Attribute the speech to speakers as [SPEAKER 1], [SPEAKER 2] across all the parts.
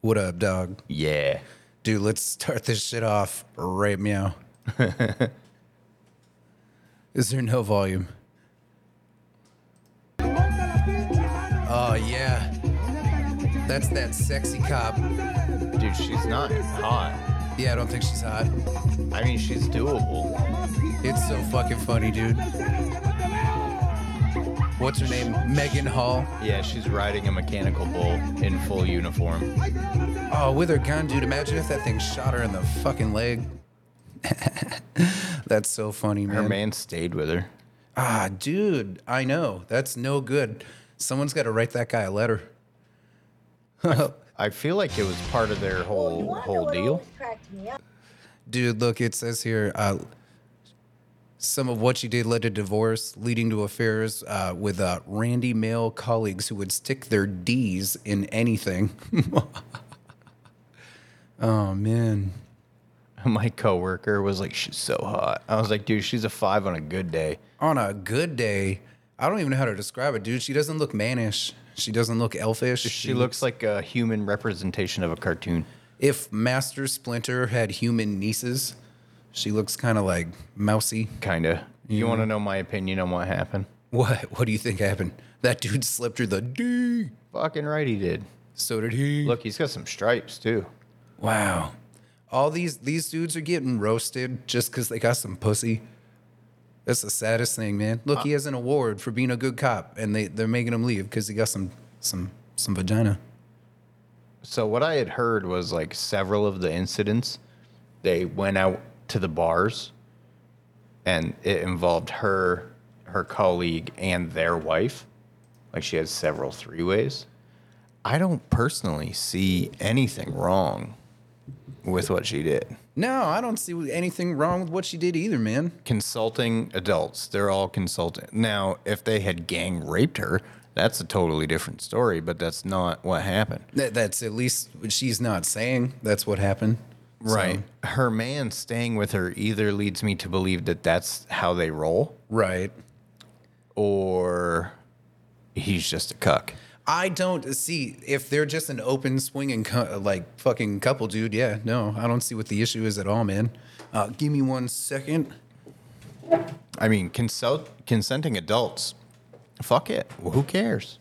[SPEAKER 1] What up, dog?
[SPEAKER 2] Yeah.
[SPEAKER 1] Dude, let's start this shit off right meow. Is there no volume? Oh, yeah. That's that sexy cop.
[SPEAKER 2] Dude, she's not hot.
[SPEAKER 1] Yeah, I don't think she's hot.
[SPEAKER 2] I mean, she's doable.
[SPEAKER 1] It's so fucking funny, dude. What's her name? Megan Hall.
[SPEAKER 2] Yeah, she's riding a mechanical bull in full uniform.
[SPEAKER 1] Oh, with her gun, dude. Imagine if that thing shot her in the fucking leg. That's so funny, man.
[SPEAKER 2] Her man stayed with her.
[SPEAKER 1] Ah, dude, I know. That's no good. Someone's got to write that guy a letter.
[SPEAKER 2] I feel like it was part of their
[SPEAKER 3] Oh,
[SPEAKER 2] whole whole deal.
[SPEAKER 1] Dude, look, it says here uh, some of what she did led to divorce, leading to affairs uh, with uh, randy male colleagues who would stick their D's in anything. oh, man.
[SPEAKER 2] My coworker was like, "She's so hot." I was like, "Dude, she's a five on a good day."
[SPEAKER 1] On a good day, I don't even know how to describe it, dude. She doesn't look mannish. She doesn't look elfish.
[SPEAKER 2] She looks like a human representation of a cartoon.
[SPEAKER 1] If Master Splinter had human nieces, she looks kind of like mousy.
[SPEAKER 2] Kinda. You want to know my opinion on what happened?
[SPEAKER 1] What? What do you think happened? That dude slipped her the D.
[SPEAKER 2] Fucking right, he did.
[SPEAKER 1] So did he.
[SPEAKER 2] Look, he's got some stripes too.
[SPEAKER 1] Wow. All these these dudes are getting roasted just because they got some pussy. That's the saddest thing, man. Look, he has an award for being a good cop, and they they're making him leave because he got some some some vagina.
[SPEAKER 2] So what I had heard was like several of the incidents, they went out to the bars, and it involved her, her colleague, and their wife. Like she had several three ways. I don't personally see anything wrong with what she did.
[SPEAKER 1] No, I don't see anything wrong with what she did either, man.
[SPEAKER 2] Consulting adults, they're all consultant. Now, if they had gang raped her, that's a totally different story, but that's not what happened.
[SPEAKER 1] That, that's at least what she's not saying that's what happened. So-
[SPEAKER 2] her man staying with her either leads me to believe that that's how they roll
[SPEAKER 1] right.
[SPEAKER 2] or he's just a cuck.
[SPEAKER 1] I don't see if they're just an open swinging cou- like fucking couple, dude. Yeah, no, I don't see what the issue is at all, man. Uh, give me one second.
[SPEAKER 2] I mean, consult consenting adults. Fuck it. Who cares?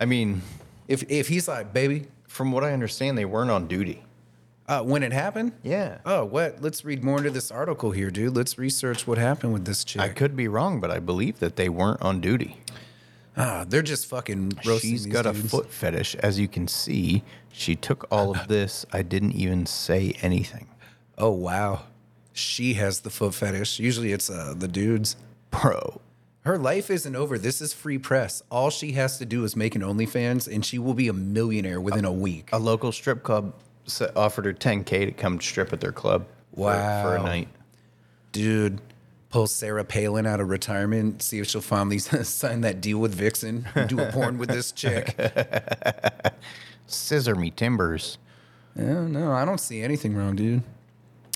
[SPEAKER 2] I mean,
[SPEAKER 1] If if he's like, baby,
[SPEAKER 2] from what I understand, they weren't on duty.
[SPEAKER 1] uh, when it happened,
[SPEAKER 2] Yeah.
[SPEAKER 1] Oh, what? Let's read more into this article here, dude. Let's research what happened with this chick.
[SPEAKER 2] I could be wrong, but I believe that they weren't on duty.
[SPEAKER 1] ah, they're just fucking roasting.
[SPEAKER 2] She's
[SPEAKER 1] these
[SPEAKER 2] got a
[SPEAKER 1] dudes.
[SPEAKER 2] foot fetish. As you can see, she took all of this. I didn't even say anything.
[SPEAKER 1] Oh wow, she has the foot fetish. Usually, it's uh, the dudes.
[SPEAKER 2] Bro,
[SPEAKER 1] Her life isn't over. This is free press. All she has to do is make an OnlyFans, and she will be a millionaire within a week.
[SPEAKER 2] a local strip club s- offered her 10K to come strip at their club for- for, a
[SPEAKER 1] Wow.
[SPEAKER 2] night.
[SPEAKER 1] dude, pull Sarah Palin out of retirement, see if she'll finally sign that deal with Vixen, do a porn with this chick.
[SPEAKER 2] Scissor me timbers.
[SPEAKER 1] Yeah, no, I don't see anything wrong, dude.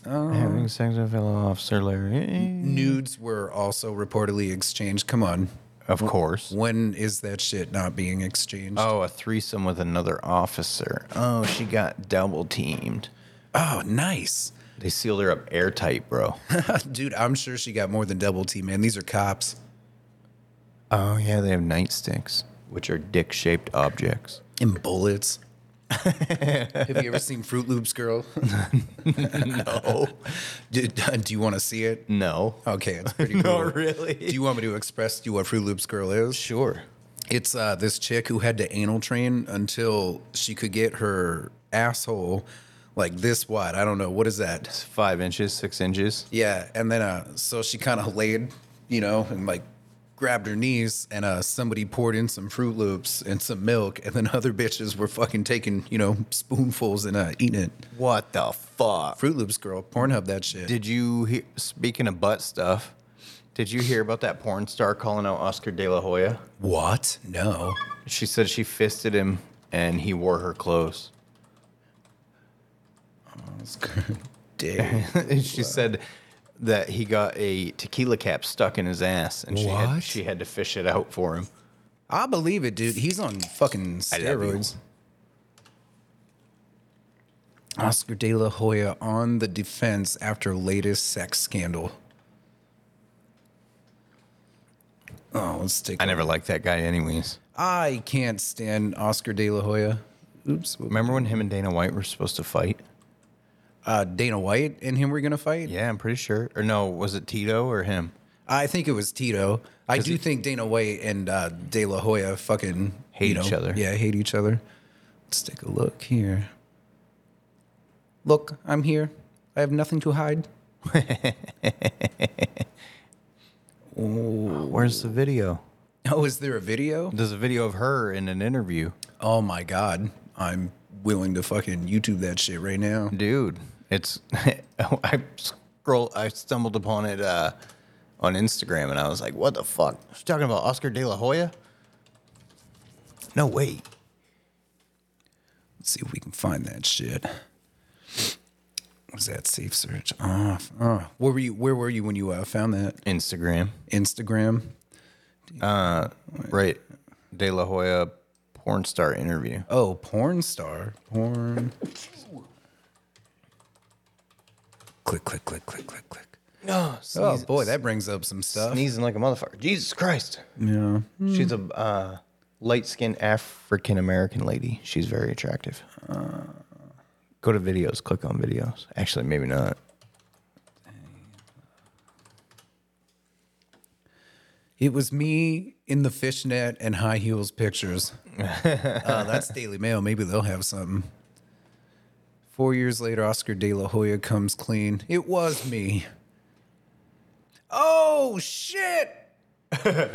[SPEAKER 2] Having sex with fellow officer Larry.
[SPEAKER 1] Nudes were also reportedly exchanged. Come on.
[SPEAKER 2] Of course.
[SPEAKER 1] When is that shit not being exchanged?
[SPEAKER 2] Oh, a threesome with another officer. Oh, she got double teamed.
[SPEAKER 1] oh, nice.
[SPEAKER 2] They sealed her up airtight, bro.
[SPEAKER 1] dude, I'm sure she got more than double T, man. These are cops.
[SPEAKER 2] oh, yeah, they have nightsticks, which are dick shaped objects.
[SPEAKER 1] And bullets. Have you ever seen Fruit Loops, girl? no. Do, do you want to see it?
[SPEAKER 2] No.
[SPEAKER 1] Okay, it's pretty cool.
[SPEAKER 2] Not really.
[SPEAKER 1] Do you want me to express to you what Fruit Loops girl is?
[SPEAKER 2] Sure.
[SPEAKER 1] It's uh, this chick who had to anal train until she could get her asshole like this wide. I don't know what is that.
[SPEAKER 2] It's five inches, six inches.
[SPEAKER 1] Yeah, and then uh, so she kind of laid, you know, and like grabbed her knees, and uh, somebody poured in some Fruit Loops and some milk, and then other bitches were fucking taking, you know, spoonfuls and uh, eating it.
[SPEAKER 2] What the fuck?
[SPEAKER 1] Fruit Loops girl, Pornhub that shit.
[SPEAKER 2] Did you hear, speaking of butt stuff, did you hear about that porn star calling out Oscar De La Hoya?
[SPEAKER 1] what? No.
[SPEAKER 2] She said she fisted him and he wore her clothes.
[SPEAKER 1] Damn.
[SPEAKER 2] she said that he got a tequila cap stuck in his ass and she had,
[SPEAKER 1] What?
[SPEAKER 2] she had to fish it out for him.
[SPEAKER 1] I believe it, dude. He's on fucking
[SPEAKER 2] I love you.
[SPEAKER 1] steroids. Oscar De La Hoya on the defense after latest sex scandal. Oh, let's take.
[SPEAKER 2] I never liked that guy, anyways.
[SPEAKER 1] I can't stand Oscar De La Hoya. Oops.
[SPEAKER 2] Remember when him and Dana White were supposed to fight?
[SPEAKER 1] Uh, Dana White and him were gonna fight.
[SPEAKER 2] Yeah, I'm pretty sure. Or no, was it Tito or him?
[SPEAKER 1] I think it was Tito. I do think Dana White and uh, De La Hoya fucking
[SPEAKER 2] Hate
[SPEAKER 1] you know,
[SPEAKER 2] each other.
[SPEAKER 1] Yeah, hate each other. Let's take a look here. Look, I'm here. I have nothing to hide.
[SPEAKER 2] Where's the video?
[SPEAKER 1] Oh, is there a video?
[SPEAKER 2] There's a video of her in an interview.
[SPEAKER 1] Oh my god, I'm willing to fucking YouTube that shit right now.
[SPEAKER 2] Dude, it's I scroll I stumbled upon it uh, on Instagram and I was like, what the fuck? She's talking about Oscar De La Hoya? No way.
[SPEAKER 1] Let's see if we can find that shit. Was that safe search? Ah, f- ah. where were you? Where were you when you uh, found that
[SPEAKER 2] Instagram.
[SPEAKER 1] Instagram?
[SPEAKER 2] Right. De La Hoya porn star interview.
[SPEAKER 1] Oh, porn star, porn. Click, click, click, click, click, click.
[SPEAKER 2] No,
[SPEAKER 1] Oh boy, that brings up some stuff.
[SPEAKER 2] sneezing like a motherfucker. Jesus Christ.
[SPEAKER 1] Yeah.
[SPEAKER 2] She's a uh, light skinned African American lady. She's very attractive.
[SPEAKER 1] Uh.
[SPEAKER 2] Go to videos, click on videos. Actually, maybe not.
[SPEAKER 1] It was me in the fishnet and high heels pictures. uh, that's Daily Mail. Maybe they'll have something. Four years later, Oscar De La Hoya comes clean. It was me. Oh, shit. How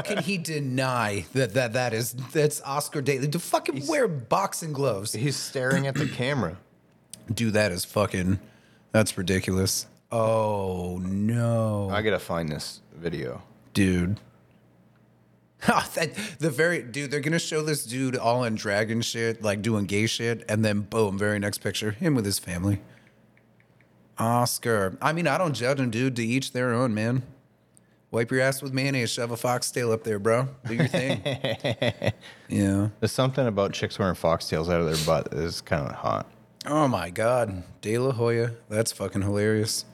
[SPEAKER 1] can he deny that that that is that's Oscar De? To fucking wear boxing gloves,
[SPEAKER 2] He's staring at the camera.
[SPEAKER 1] do that is fucking that's ridiculous. Oh no.
[SPEAKER 2] I gotta find this video.
[SPEAKER 1] dude. Ha, that the very dude, they're gonna show this dude all in drag and shit, like doing gay shit, and then boom, very next picture, him with his family. Oscar. I mean, I don't judge him, dude. To each their own, man. Wipe your ass with mayonnaise, shove a foxtail up there, bro. Do your thing. yeah.
[SPEAKER 2] There's something about chicks wearing foxtails out of their butt that is kind of hot.
[SPEAKER 1] Oh my God, De La Hoya. That's fucking hilarious.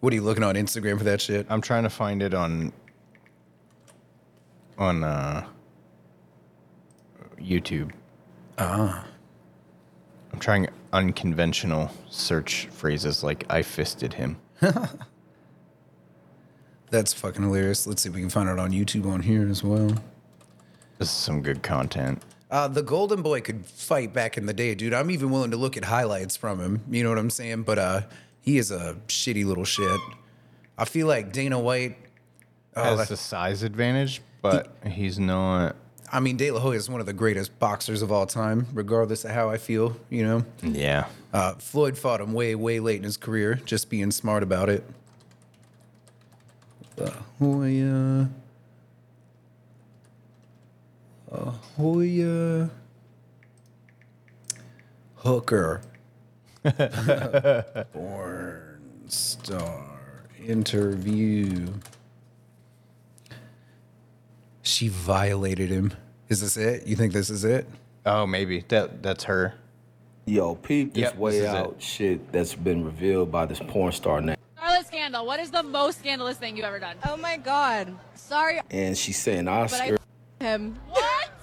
[SPEAKER 1] What are you looking on Instagram for that shit?
[SPEAKER 2] I'm trying to find it on on uh, YouTube. Ah. I'm trying unconventional search phrases like "I fisted him."
[SPEAKER 1] That's fucking hilarious. Let's see if we can find it on YouTube on here as well.
[SPEAKER 2] This is some good content.
[SPEAKER 1] Uh, the Golden Boy could fight back in the day, dude. I'm even willing to look at highlights from him. You know what I'm saying? But uh, he is a shitty little shit. I feel like Dana White. Oh,
[SPEAKER 2] Has the size advantage, but he's not.
[SPEAKER 1] I mean, De La Hoya is one of the greatest boxers of all time, regardless of how I feel. You know,
[SPEAKER 2] Yeah.
[SPEAKER 1] uh, Floyd fought him way, way late in his career, just being smart about it. La Hoya. La Hoya. Hooker. Born star interview. She violated him. Is this it? You think this is it?
[SPEAKER 2] Oh, maybe that that's her.
[SPEAKER 4] Yo, peep this
[SPEAKER 2] Yep, this
[SPEAKER 4] way
[SPEAKER 2] is it.
[SPEAKER 4] out shit that's been revealed by this porn star now.
[SPEAKER 5] Scarlet Scandal, what is the most scandalous thing you've ever done?
[SPEAKER 6] Oh my god. Sorry,
[SPEAKER 4] And she's saying Oscar.
[SPEAKER 6] him.
[SPEAKER 5] What?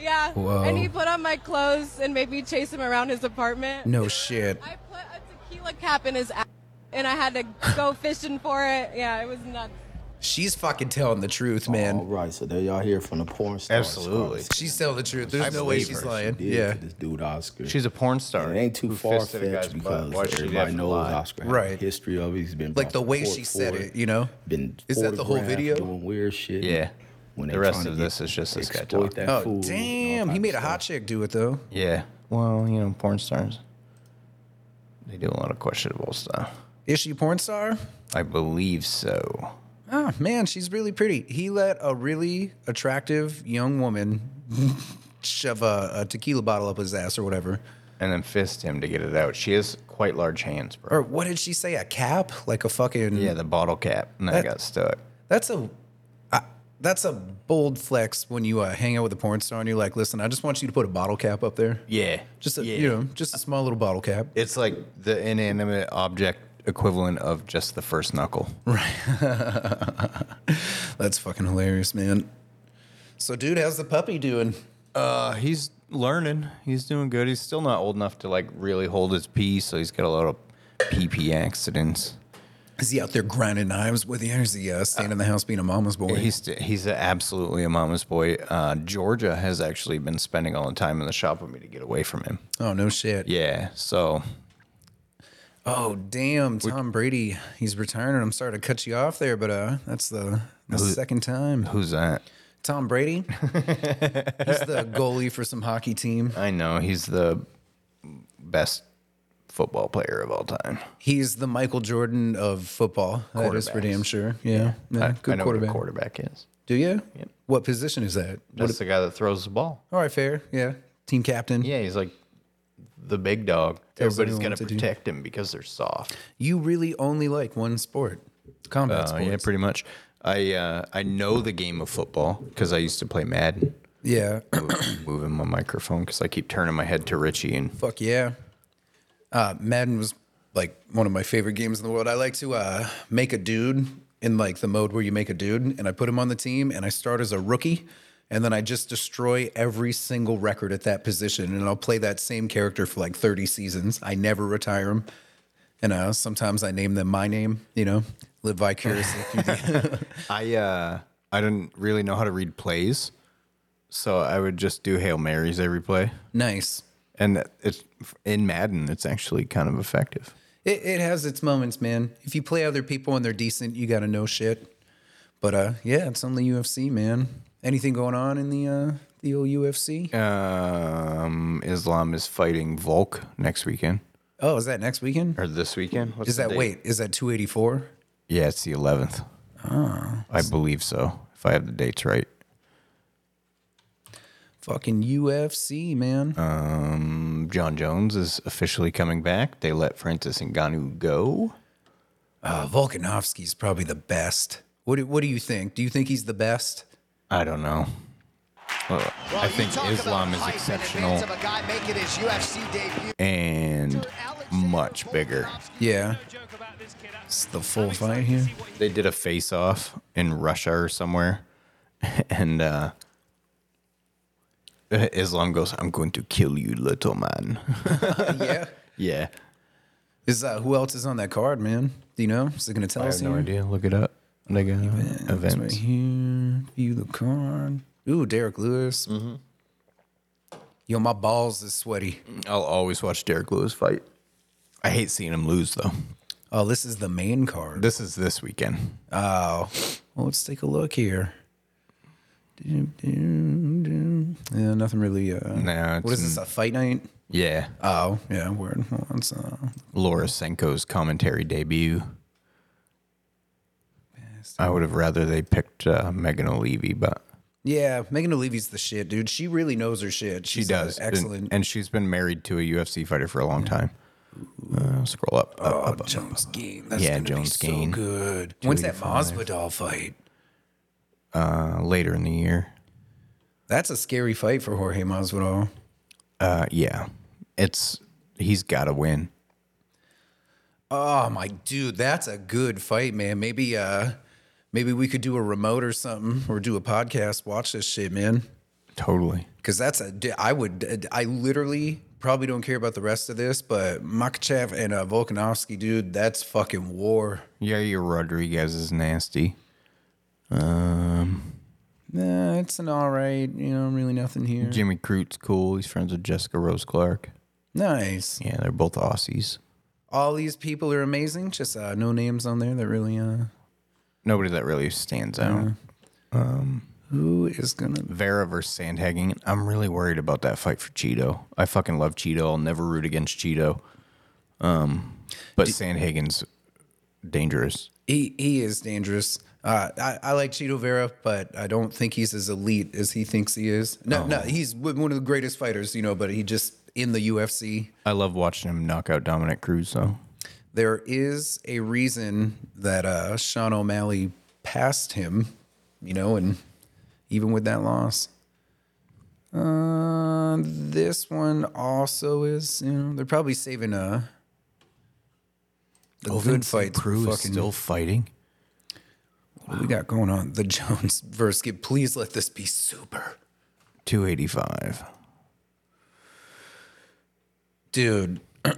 [SPEAKER 6] Yeah.
[SPEAKER 1] Whoa.
[SPEAKER 6] And he put on my clothes and made me chase him around his apartment.
[SPEAKER 1] No shit.
[SPEAKER 6] I put a tequila cap in his ass and I had to go fishing for it. Yeah, it was nuts.
[SPEAKER 1] She's fucking telling the truth,
[SPEAKER 4] All
[SPEAKER 1] man.
[SPEAKER 4] right, so there y'all hear from the porn star.
[SPEAKER 2] Absolutely.
[SPEAKER 4] Scarlett
[SPEAKER 1] She's telling the truth. There's
[SPEAKER 2] I
[SPEAKER 1] no way
[SPEAKER 2] believe
[SPEAKER 1] she's
[SPEAKER 2] her.
[SPEAKER 1] lying.
[SPEAKER 4] did
[SPEAKER 1] Yeah.
[SPEAKER 4] to this dude Oscar.
[SPEAKER 2] She's a porn star.
[SPEAKER 4] it ain't too
[SPEAKER 2] who
[SPEAKER 4] far
[SPEAKER 2] fisted a
[SPEAKER 4] fetched
[SPEAKER 2] guy's butt.
[SPEAKER 4] because
[SPEAKER 2] Why'd she have
[SPEAKER 4] everybody
[SPEAKER 2] to
[SPEAKER 4] knows
[SPEAKER 2] lie?
[SPEAKER 4] Oscar had
[SPEAKER 1] Right.
[SPEAKER 4] a history of it. He's been
[SPEAKER 1] Like
[SPEAKER 4] brought
[SPEAKER 1] the
[SPEAKER 4] to
[SPEAKER 1] way
[SPEAKER 4] court
[SPEAKER 1] she
[SPEAKER 4] for
[SPEAKER 1] said it, you know?
[SPEAKER 4] Been
[SPEAKER 1] Is that the whole
[SPEAKER 4] photographed
[SPEAKER 1] video?
[SPEAKER 4] Doing weird shit.
[SPEAKER 2] Yeah.
[SPEAKER 4] When
[SPEAKER 2] The
[SPEAKER 4] they
[SPEAKER 2] rest
[SPEAKER 4] trying to
[SPEAKER 2] of
[SPEAKER 4] get-
[SPEAKER 2] this is just this guy
[SPEAKER 4] exploit
[SPEAKER 2] talking.
[SPEAKER 4] that fool
[SPEAKER 1] Oh
[SPEAKER 4] and all
[SPEAKER 1] damn,
[SPEAKER 4] kinds
[SPEAKER 1] he
[SPEAKER 4] of
[SPEAKER 1] made a
[SPEAKER 4] stuff.
[SPEAKER 1] hot chick do it though.
[SPEAKER 2] Yeah. Well, you know, porn stars. They do a lot of questionable stuff.
[SPEAKER 1] Is she a porn star?
[SPEAKER 2] I believe so.
[SPEAKER 1] Ah man, she's really pretty. He let a really attractive young woman shove a, a tequila bottle up his ass or whatever.
[SPEAKER 2] And then fist him to get it out. She has quite large hands, bro.
[SPEAKER 1] Or what did she say? A cap? Like a fucking
[SPEAKER 2] Yeah, the bottle cap, and that, got stuck.
[SPEAKER 1] That's a. I, that's a bold flex when you uh, hang out with a porn star and you're like, listen, I just want you to put a bottle cap up there.
[SPEAKER 2] Yeah.
[SPEAKER 1] Just a,
[SPEAKER 2] yeah.
[SPEAKER 1] you know, just a small little bottle cap.
[SPEAKER 2] It's like the inanimate object equivalent of just the first knuckle.
[SPEAKER 1] That's fucking hilarious, man. So, dude, how's the puppy doing?
[SPEAKER 2] Uh, he's learning. He's doing good. He's still not old enough to like really hold his pee, so he's got a lot of PP accidents.
[SPEAKER 1] Is he out there grinding knives with you? Or is he uh, staying in the house being a mama's boy?
[SPEAKER 2] He's he's absolutely a mama's boy. Uh, Georgia has actually been spending all the time in the shop with me to get away from him.
[SPEAKER 1] oh, no shit.
[SPEAKER 2] Yeah, so
[SPEAKER 1] Oh, damn. Tom Brady, he's retiring. I'm sorry to cut you off there, but uh, that's the, the second time.
[SPEAKER 2] who's that?
[SPEAKER 1] Tom Brady, he's the goalie for some hockey team.
[SPEAKER 2] I know he's the best football player of all time.
[SPEAKER 1] He's the Michael Jordan of football. That is for
[SPEAKER 2] Quarterbacks.
[SPEAKER 1] damn sure. Yeah. yeah.
[SPEAKER 2] I- I
[SPEAKER 1] Good
[SPEAKER 2] know
[SPEAKER 1] quarterback.
[SPEAKER 2] What a quarterback is.
[SPEAKER 1] Do you? What position is that?
[SPEAKER 2] That's the guy that throws the ball.
[SPEAKER 1] All right, fair. Yeah. Team captain.
[SPEAKER 2] Yeah, he's like the big dog.
[SPEAKER 1] Tells
[SPEAKER 2] Everybody's
[SPEAKER 1] everyone
[SPEAKER 2] gonna
[SPEAKER 1] what to do.
[SPEAKER 2] protect him because they're soft.
[SPEAKER 1] You really only like one sport combat
[SPEAKER 2] Uh,
[SPEAKER 1] sports.
[SPEAKER 2] yeah, pretty much. I uh, I know the game of football because I used to play Madden.
[SPEAKER 1] Yeah.
[SPEAKER 2] Moving my microphone because I keep turning my head to Richie and
[SPEAKER 1] Fuck yeah. Uh, Madden was like one of my favorite games in the world. I like to uh, make a dude in like the mode where you make a dude, and I put him on the team, and I start as a rookie, and then I just destroy every single record at that position, and I'll play that same character for like 30 seasons. I never retire him. And uh, sometimes I name them my name, you know, live vicariously through the
[SPEAKER 2] I uh I didn't really know how to read plays, so I would just do hail marys every play,
[SPEAKER 1] nice.
[SPEAKER 2] and it's in Madden. It's actually kind of effective.
[SPEAKER 1] It, it has its moments, man. If you play other people and they're decent, you got to know shit. But uh, yeah, it's only UFC, man. Anything going on in the uh, the old UFC?
[SPEAKER 2] Um, Islam is fighting Volk next weekend
[SPEAKER 1] Oh, is that next weekend?
[SPEAKER 2] or this weekend. What's
[SPEAKER 1] Is
[SPEAKER 2] the
[SPEAKER 1] that
[SPEAKER 2] date?
[SPEAKER 1] wait? Is that two eighty four?
[SPEAKER 2] Yeah, it's the eleventh.
[SPEAKER 1] Ah,
[SPEAKER 2] I believe so. If I have the dates right.
[SPEAKER 1] Fucking UFC, man.
[SPEAKER 2] Um, John Jones is officially coming back. They let Francis Ngannou go.
[SPEAKER 1] Uh, Volkanovski's probably the best. What do, what do you think? Do you think he's the best?
[SPEAKER 2] I don't know. Well,
[SPEAKER 7] Well,
[SPEAKER 2] I
[SPEAKER 7] you
[SPEAKER 2] think
[SPEAKER 7] talk about
[SPEAKER 2] Islam is
[SPEAKER 7] hype in
[SPEAKER 2] exceptional
[SPEAKER 7] advance Of a guy making his UFC debut.
[SPEAKER 2] and much bigger.
[SPEAKER 1] Yeah. It's the full fight here.
[SPEAKER 2] They did a face off in Russia or somewhere, and uh, Islam goes, "I'm going to kill you, little man."
[SPEAKER 1] yeah.
[SPEAKER 2] yeah,
[SPEAKER 1] Is uh, who else is on that card, man? Do you know? Is it gonna tell us? here?
[SPEAKER 2] idea. Look it up. Like uh,
[SPEAKER 1] It's right here. View the card. Ooh, Derek Lewis.
[SPEAKER 2] Mm-hmm.
[SPEAKER 1] Yo, my balls is sweaty.
[SPEAKER 2] I'll always watch Derek Lewis fight. I hate seeing him lose though.
[SPEAKER 1] Oh, this is the main card.
[SPEAKER 2] This is this weekend.
[SPEAKER 1] Oh, well, let's take a look here. Yeah, nothing really. Uh,
[SPEAKER 2] No, it's
[SPEAKER 1] what is this? A fight night?
[SPEAKER 2] Yeah,
[SPEAKER 1] Oh, yeah. Word. Hold on, so. Oh.
[SPEAKER 2] Laura Senko's commentary debut. I would have rather they picked uh, Megan O'Leary, but
[SPEAKER 1] Yeah, Megan O'Leary's the shit, dude. She really knows her shit.
[SPEAKER 2] She
[SPEAKER 1] She's uh,
[SPEAKER 2] does. and-
[SPEAKER 1] excellent.
[SPEAKER 2] And, she's been married to a UFC fighter for a long time. Uh, scroll up. up,
[SPEAKER 1] oh,
[SPEAKER 2] up, up.
[SPEAKER 1] Jones game. That's
[SPEAKER 2] Yeah,
[SPEAKER 1] gonna
[SPEAKER 2] Jones
[SPEAKER 1] be
[SPEAKER 2] Gain.
[SPEAKER 1] so good. When's that Masvidal fight?
[SPEAKER 2] Uh, later in the year.
[SPEAKER 1] That's a scary fight for Jorge Masvidal.
[SPEAKER 2] Uh, yeah. It's he's got to win.
[SPEAKER 1] Oh my dude, that's a good fight, man. Maybe uh maybe we could do a remote or something or do a podcast, watch this shit, man.
[SPEAKER 2] Totally.
[SPEAKER 1] Cuz that's a di- I would I literally probably don't care about the rest of this, but Makachev and uh, Volkanovski, dude, that's fucking war.
[SPEAKER 2] Yeah, your Rodriguez is nasty.
[SPEAKER 1] Nah, it's an all right, you know, really nothing here.
[SPEAKER 2] Jimmy Crute's cool. He's friends with Jessica Rose Clark.
[SPEAKER 1] Nice.
[SPEAKER 2] Yeah, they're both Aussies.
[SPEAKER 1] All these people are amazing, just uh, no names on there that really uh
[SPEAKER 2] Nobody that really stands out.
[SPEAKER 1] who is going to
[SPEAKER 2] Vera versus Sandhagen. I'm really worried about that fight for Cheeto. I fucking love Cheeto. I'll never root against Cheeto. Um, but Sandhagen's dangerous.
[SPEAKER 1] He he is dangerous. Uh, I, I like Cheeto Vera, but I don't think he's as elite as he thinks he is. No, no, he's w- one of the greatest fighters, you know, but he just in the UFC.
[SPEAKER 2] I love watching him knock out Dominic Cruz, though.
[SPEAKER 1] There is a reason that uh, Sean O'Malley passed him, you know, and even with that loss. Uh, this one also is. You know, they're probably saving uh
[SPEAKER 2] Oh,
[SPEAKER 1] the good fights. for
[SPEAKER 2] Crew is
[SPEAKER 1] fucking,
[SPEAKER 2] still fighting.
[SPEAKER 1] what we got going on the Jones verse. Get please let this be super,
[SPEAKER 2] 285.
[SPEAKER 1] dude.
[SPEAKER 2] do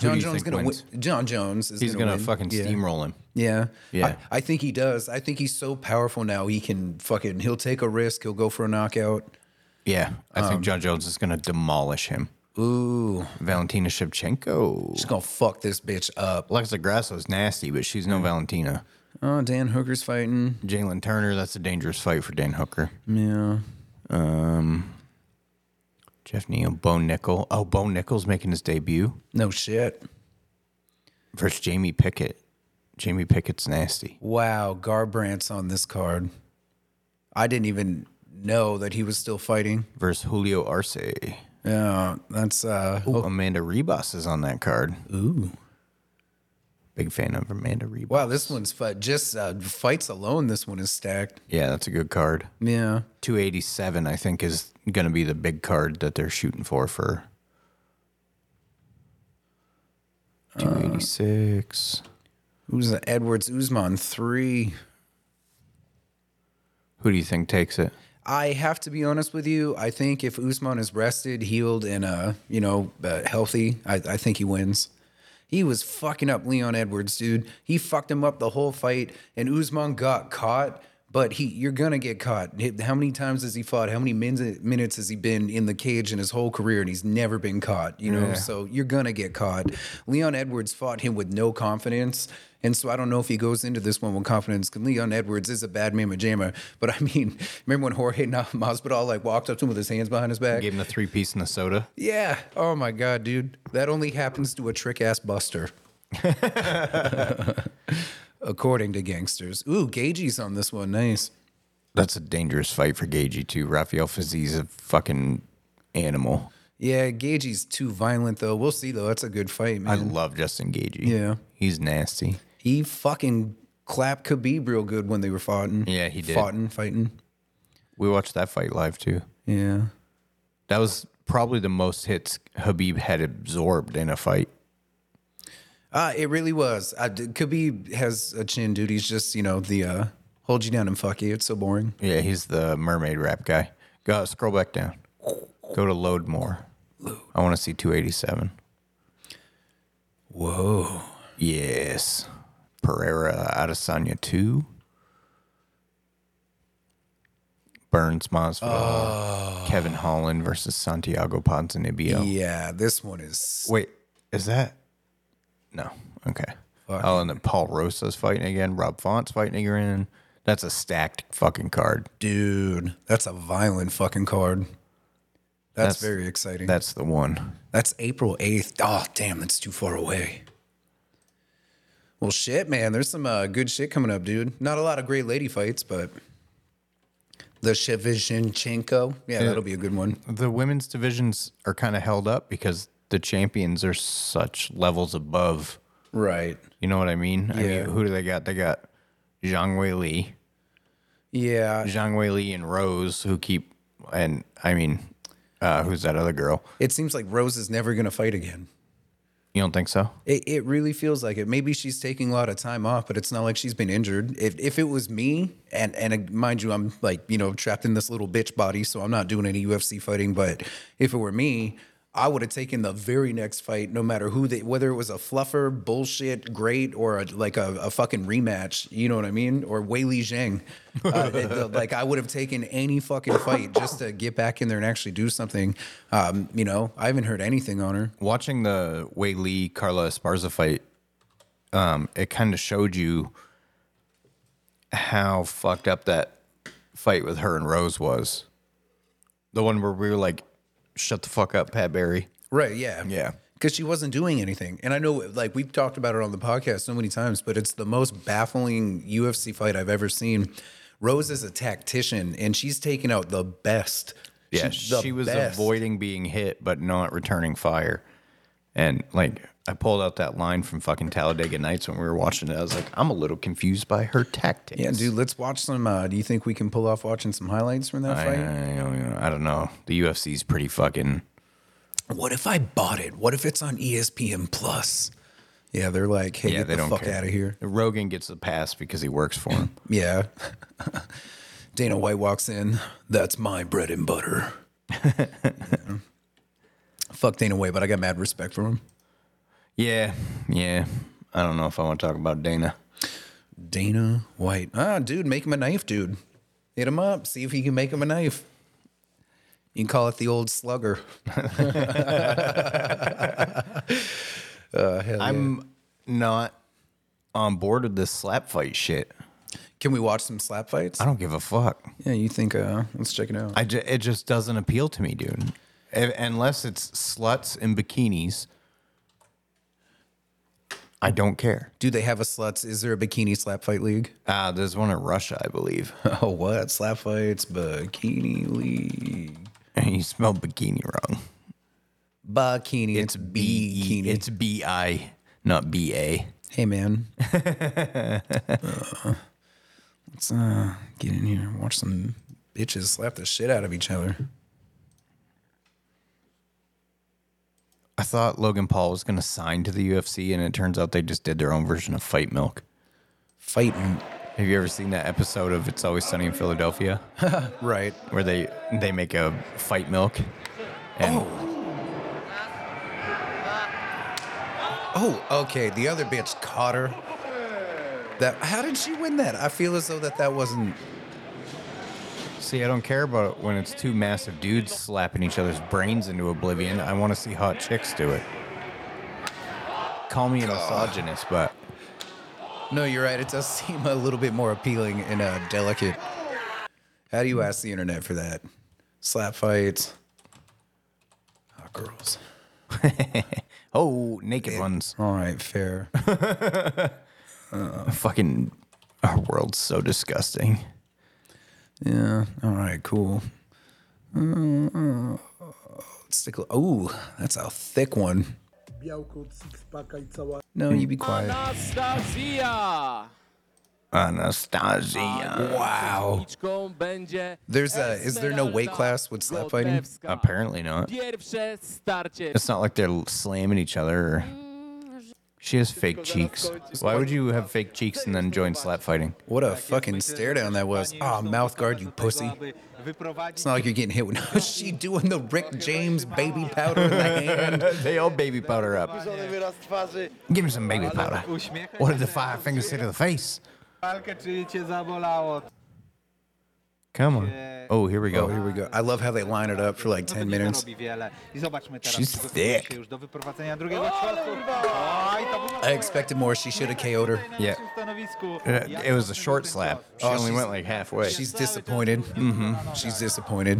[SPEAKER 1] John
[SPEAKER 2] you
[SPEAKER 1] Jones
[SPEAKER 2] think
[SPEAKER 1] gonna win.
[SPEAKER 2] wins?
[SPEAKER 1] John Jones is
[SPEAKER 2] He's
[SPEAKER 1] gonna,
[SPEAKER 2] gonna,
[SPEAKER 1] win.
[SPEAKER 2] fucking
[SPEAKER 1] Yeah.
[SPEAKER 2] steamroll him.
[SPEAKER 1] Yeah.
[SPEAKER 2] Yeah.
[SPEAKER 1] I, I think he does. I think he's so powerful now. He can fucking, he'll take a risk. He'll go for a knockout.
[SPEAKER 2] Yeah, I think John Jones is gonna demolish him.
[SPEAKER 1] Um, Ooh.
[SPEAKER 2] Valentina Shevchenko.
[SPEAKER 1] Just gonna fuck this bitch up.
[SPEAKER 2] Alexa Grasso's nasty, but she's no Valentina.
[SPEAKER 1] Oh, Dan Hooker's fighting.
[SPEAKER 2] Jalen Turner, that's a dangerous fight for Dan Hooker. Um,
[SPEAKER 1] Yeah.
[SPEAKER 2] Jeff Neal, Bo Nickel. Oh, Bo Nickel's making his debut
[SPEAKER 1] No shit.
[SPEAKER 2] versus Jamie Pickett. Jamie Pickett's nasty.
[SPEAKER 1] Wow. Garbrandt's on this card. I didn't even know that he was still fighting.
[SPEAKER 2] Versus Julio Arce.
[SPEAKER 1] Yeah. That's, uh,
[SPEAKER 2] Oh, Amanda Rebus is on that card.
[SPEAKER 1] ooh.
[SPEAKER 2] Big fan of Amanda Rebus.
[SPEAKER 1] Wow. This one's fi- just uh, fights alone. This one is stacked.
[SPEAKER 2] Yeah, that's a good card.
[SPEAKER 1] Yeah.
[SPEAKER 2] 287, I think, is going to be the big card that they're shooting for for 286.
[SPEAKER 1] Who's the Edwards Uzman? Three.
[SPEAKER 2] Who do you think takes it?
[SPEAKER 1] I have to be honest with you. I think if Usman is rested, healed, and uh, you know, uh, healthy, I, I think he wins. He was fucking up Leon Edwards, dude. He fucked him up the whole fight, and Usman got caught. But he, you're gonna get caught. H- How many times has he fought? How many min- minutes has he been in the cage in his whole career, and he's never been caught? You know, so you're gonna get caught. Leon Edwards fought him with no confidence, and so I don't know if he goes into this one with confidence. 'cause Leon Edwards is a bad mama jammer, but I mean, remember when Jorge Na- Masvidal like walked up to him with his hands behind his back?
[SPEAKER 2] Gave him the three piece and the soda.
[SPEAKER 1] Yeah. Oh my god, dude. That only happens to a trick ass buster. According to gangsters. Ooh, Gagey's on this one. Nice.
[SPEAKER 2] That's a dangerous fight for Gagey, too. Rafael Fizie's a fucking animal.
[SPEAKER 1] Yeah, Gagey's too violent though. We'll see though. That's a good fight,
[SPEAKER 2] I
[SPEAKER 1] man.
[SPEAKER 2] love Justin Gagey.
[SPEAKER 1] Yeah.
[SPEAKER 2] He's nasty.
[SPEAKER 1] he fucking clapped Khabib real good when they were fighting.
[SPEAKER 2] Yeah, he did.
[SPEAKER 1] Fighting, fighting.
[SPEAKER 2] We watched that fight live, too.
[SPEAKER 1] Yeah.
[SPEAKER 2] That was probably the most hits Habib had absorbed in a fight.
[SPEAKER 1] Uh, it really was. I did, Khabib has a chin, dude. He's just, you know, the uh, hold you down and fuck you. It's so boring.
[SPEAKER 2] Yeah, he's the mermaid rap guy. Go scroll back down. Go to load more. I want to see 287.
[SPEAKER 1] Whoa.
[SPEAKER 2] Yes. Pereira Adesanya 2. Burns Masvidal. Kevin Holland versus Santiago Ponzinibbio.
[SPEAKER 1] Yeah, this one is
[SPEAKER 2] Wait, is that? No. Okay. Oh, and then Paul Rosa's fighting again. Rob Font's fighting again. That's a stacked fucking card.
[SPEAKER 1] Dude, that's a violent fucking card. That's,
[SPEAKER 2] That's-
[SPEAKER 1] very exciting.
[SPEAKER 2] That's the one.
[SPEAKER 1] that's April 8th. Oh, damn, that's too far away. Well, shit, man. There's some uh, good shit coming up, dude. Not a lot of great lady fights, but the Shevchenko. Yeah, that'll be a good one.
[SPEAKER 2] the women's divisions are kind of held up because the champions are such levels above.
[SPEAKER 1] Right.
[SPEAKER 2] You know what I mean? I
[SPEAKER 1] Yeah.
[SPEAKER 2] mean, who do they got? They got Zhang Wei Li,
[SPEAKER 1] Yeah.
[SPEAKER 2] Zhang Wei Li, and Rose, who keep and I mean, uh, who's that other girl?
[SPEAKER 1] It seems like Rose is never going to fight again.
[SPEAKER 2] You don't think so?
[SPEAKER 1] It, it really feels like it. Maybe she's taking a lot of time off, but it's not like she's been injured. If if it was me, and and uh, mind you, I'm like you know trapped in this little bitch body, so I'm not doing any UFC fighting. But if it were me, I would have taken the very next fight, no matter who they, whether it was a fluffer, bullshit, great, or a, like a, a fucking rematch. You know what I mean? Or Wei Li Zhang. Uh, it- the- like I would have taken any fucking fight just to get back in there and actually do something. Um, you know, I haven't heard anything on her.
[SPEAKER 2] Watching the Wei Li Carla Esparza fight, um, it kind of showed you how fucked up that fight with her and Rose was. The one where we were like, "Shut the fuck up, Pat Barry."
[SPEAKER 1] Right. Yeah.
[SPEAKER 2] Yeah.
[SPEAKER 1] Because she wasn't doing anything. And I know, like, we've talked about it on the podcast so many times, but it's the most baffling UFC fight I've ever seen. Rose is a tactician and she's taking out the best.
[SPEAKER 2] Yeah,
[SPEAKER 1] She's the
[SPEAKER 2] she was
[SPEAKER 1] best.
[SPEAKER 2] avoiding being hit, but not returning fire. And like I pulled out that line from fucking Talladega Nights when we were watching it. I was like, I'm a little confused by her tactics.
[SPEAKER 1] Yeah, dude, let's watch some. Uh, do you think we can pull off watching some highlights from that
[SPEAKER 2] I,
[SPEAKER 1] fight?
[SPEAKER 2] I don't- I don't know. The UFC's pretty fucking. uh,
[SPEAKER 1] What if I bought it? What if it's on E ESPN Plus? Yeah, they're like, hey,
[SPEAKER 2] yeah,
[SPEAKER 1] get
[SPEAKER 2] they
[SPEAKER 1] the
[SPEAKER 2] don't
[SPEAKER 1] fuck
[SPEAKER 2] care.
[SPEAKER 1] out of here.
[SPEAKER 2] Rogan gets the pass because he works for him.
[SPEAKER 1] Yeah. Dana White walks in. That's my bread and butter. Yeah. Fuck Dana White, but I got mad respect for him.
[SPEAKER 2] yeah, yeah. I don't know if I want to talk about Dana.
[SPEAKER 1] Dana White. Ah, dude, make him a knife, dude. Hit him up. See if he can make him a knife. You can call it the old slugger.
[SPEAKER 2] I'm not on board with this slap fight shit.
[SPEAKER 1] Can we watch some slap fights?
[SPEAKER 2] I don't give a fuck.
[SPEAKER 1] Yeah, you think? Uh, let's check it out.
[SPEAKER 2] I ju- it just doesn't appeal to me, dude. A- unless it's sluts in bikinis, I don't care.
[SPEAKER 1] Do they have a sluts? Is there a bikini slap fight league?
[SPEAKER 2] Uh, there's one in Russia, I believe.
[SPEAKER 1] Oh, what slap fights? Bikini league.
[SPEAKER 2] you spelled bikini wrong.
[SPEAKER 1] Bikini.
[SPEAKER 2] It's B.
[SPEAKER 1] bikini.
[SPEAKER 2] It's B I, not B A.
[SPEAKER 1] Hey, man. Uh, let's uh, get in here and watch some bitches slap the shit out of each other.
[SPEAKER 2] I thought Logan Paul was going to sign to the UFC, and it turns out they just did their own version of Fight Milk.
[SPEAKER 1] Fighting.
[SPEAKER 2] Have you ever seen that episode of It's Always Sunny in Philadelphia,
[SPEAKER 1] Right.
[SPEAKER 2] where they they make a fight milk? And
[SPEAKER 1] Oh, okay. The other bitch caught her. That. How did she win that? I feel as though that that wasn't.
[SPEAKER 2] See, I don't care about it when it's two massive dudes slapping each other's brains into oblivion. I want to see hot chicks do it. Call me a misogynist, but
[SPEAKER 1] No, you're right. It does seem a little bit more appealing and uh, delicate. How do you ask the internet for that? Slap fights. Hot girls.
[SPEAKER 2] oh, naked ones.
[SPEAKER 1] All right, fair.
[SPEAKER 2] Fucking, our world's so disgusting.
[SPEAKER 1] Yeah. All right. Cool. Uh, let's stick. Oh, that's a thick one.
[SPEAKER 8] białko od sixpacka i cała
[SPEAKER 1] No, you be quiet.
[SPEAKER 9] Anastazja!
[SPEAKER 2] Anastasia.
[SPEAKER 1] Oh, Wow.
[SPEAKER 9] Liczką będzie
[SPEAKER 1] There's a- is there no weight class with slap fighting?
[SPEAKER 9] Godlewska.
[SPEAKER 2] Apparently not.
[SPEAKER 9] Pierwsze starcie.
[SPEAKER 2] It's not like they're slamming each other. Or... She has fake cheeks. Why would you have fake cheeks and then join slap fighting?
[SPEAKER 1] What a fucking stare down that was. Ah, mouth guard, you pussy. It's not like you're getting hit with. No, she doing the Rick James baby powder in the hand.
[SPEAKER 2] they all baby powder up. Give me some baby powder. What did the five fingers say to the face?
[SPEAKER 8] walkę, czy cię zabolało.
[SPEAKER 2] Come on. Oh, here we
[SPEAKER 1] Oh,
[SPEAKER 2] go.
[SPEAKER 1] here we go. I love how they line it up for like 10 minutes.
[SPEAKER 8] robi wiele. I zobaczmy teraz,
[SPEAKER 2] She's
[SPEAKER 8] przygotujemy
[SPEAKER 2] thick.
[SPEAKER 8] się już do wyprowadzenia drugiego ciosku. Oj, to było
[SPEAKER 1] I expected more. She should have KO'd her.
[SPEAKER 8] na
[SPEAKER 2] Yeah.
[SPEAKER 8] naszym stanowisku.
[SPEAKER 2] Uh,
[SPEAKER 8] Ja
[SPEAKER 2] It was a
[SPEAKER 8] zobaczę
[SPEAKER 2] short
[SPEAKER 8] ten
[SPEAKER 2] slap.
[SPEAKER 8] cios.
[SPEAKER 2] She only went like halfway.
[SPEAKER 1] Oh, She's disappointed. Mm-hmm. She's disappointed.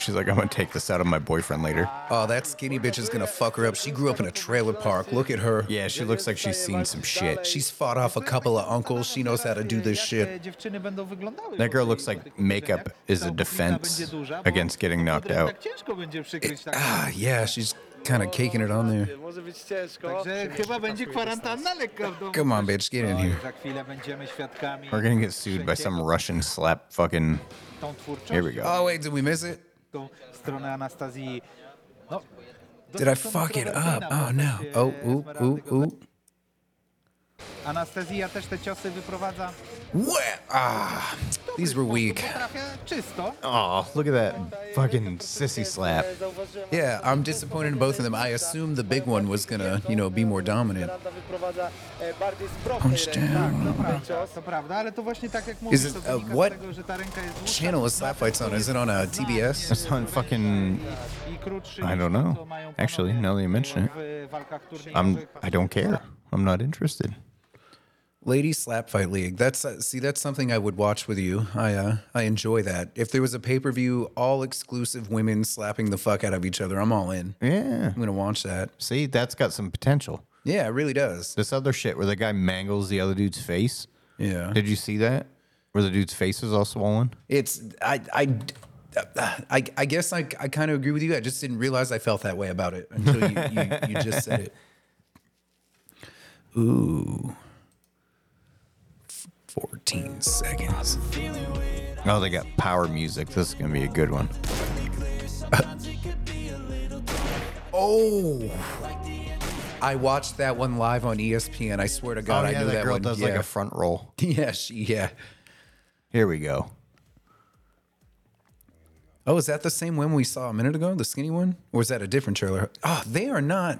[SPEAKER 2] She's like, I'm gonna take this out of my boyfriend later.
[SPEAKER 1] Oh, that skinny bitch is gonna fuck her up. She grew up in a trailer park. Look at her.
[SPEAKER 2] Yeah, she looks like she's seen some shit. She's
[SPEAKER 1] She's fought off a couple of uncles. She knows how to do this
[SPEAKER 8] Jak te
[SPEAKER 1] shit.
[SPEAKER 8] e, dziewczyny będą wyglądały
[SPEAKER 2] That
[SPEAKER 8] po
[SPEAKER 2] girl
[SPEAKER 8] tej-
[SPEAKER 2] looks
[SPEAKER 8] po
[SPEAKER 2] like
[SPEAKER 8] tych uderzeniach?
[SPEAKER 2] makeup is a
[SPEAKER 8] Ta obrona
[SPEAKER 2] defense
[SPEAKER 8] będzie duża, bo
[SPEAKER 2] against getting knocked
[SPEAKER 8] potem
[SPEAKER 2] out.
[SPEAKER 8] Tak ciężko będzie przykryć tak.
[SPEAKER 1] Ah, yeah, she's kind of caking it on there.
[SPEAKER 8] Także chyba będzie kwarantanna lekka w domu.
[SPEAKER 1] Come on, bitch, get in
[SPEAKER 8] Oj,
[SPEAKER 1] here.
[SPEAKER 8] Za chwilę będziemy świadkami.
[SPEAKER 2] We're gonna get sued by some Russian slap fucking.
[SPEAKER 8] Tą twórczością,
[SPEAKER 2] Here we go.
[SPEAKER 1] Oh wait, did we miss it?
[SPEAKER 8] tą stronę Anastazji. No,
[SPEAKER 1] Did I fuck it up? Oh no. Oh, ooh, ooh, ooh.
[SPEAKER 8] Anastazja też te ciosy wyprowadza.
[SPEAKER 1] What? Ah, these were weak.
[SPEAKER 8] Trafia czysto.
[SPEAKER 2] Oh, look at that fucking sissy slap.
[SPEAKER 1] Yeah, I'm disappointed in both of them. I assumed the big one was gonna, you know, be more dominant. Punch down.
[SPEAKER 8] To prawda, ale to właśnie tak jak
[SPEAKER 1] Is
[SPEAKER 8] mówisz,
[SPEAKER 1] it,
[SPEAKER 8] to
[SPEAKER 1] uh,
[SPEAKER 8] wynika
[SPEAKER 1] what
[SPEAKER 8] z tego, że ta ręka jest dłuższa
[SPEAKER 1] Channel is slap fights on. Is it on uh, TBS?
[SPEAKER 2] It's on fucking.
[SPEAKER 8] i krótszy
[SPEAKER 2] I
[SPEAKER 8] niż
[SPEAKER 2] don't
[SPEAKER 8] to,
[SPEAKER 2] know.
[SPEAKER 8] co mają
[SPEAKER 2] Actually,
[SPEAKER 8] panowie
[SPEAKER 2] now that you mention it,
[SPEAKER 8] w walkach turniejowych.
[SPEAKER 2] I'm. I don't care. I'm not interested.
[SPEAKER 1] Lady Slap Fight League. That's uh, see, that's something I would watch with you. I uh, I enjoy that. If there was a pay per view, all exclusive women slapping the fuck out of each other, I'm all in.
[SPEAKER 2] Yeah.
[SPEAKER 1] I'm gonna watch that.
[SPEAKER 2] See, that's got some potential.
[SPEAKER 1] Yeah, it really does.
[SPEAKER 2] This other shit where the guy mangles the other dude's face.
[SPEAKER 1] Yeah,
[SPEAKER 2] Did you see that? Where the dude's face is all swollen?
[SPEAKER 1] it's I I I, I guess I, I kind of agree with you. I just didn't realize I felt that way about it until you, you, you just said it. Ooh. 14 seconds.
[SPEAKER 2] Oh, they got power music. This is gonna be a good one.
[SPEAKER 1] Oh. I watched that one live on E ESPN. I swear to God, I knew that,
[SPEAKER 2] Oh, girl
[SPEAKER 1] one.
[SPEAKER 2] does
[SPEAKER 1] yeah.
[SPEAKER 2] like a front roll.
[SPEAKER 1] yeah, she, yeah.
[SPEAKER 2] Here we go.
[SPEAKER 1] Oh, is that the same one we saw a minute ago? The skinny one? Or is that a different trailer? Oh, they are not.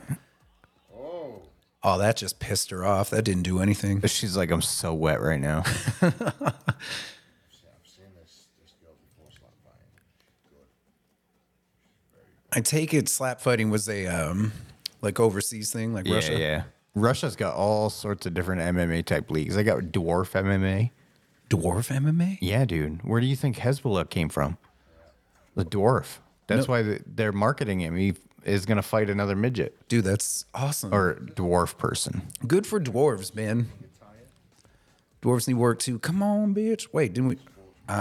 [SPEAKER 1] Oh. Oh, that just pissed her off. That didn't do anything.
[SPEAKER 2] But she's like, I'm so wet right now.
[SPEAKER 1] I take it slap fighting was a um like overseas thing, like Russia.
[SPEAKER 2] yeah. Russia's got all sorts of different MMA type leagues. They got dwarf MMA.
[SPEAKER 1] Dwarf MMA?
[SPEAKER 2] Yeah, dude. Where do you think Hezbollah came from? The dwarf. That's why th- they're marketing him. He is gonna fight another midget
[SPEAKER 1] Dude, that's awesome.
[SPEAKER 2] or dwarf person.
[SPEAKER 1] Good for dwarves, man. Dwarves need work too. Come on, bitch. Wait, didn't we? Uh,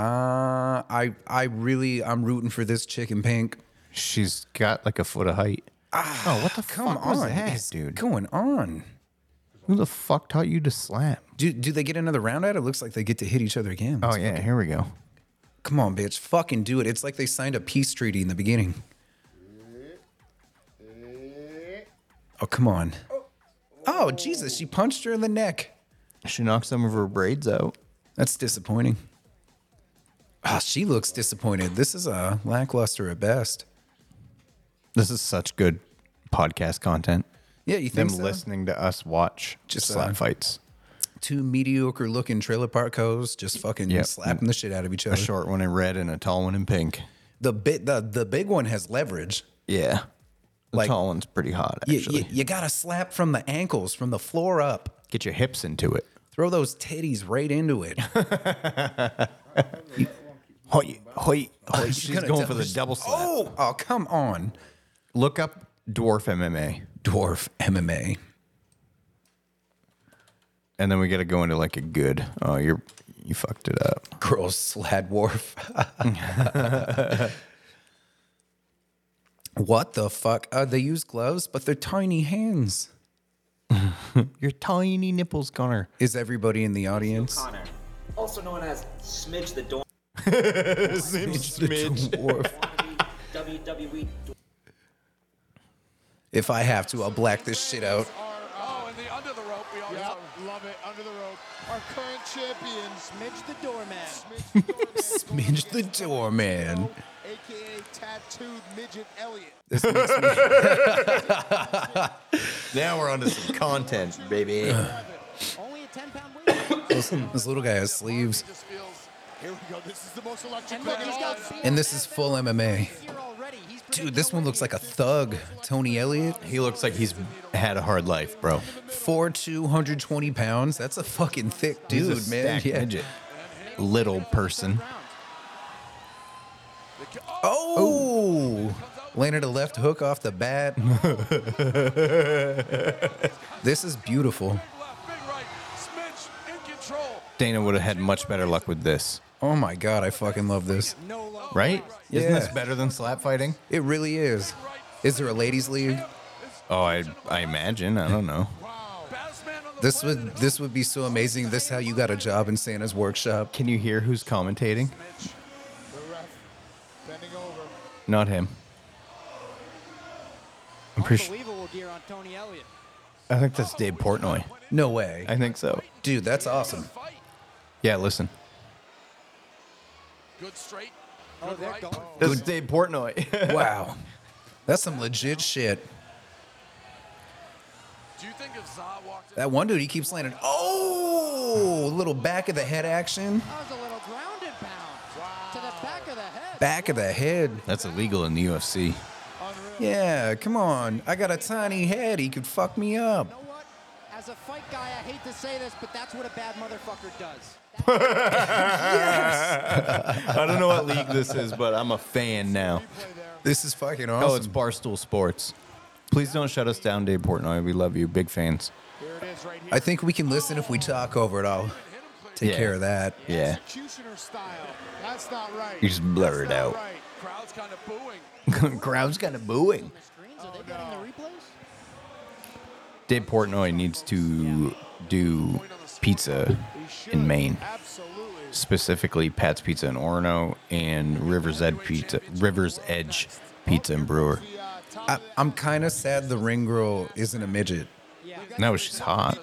[SPEAKER 1] I I really I'm rooting for this chicken pink.
[SPEAKER 2] She's got like a foot of height. oh, what the
[SPEAKER 1] Come
[SPEAKER 2] fuck
[SPEAKER 1] on,
[SPEAKER 2] was that,
[SPEAKER 1] It's
[SPEAKER 2] dude?
[SPEAKER 1] going on?
[SPEAKER 2] Who the fuck taught you to slap?
[SPEAKER 1] Do do they get another round at it? Looks like they get to hit each other again.
[SPEAKER 2] Oh yeah, here we go.
[SPEAKER 1] Come on, bitch. Fucking do it. It's like they signed a peace treaty in the beginning. Oh come on. Oh Jesus, she punched her in the neck.
[SPEAKER 2] She knocked some of her braids out.
[SPEAKER 1] That's disappointing. Ah, she looks disappointed. This is a lackluster at best.
[SPEAKER 2] This is such good podcast content.
[SPEAKER 1] Yeah, you
[SPEAKER 2] Them
[SPEAKER 1] think so?
[SPEAKER 2] listening to us watch
[SPEAKER 1] Just,
[SPEAKER 2] just slap
[SPEAKER 1] uh,
[SPEAKER 2] fights.
[SPEAKER 1] Two mediocre looking trailer park hoes just fucking
[SPEAKER 2] Yep.
[SPEAKER 1] slapping the shit out of each other.
[SPEAKER 2] A short one in red and a tall one in pink.
[SPEAKER 1] The bit the the big one has leverage.
[SPEAKER 2] Yeah. The
[SPEAKER 1] Like-
[SPEAKER 2] tall one's pretty hot
[SPEAKER 1] You,
[SPEAKER 2] actually.
[SPEAKER 1] you, you gotta slap from the ankles, from the floor up.
[SPEAKER 2] Get your hips into it.
[SPEAKER 1] Throw those titties right into it.
[SPEAKER 2] Hoy, hoy, hoy.
[SPEAKER 1] Oh, She's
[SPEAKER 2] She's
[SPEAKER 1] gonna
[SPEAKER 2] going
[SPEAKER 1] tell-
[SPEAKER 2] for the double slap.
[SPEAKER 1] oh, oh, come on.
[SPEAKER 2] Look up dwarf MMA,
[SPEAKER 1] Dwarf MMA.
[SPEAKER 2] and then we got to go into like a good. Oh, you're you fucked it up.
[SPEAKER 1] Girls slad wharf. what the fuck? Uh, they use gloves, but they're tiny hands.
[SPEAKER 2] Your tiny nipples, Connor.
[SPEAKER 1] Is everybody in the audience?
[SPEAKER 10] Connor, also known as Smidge the Dorm,
[SPEAKER 1] Dwarf.
[SPEAKER 10] WWE
[SPEAKER 1] If I have to, I'll black this shit out.
[SPEAKER 8] Oh, and the under the rope. We always love it under the rope. Our current champions,
[SPEAKER 7] Midge the doorman.
[SPEAKER 1] Sminge the door, man.
[SPEAKER 7] AKA tattooed midget Elliot.
[SPEAKER 2] Now we're onto some content, baby.
[SPEAKER 7] Only a 10 pound weight.
[SPEAKER 1] This, this little guy has sleeves,
[SPEAKER 8] just feels. Here we go. This is the most electric.
[SPEAKER 7] Look, he's got
[SPEAKER 1] and this is full MMA. Dude, this one looks like a thug. Tony Elliott,
[SPEAKER 2] he looks like he's had a hard life, bro.
[SPEAKER 1] four two, 120 pounds. That's a fucking thick
[SPEAKER 2] He's a
[SPEAKER 1] dude, man.
[SPEAKER 2] stacked
[SPEAKER 1] Yeah.
[SPEAKER 2] midget. Little person.
[SPEAKER 1] Oh, landed a left hook off the bat. this is beautiful.
[SPEAKER 2] Dana would have had much better luck with this,
[SPEAKER 1] Oh my god, I fucking love this.
[SPEAKER 2] right? Isn't this
[SPEAKER 1] Yeah.
[SPEAKER 2] better than slap fighting?
[SPEAKER 1] It really is. Is there a ladies' league?
[SPEAKER 2] Oh, I I imagine. I don't know.
[SPEAKER 1] This would this would be so amazing. This how you got a job in Santa's workshop.
[SPEAKER 2] Can you hear who's commentating? Not him. I'm pretty sure.
[SPEAKER 7] Unbelievable gear on Tony Elliott.
[SPEAKER 2] I think that's Dave Portnoy.
[SPEAKER 1] No way,
[SPEAKER 2] I think so.
[SPEAKER 1] dude. That's awesome.
[SPEAKER 2] Yeah, listen.
[SPEAKER 8] Good straight.
[SPEAKER 7] Oh, they're going.
[SPEAKER 2] This is Dave Portnoy.
[SPEAKER 1] Wow, that's some legit shit.
[SPEAKER 8] Do you think if Zah walked in?
[SPEAKER 1] That one dude, he keeps landing. Oh, little back of the head action.
[SPEAKER 7] That was a little grounded pound. To the back of the head.
[SPEAKER 1] Back of the head.
[SPEAKER 2] that's illegal in the UFC.
[SPEAKER 1] Yeah, come on. I got a tiny head. He could fuck me up.
[SPEAKER 7] You know what? As a fight guy, I hate to say this, but that's what a bad motherfucker does.
[SPEAKER 2] I don't know what league this is, but I'm a fan now.
[SPEAKER 1] This is fucking
[SPEAKER 2] Oh, it's
[SPEAKER 1] awesome.
[SPEAKER 2] Barstool Sports. Please don't shut us down, Dave Portnoy. We love you. Big fans.
[SPEAKER 8] Here it is right here.
[SPEAKER 1] I think we can listen if we talk over it. I'll
[SPEAKER 8] Hit him clean.
[SPEAKER 1] take
[SPEAKER 2] Yeah.
[SPEAKER 1] care of that.
[SPEAKER 2] Yeah.
[SPEAKER 8] Executioner style. That's not right.
[SPEAKER 2] You just blur it
[SPEAKER 8] That's not
[SPEAKER 2] out.
[SPEAKER 8] right. crowd's kind of booing.
[SPEAKER 2] Crowd's kind of booing.
[SPEAKER 7] The screens, are they getting the replays?
[SPEAKER 2] Dave Portnoy needs to do pizza in Maine,
[SPEAKER 8] Absolutely.
[SPEAKER 2] specifically Pat's Pizza in Orono and Rivers Edge Pizza, Rivers Edge Pizza and Brewer.
[SPEAKER 8] The, uh, top
[SPEAKER 1] I, I'm kind of sad the ring girl isn't a midget.
[SPEAKER 2] No, she's hot.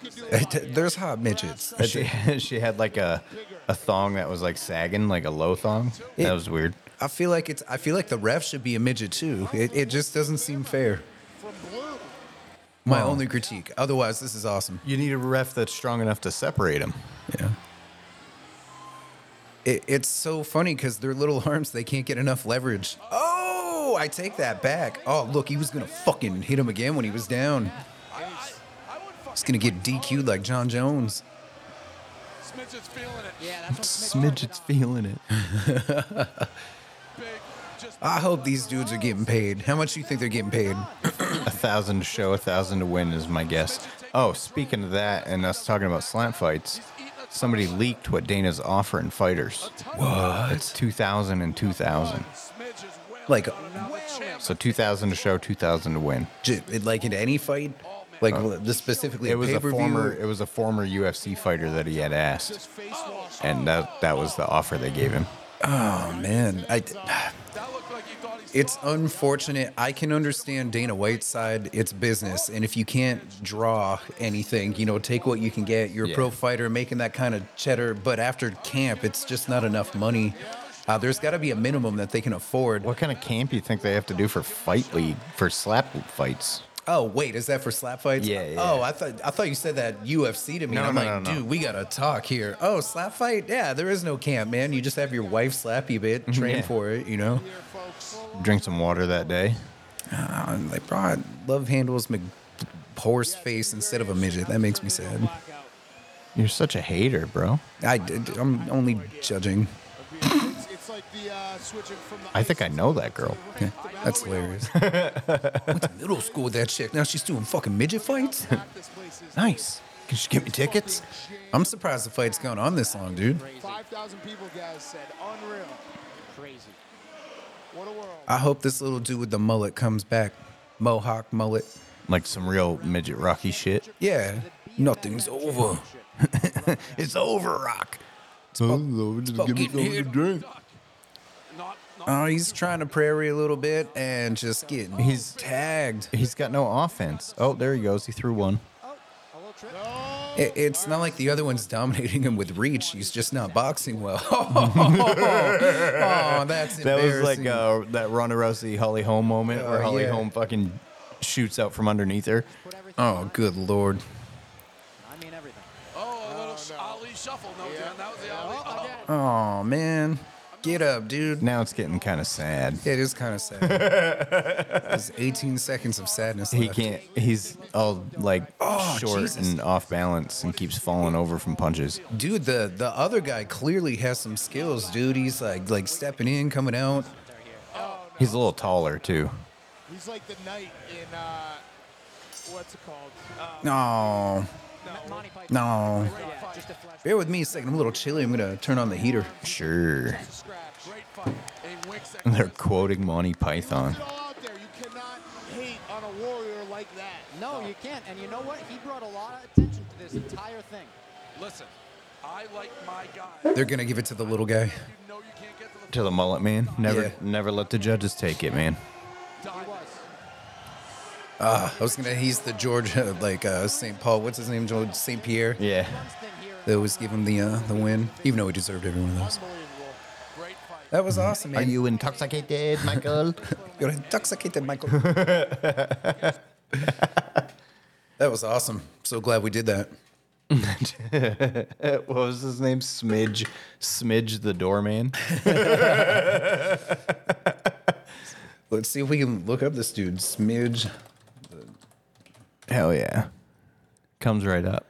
[SPEAKER 1] There's hot midgets.
[SPEAKER 2] She she had like a a thong that was like sagging, like a low thong. That was weird.
[SPEAKER 1] I feel like it's. I feel like the ref should be a midget too. It, it just doesn't seem fair.
[SPEAKER 8] from blue.
[SPEAKER 1] My only critique. Otherwise, this is awesome.
[SPEAKER 2] You need a ref that's strong enough to separate them.
[SPEAKER 1] Yeah. It, it's so funny because their little arms, they can't get enough leverage. Oh, I take that back. Oh, look, he was going to fucking hit him again when he was down. He's going to get DQ'd like John Jones.
[SPEAKER 8] Smidget's feeling it.
[SPEAKER 7] Yeah, that's what
[SPEAKER 2] Smidget's feeling it.
[SPEAKER 8] Big. Just
[SPEAKER 1] I hope these dudes are getting paid. How much do you think they're getting paid?
[SPEAKER 2] A thousand to show, a thousand to win is my guess. Oh, speaking of that, and us talking about slant fights, somebody leaked what Dana's offering fighters. It's 2,000 and 2,000.
[SPEAKER 8] Smidge is well
[SPEAKER 1] Like,
[SPEAKER 8] the champ.
[SPEAKER 2] So 2,000 to show, 2,000 to win.
[SPEAKER 1] j- like in any fight? Like, the specifically
[SPEAKER 2] Uh, It was a
[SPEAKER 1] pay-per-view?
[SPEAKER 2] former it was a former UFC fighter that he had asked. And that that was the offer they gave him.
[SPEAKER 1] Oh, man. I,
[SPEAKER 8] That looked like he thought he
[SPEAKER 1] it's unfortunate. I can understand Dana White's side. It's business, and if you can't draw anything, you know, take what you can get. You're a pro
[SPEAKER 2] Yeah.
[SPEAKER 1] fighter making that kind of cheddar, but after camp, it's just not enough money. Uh, there's got to be a minimum that they can afford.
[SPEAKER 2] What kind of camp you think they have to do for fight league for slap fights?
[SPEAKER 1] Oh, wait, is that for slap fights?
[SPEAKER 2] Yeah, yeah.
[SPEAKER 1] Oh, I thought I thought you said that UFC to me.
[SPEAKER 2] No,
[SPEAKER 1] I'm
[SPEAKER 2] no,
[SPEAKER 1] like,
[SPEAKER 2] no, no.
[SPEAKER 1] dude, we gotta talk here. Oh, slap fight? Yeah, there is no camp, man. You just have your wife slap you a bit, train
[SPEAKER 2] Yeah.
[SPEAKER 1] for it, you know.
[SPEAKER 2] Drink some water that day.
[SPEAKER 1] Uh, like, bro, I love handles Mc horse face instead of a midget. That makes me sad.
[SPEAKER 2] You're such a hater, bro.
[SPEAKER 1] I did, I'm only judging.
[SPEAKER 8] It's, it's like the uh, switching from the
[SPEAKER 2] I think I know that girl.
[SPEAKER 1] That's hilarious. Went to middle school with that chick. Now she's doing fucking midget fights.
[SPEAKER 8] this place is
[SPEAKER 2] Nice. Can she give me tickets?
[SPEAKER 1] I'm surprised the fight's gone on this long, dude.
[SPEAKER 8] 5,000 people guys said unreal.
[SPEAKER 7] crazy.
[SPEAKER 8] What a world.
[SPEAKER 1] I hope this little dude with the mullet comes back. Mohawk mullet.
[SPEAKER 2] Like some real midget Rocky shit.
[SPEAKER 1] Yeah. Nothing's over.
[SPEAKER 2] It's over, Rock. Oh.
[SPEAKER 1] About getting hit.
[SPEAKER 8] Not, not
[SPEAKER 1] Oh, he's trying to prairie a little bit and just getting he's
[SPEAKER 2] He's-
[SPEAKER 1] tagged.
[SPEAKER 2] He's got no offense. Oh, there he goes. He threw one.
[SPEAKER 1] It, it's not like the other one's dominating him with reach. He's just not boxing well. oh, that's
[SPEAKER 2] That was like
[SPEAKER 1] embarrassing.
[SPEAKER 2] uh, that Ronda Rousey Holly Holm moment where
[SPEAKER 1] Oh,
[SPEAKER 2] Holly
[SPEAKER 1] yeah.
[SPEAKER 2] Holm fucking shoots out from underneath her.
[SPEAKER 1] oh, good lord.
[SPEAKER 7] I mean everything.
[SPEAKER 8] oh, a little sh Ali shuffle. No, Dan, that was the Ali. Oh,
[SPEAKER 1] Oh man, get up, dude.
[SPEAKER 2] Now it's getting kind of sad.
[SPEAKER 1] It is kind of sad. There's 18 seconds of sadness.
[SPEAKER 2] He
[SPEAKER 1] left.
[SPEAKER 2] can't. He's all like
[SPEAKER 1] Oh,
[SPEAKER 2] short
[SPEAKER 1] Jesus.
[SPEAKER 2] and off balance and keeps falling over from punches.
[SPEAKER 1] Dude, the the other guy clearly has some skills, dude. He's like like stepping in, coming out.
[SPEAKER 2] He's a little taller too.
[SPEAKER 8] He's like the knight in uh, what's it called? Uh,
[SPEAKER 1] No,
[SPEAKER 7] Monty Python.
[SPEAKER 1] no.
[SPEAKER 8] great fight. Oh, Just a
[SPEAKER 1] Bear with me a second. I'm a little chilly. I'm gonna turn on the heater.
[SPEAKER 2] Sure.
[SPEAKER 8] scratch. Great fight. And Wicks that
[SPEAKER 2] They're quoting Monty Python.
[SPEAKER 8] Put it all out there. You cannot hate on a warrior like that.
[SPEAKER 7] No, you can't. And you know what? He brought a lot of attention to this entire thing.
[SPEAKER 8] Listen, I like my guy.
[SPEAKER 1] They're gonna give it to the little guy.
[SPEAKER 8] You know you can't get to the
[SPEAKER 2] To the mullet man. Never,
[SPEAKER 1] Yeah.
[SPEAKER 2] never let the judges take it, man.
[SPEAKER 7] He was.
[SPEAKER 1] Ah, I was gonna. He's the Georgia, like uh, St. Paul. What's his name? George St. Pierre.
[SPEAKER 2] Yeah.
[SPEAKER 1] They always give him the uh, the win, even though he deserved every one of those.
[SPEAKER 8] unbelievable. Great fight.
[SPEAKER 1] That was awesome, man.
[SPEAKER 2] intoxicated, Michael?
[SPEAKER 1] You're intoxicated, Michael. that was awesome. So glad we did that.
[SPEAKER 2] what was his name? Smidge. Smidge the doorman.
[SPEAKER 1] Let's see if we can look up this dude, Smidge.
[SPEAKER 2] Hell yeah. Comes right up.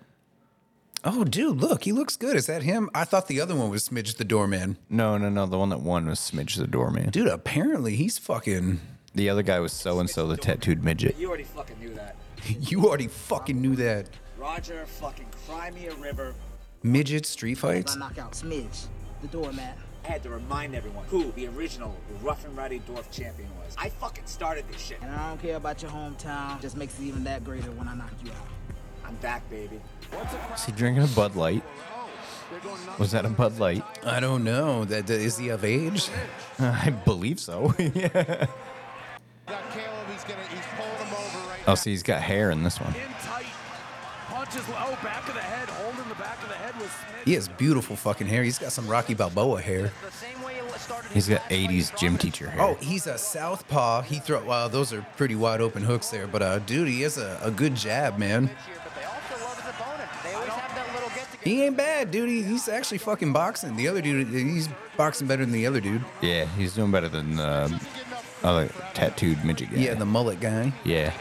[SPEAKER 1] Oh, dude, look, he looks good. Is that him? I thought the other one was Smidge the doorman.
[SPEAKER 2] No, no, no. The one that won was Smidge the doorman.
[SPEAKER 1] Dude, apparently he's fucking.
[SPEAKER 2] The other guy was so and so, the tattooed midget.
[SPEAKER 10] You already fucking knew that.
[SPEAKER 1] You already fucking knew that.
[SPEAKER 10] Roger, fucking cry me a river.
[SPEAKER 1] Midget street fights.
[SPEAKER 11] knockout Smidge, the doormat. I had to remind everyone who the original Rough and Ready Dwarf champion was. I fucking started this shit.
[SPEAKER 12] And I don't care about your hometown. Just makes it even that greater when I knock you out.
[SPEAKER 11] I'm back, baby.
[SPEAKER 2] Is he drinking a Bud Light? Was that a Bud Light?
[SPEAKER 1] I don't know. That that- is he of age?
[SPEAKER 2] I believe so. yeah.
[SPEAKER 8] Got Caleb. He's gonna. He's pulling him over right
[SPEAKER 2] Oh, see, he's got hair in this one.
[SPEAKER 13] In tight. Punches low, back of the head, holding the back of the head with Smith.
[SPEAKER 1] He has beautiful fucking hair. He's got some Rocky Balboa hair.
[SPEAKER 2] He's got 80s gym teacher hair.
[SPEAKER 1] Oh, he's a southpaw. He throw. Wow, those are pretty wide open hooks there. But uh, dude, he is a, a good jab, man. He ain't bad, dude. He, he's actually fucking boxing. The other dude, he's boxing better than the other dude.
[SPEAKER 2] Yeah, he's doing better than the other tattooed midget guy.
[SPEAKER 1] Yeah, the mullet guy.
[SPEAKER 2] Yeah.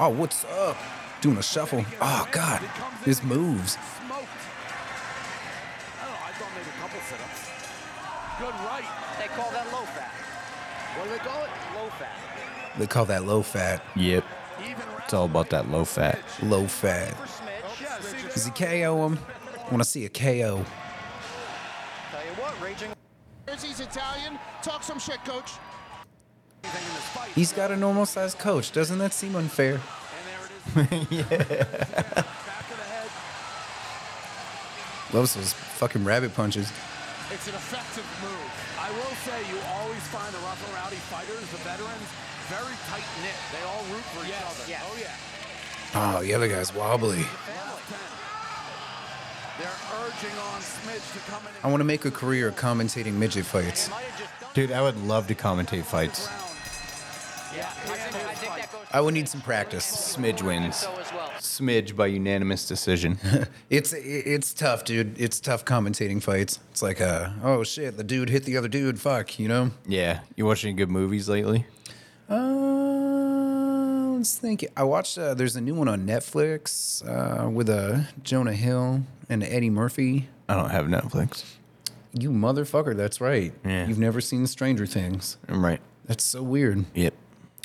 [SPEAKER 1] Oh, what's up? Doing a shuffle. Oh God, this moves.
[SPEAKER 13] Oh, Good right. They call that low fat. What do they call it? Low fat.
[SPEAKER 1] They call that low fat.
[SPEAKER 2] Yep. It's all about that low fat.
[SPEAKER 1] Low fat. Does he KO him? I want to see a KO.
[SPEAKER 8] Tell you what, raging. He's Italian. Talk some shit, coach.
[SPEAKER 1] He's got a normal sized coach. Doesn't that seem unfair?
[SPEAKER 2] yeah.
[SPEAKER 1] Loves those fucking rabbit punches.
[SPEAKER 13] It's an effective move. I will say you always find the rough and rowdy fighters, the veterans, very tight knit. They all root for each other. Oh yeah.
[SPEAKER 1] Oh, the other guy's wobbly.
[SPEAKER 8] They're urging on Smidge to come in.
[SPEAKER 1] I want to make a career of commentating midget fights.
[SPEAKER 2] Dude, I would love to commentate fights.
[SPEAKER 1] I would need some practice.
[SPEAKER 2] Smidge wins. Smidge by unanimous decision.
[SPEAKER 1] It's i- it's tough, dude. It's tough commentating fights. It's like, uh, oh shit, the dude hit the other dude. Fuck, you know.
[SPEAKER 2] yeah. You watching any good movies lately?
[SPEAKER 1] Uh, let's think. I watched. Uh, there's a new one on Netflix uh, with uh, Jonah Hill and Eddie Murphy.
[SPEAKER 2] I don't have Netflix.
[SPEAKER 1] You motherfucker. That's right.
[SPEAKER 2] Yeah.
[SPEAKER 1] You've never seen Stranger Things.
[SPEAKER 2] I'm right.
[SPEAKER 1] That's so weird.
[SPEAKER 2] Yep.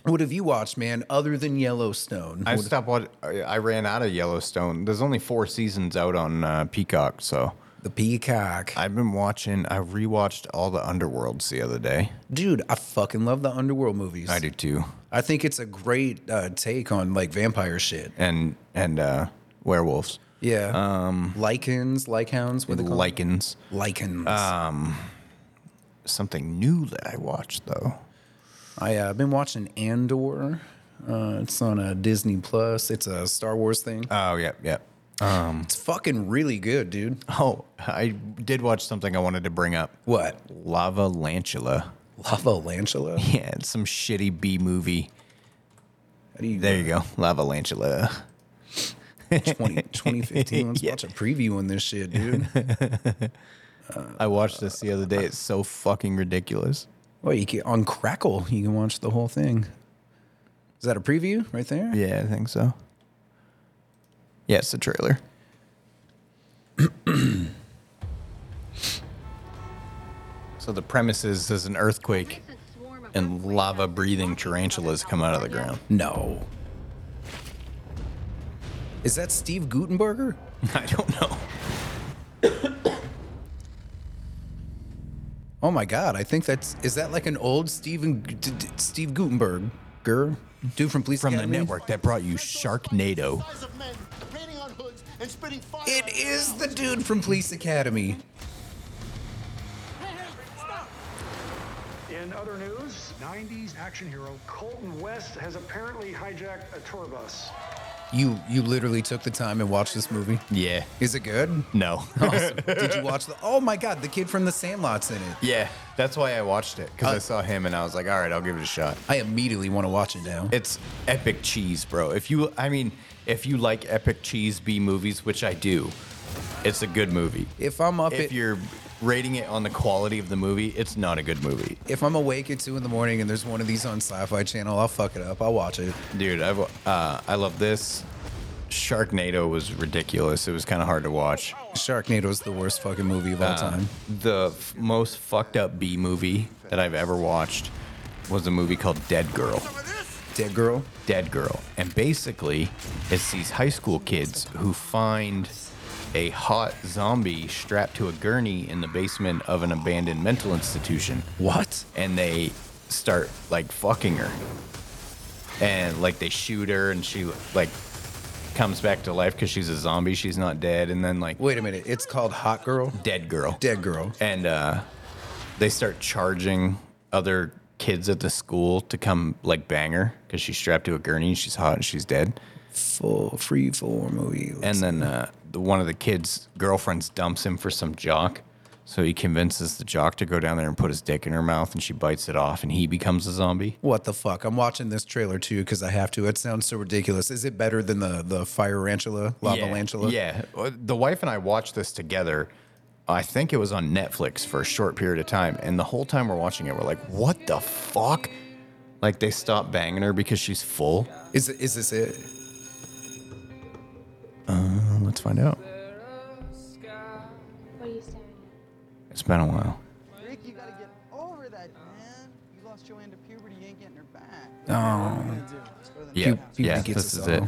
[SPEAKER 1] What have you watched, man? Other than Yellowstone?
[SPEAKER 2] I
[SPEAKER 1] What-
[SPEAKER 2] stopped watching. I ran out of Yellowstone. There's only four seasons out on uh, Peacock, so
[SPEAKER 1] the Peacock.
[SPEAKER 2] I've been watching. I rewatched all the Underworlds the other day.
[SPEAKER 1] Dude, I fucking love the underworld movies.
[SPEAKER 2] I do too,
[SPEAKER 1] I think it's a great uh, take on like vampire shit.
[SPEAKER 2] and and uh, werewolves,
[SPEAKER 1] Yeah. Um, lichens, lychounds, what are they called?
[SPEAKER 2] lichens.
[SPEAKER 1] lichens.
[SPEAKER 2] Something new that I watched though.
[SPEAKER 1] I, uh, I've been watching Andor. Uh, it's on uh, Disney Plus. It's a Star Wars thing.
[SPEAKER 2] Oh yep, yep.
[SPEAKER 1] It's fucking really good, dude.
[SPEAKER 2] Oh, I did watch something I wanted to bring up.
[SPEAKER 1] What?
[SPEAKER 2] Lava Lantula.
[SPEAKER 1] Lava Lantula?
[SPEAKER 2] Yeah, it's some shitty B movie.
[SPEAKER 1] How do you,
[SPEAKER 2] There you go, Lava Lantula.
[SPEAKER 1] 20, 2015. Let's watch a preview on this shit, dude.
[SPEAKER 2] I watched this the other day. It's so fucking ridiculous.
[SPEAKER 1] Well, you can on Crackle. You can watch the whole thing. Is that a preview right there?
[SPEAKER 2] Yeah, I think so. Yeah, it's the trailer. so the premise is there's an earthquake and lava breathing tarantulas come out of the ground.
[SPEAKER 1] No. Is that Steve Gutenberger?
[SPEAKER 2] I don't know.
[SPEAKER 1] Oh my God! I think that's is that like an old Steven G- D- D- Steve Gutenberg, girl, dude from Police
[SPEAKER 2] From the
[SPEAKER 1] Academy?
[SPEAKER 2] network that brought you Sharknado.
[SPEAKER 8] Size of men, painting on hoods and spitting fire.
[SPEAKER 1] It is the dude from Police Academy.
[SPEAKER 13] In other news, 90s action hero Colton West has apparently hijacked a tour bus.
[SPEAKER 1] You you literally took the time and watched this movie.
[SPEAKER 2] Yeah.
[SPEAKER 1] Is it good?
[SPEAKER 2] No.
[SPEAKER 1] Awesome. Did you watch the? Oh my God! The kid from The Sandlot's in it.
[SPEAKER 2] yeah, that's why I watched it because I
[SPEAKER 1] Uh,
[SPEAKER 2] saw him and I was like, all right, I'll give it a shot.
[SPEAKER 1] I immediately want to watch it now.
[SPEAKER 2] It's epic cheese, bro. If you, I mean, if you like epic cheese B movies, which I do, it's a good movie.
[SPEAKER 1] If I'm up
[SPEAKER 2] if
[SPEAKER 1] at
[SPEAKER 2] you're rating it on the quality of the movie, it's not a good movie.
[SPEAKER 1] if I'm awake at two in the morning and there's one of these on Sci-Fi Channel, I'll fuck it up. I'll watch it.
[SPEAKER 2] Dude, I've, uh, I love this. Sharknado was ridiculous. It was kind of hard to watch.
[SPEAKER 1] Sharknado is the worst fucking movie of all
[SPEAKER 2] Uh,
[SPEAKER 1] time.
[SPEAKER 2] the f- most fucked up B movie that I've ever watched was a movie called Dead Girl.
[SPEAKER 1] Dead Girl.
[SPEAKER 2] Dead Girl. And basically, it's these high school kids who find a hot zombie strapped to a gurney in the basement of an abandoned mental institution.
[SPEAKER 1] What?
[SPEAKER 2] And they start like fucking her. And like they shoot her and she like comes back to life because she's a zombie. She's not dead. And then like
[SPEAKER 1] wait a minute, it's called Hot Girl.
[SPEAKER 2] Dead girl.
[SPEAKER 1] Dead girl.
[SPEAKER 2] And uh, they start charging other kids at the school to come like bang her because she's strapped to a gurney. and She's hot and she's dead.
[SPEAKER 1] Full free form movie.
[SPEAKER 2] And then uh, the, one of the kids' girlfriends dumps him for some jock. So he convinces the jock to go down there and put his dick in her mouth, and she bites it off, and he becomes a zombie.
[SPEAKER 1] What the fuck? I'm watching this trailer too because I have to. It sounds so ridiculous. Is it better than the the fire ranchula, lava
[SPEAKER 2] yeah.
[SPEAKER 1] lantula?
[SPEAKER 2] Yeah. Uh, The wife and I watched this together. I think it was on Netflix for a short period of time. And the whole time we're watching it, we're like, what the fuck? Like they stop banging her because she's full.
[SPEAKER 1] Is is this it?
[SPEAKER 2] Uh, let's find out.
[SPEAKER 14] What are you staring
[SPEAKER 2] It's been a while.
[SPEAKER 14] Rick, you gotta get over that, man. You lost Joanne to puberty, you ain't getting her back.
[SPEAKER 1] Oh.
[SPEAKER 2] Yeah. Yeah. This is it.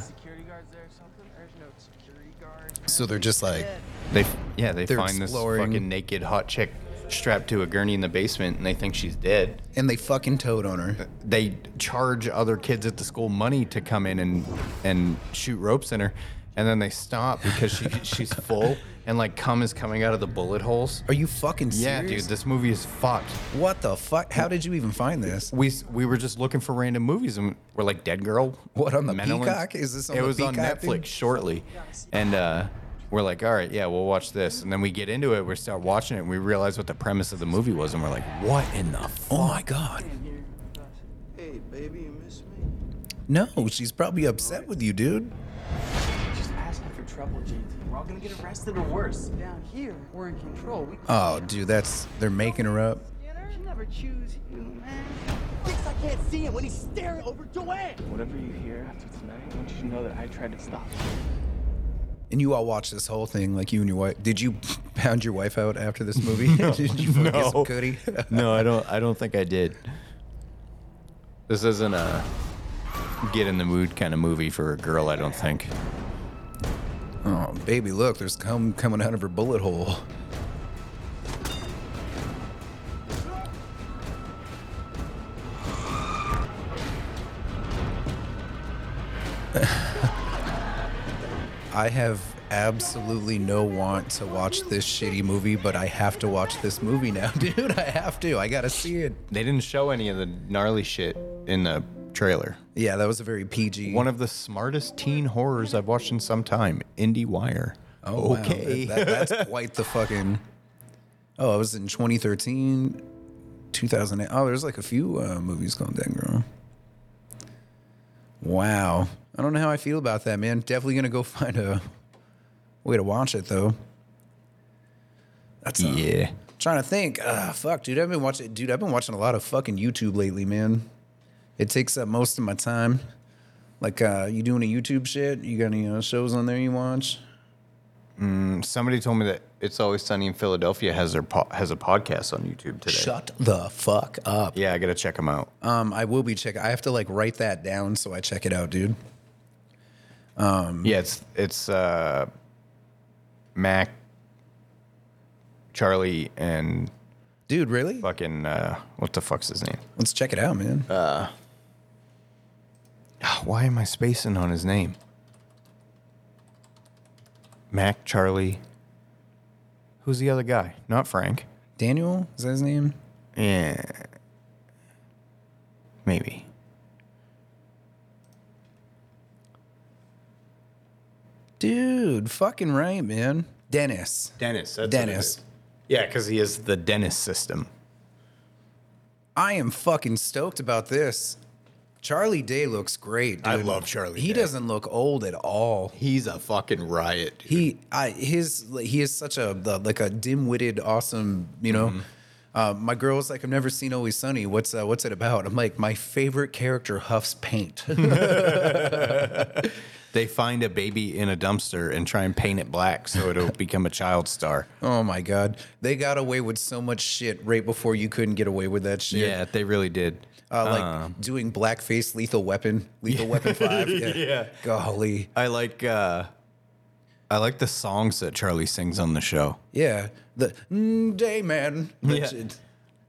[SPEAKER 1] So they're just like
[SPEAKER 2] They f- yeah they
[SPEAKER 1] They're
[SPEAKER 2] find this
[SPEAKER 1] exploring.
[SPEAKER 2] fucking naked hot chick strapped to a gurney in the basement and they think she's dead.
[SPEAKER 1] And they fucking toad on her.
[SPEAKER 2] They charge other kids at the school money to come in and and shoot ropes in her, and then they stop because she she's full and like cum is coming out of the bullet holes.
[SPEAKER 1] Are you fucking
[SPEAKER 2] Yeah,
[SPEAKER 1] serious?
[SPEAKER 2] dude, this movie is fucked.
[SPEAKER 1] What the fuck? How did you even find this?
[SPEAKER 2] We s- we were just looking for random movies and we're like Dead Girl.
[SPEAKER 1] What, on the
[SPEAKER 2] Menelins?
[SPEAKER 1] Peacock? Is this on
[SPEAKER 2] It
[SPEAKER 1] the
[SPEAKER 2] was on
[SPEAKER 1] Peacock
[SPEAKER 2] Netflix
[SPEAKER 1] thing?
[SPEAKER 2] shortly, and uh, we're like, all right, yeah, we'll watch this. And then we get into it, we start watching it, and we realize what the premise of the movie was, and we're like, what in the? F-?
[SPEAKER 1] Oh my god.
[SPEAKER 14] Hey, baby, you miss me?
[SPEAKER 1] No, she's probably upset with you, dude.
[SPEAKER 14] Just asking for trouble, JT. We're all gonna get arrested or worse. Down here, we're in control. We
[SPEAKER 1] Oh, dude, that's they're making her up.
[SPEAKER 14] can never choose you, man.
[SPEAKER 7] Thinks I can't see him when he's staring over Joanne.
[SPEAKER 15] Whatever you hear after tonight, I want you to know that I tried to stop you.
[SPEAKER 1] And you all watched this whole thing, like you and your wife. Did you pound your wife out after this movie? did you fucking get some cootie?
[SPEAKER 2] no, I don't. I don't think I did. This isn't a get in the mood kind of movie for a girl. I don't think.
[SPEAKER 1] Oh, baby, look, there's cum coming out of her bullet hole. I have absolutely no want to watch this shitty movie, but I have to watch this movie now, dude. I have to. I gotta see it.
[SPEAKER 2] They didn't show any of the gnarly shit in the trailer.
[SPEAKER 1] Yeah, that was a very PG.
[SPEAKER 2] One of the smartest teen horrors I've watched in some time, Indie Wire.
[SPEAKER 1] Oh,
[SPEAKER 2] okay.
[SPEAKER 1] Wow. That- that- that's quite the fucking. Oh, I was in 2013, 2008. Oh, there's like a few uh, movies called Dead Girl. Wow. I don't know how I feel about that, man. Definitely going to go find a way to watch it, though. That's uh,
[SPEAKER 2] yeah.
[SPEAKER 1] trying to think. Ah, fuck, dude. I've been watching. Dude, I've been watching a lot of fucking YouTube lately, man. It takes up most of my time. Like, uh, you doing a YouTube shit? You got any uh, shows on there you watch?
[SPEAKER 2] Mm, somebody told me that it's always sunny in Philadelphia has their po- has a podcast on YouTube today.
[SPEAKER 1] Shut the fuck up.
[SPEAKER 2] Yeah, I gotta check them out.
[SPEAKER 1] Um, I will be check. I have to like write that down so I check it out, dude. Um,
[SPEAKER 2] Yeah, it's it's uh, Mac, Charlie, and
[SPEAKER 1] dude, really?
[SPEAKER 2] Fucking uh, what the fuck's his name?
[SPEAKER 1] let's check it out, man.
[SPEAKER 2] Uh, why am I spacing on his name? Mac, Charlie. Who's the other guy? Not Frank.
[SPEAKER 1] Daniel is that his name?
[SPEAKER 2] Yeah. Maybe.
[SPEAKER 1] Dude, fucking right, man. Dennis.
[SPEAKER 2] Dennis.
[SPEAKER 1] that's what it Dennis. is.
[SPEAKER 2] Yeah, because he is the Dennis system.
[SPEAKER 1] I am fucking stoked about this. Charlie Day looks great. Dude.
[SPEAKER 2] I love Charlie
[SPEAKER 1] He doesn't look old at all.
[SPEAKER 2] He's a fucking riot. Dude.
[SPEAKER 1] He, I, his, he is such a the- like a dim-witted, awesome. You
[SPEAKER 2] Mm-hmm.
[SPEAKER 1] know, uh, my girl's like, I've never seen Always Sunny. What's uh, what's it about? I'm like, my favorite character huffs paint.
[SPEAKER 2] They find a baby in a dumpster and try and paint it black so it'll become a child star.
[SPEAKER 1] Oh my God. They got away with so much shit right before you couldn't get away with that shit.
[SPEAKER 2] Yeah, they really did.
[SPEAKER 1] Uh, like
[SPEAKER 2] Um,
[SPEAKER 1] doing blackface, Lethal Weapon, Lethal Weapon 5. Yeah.
[SPEAKER 2] Yeah.
[SPEAKER 1] Golly.
[SPEAKER 2] I like uh I like the songs that Charlie sings on the show.
[SPEAKER 1] Yeah, the mm, day man. That's it.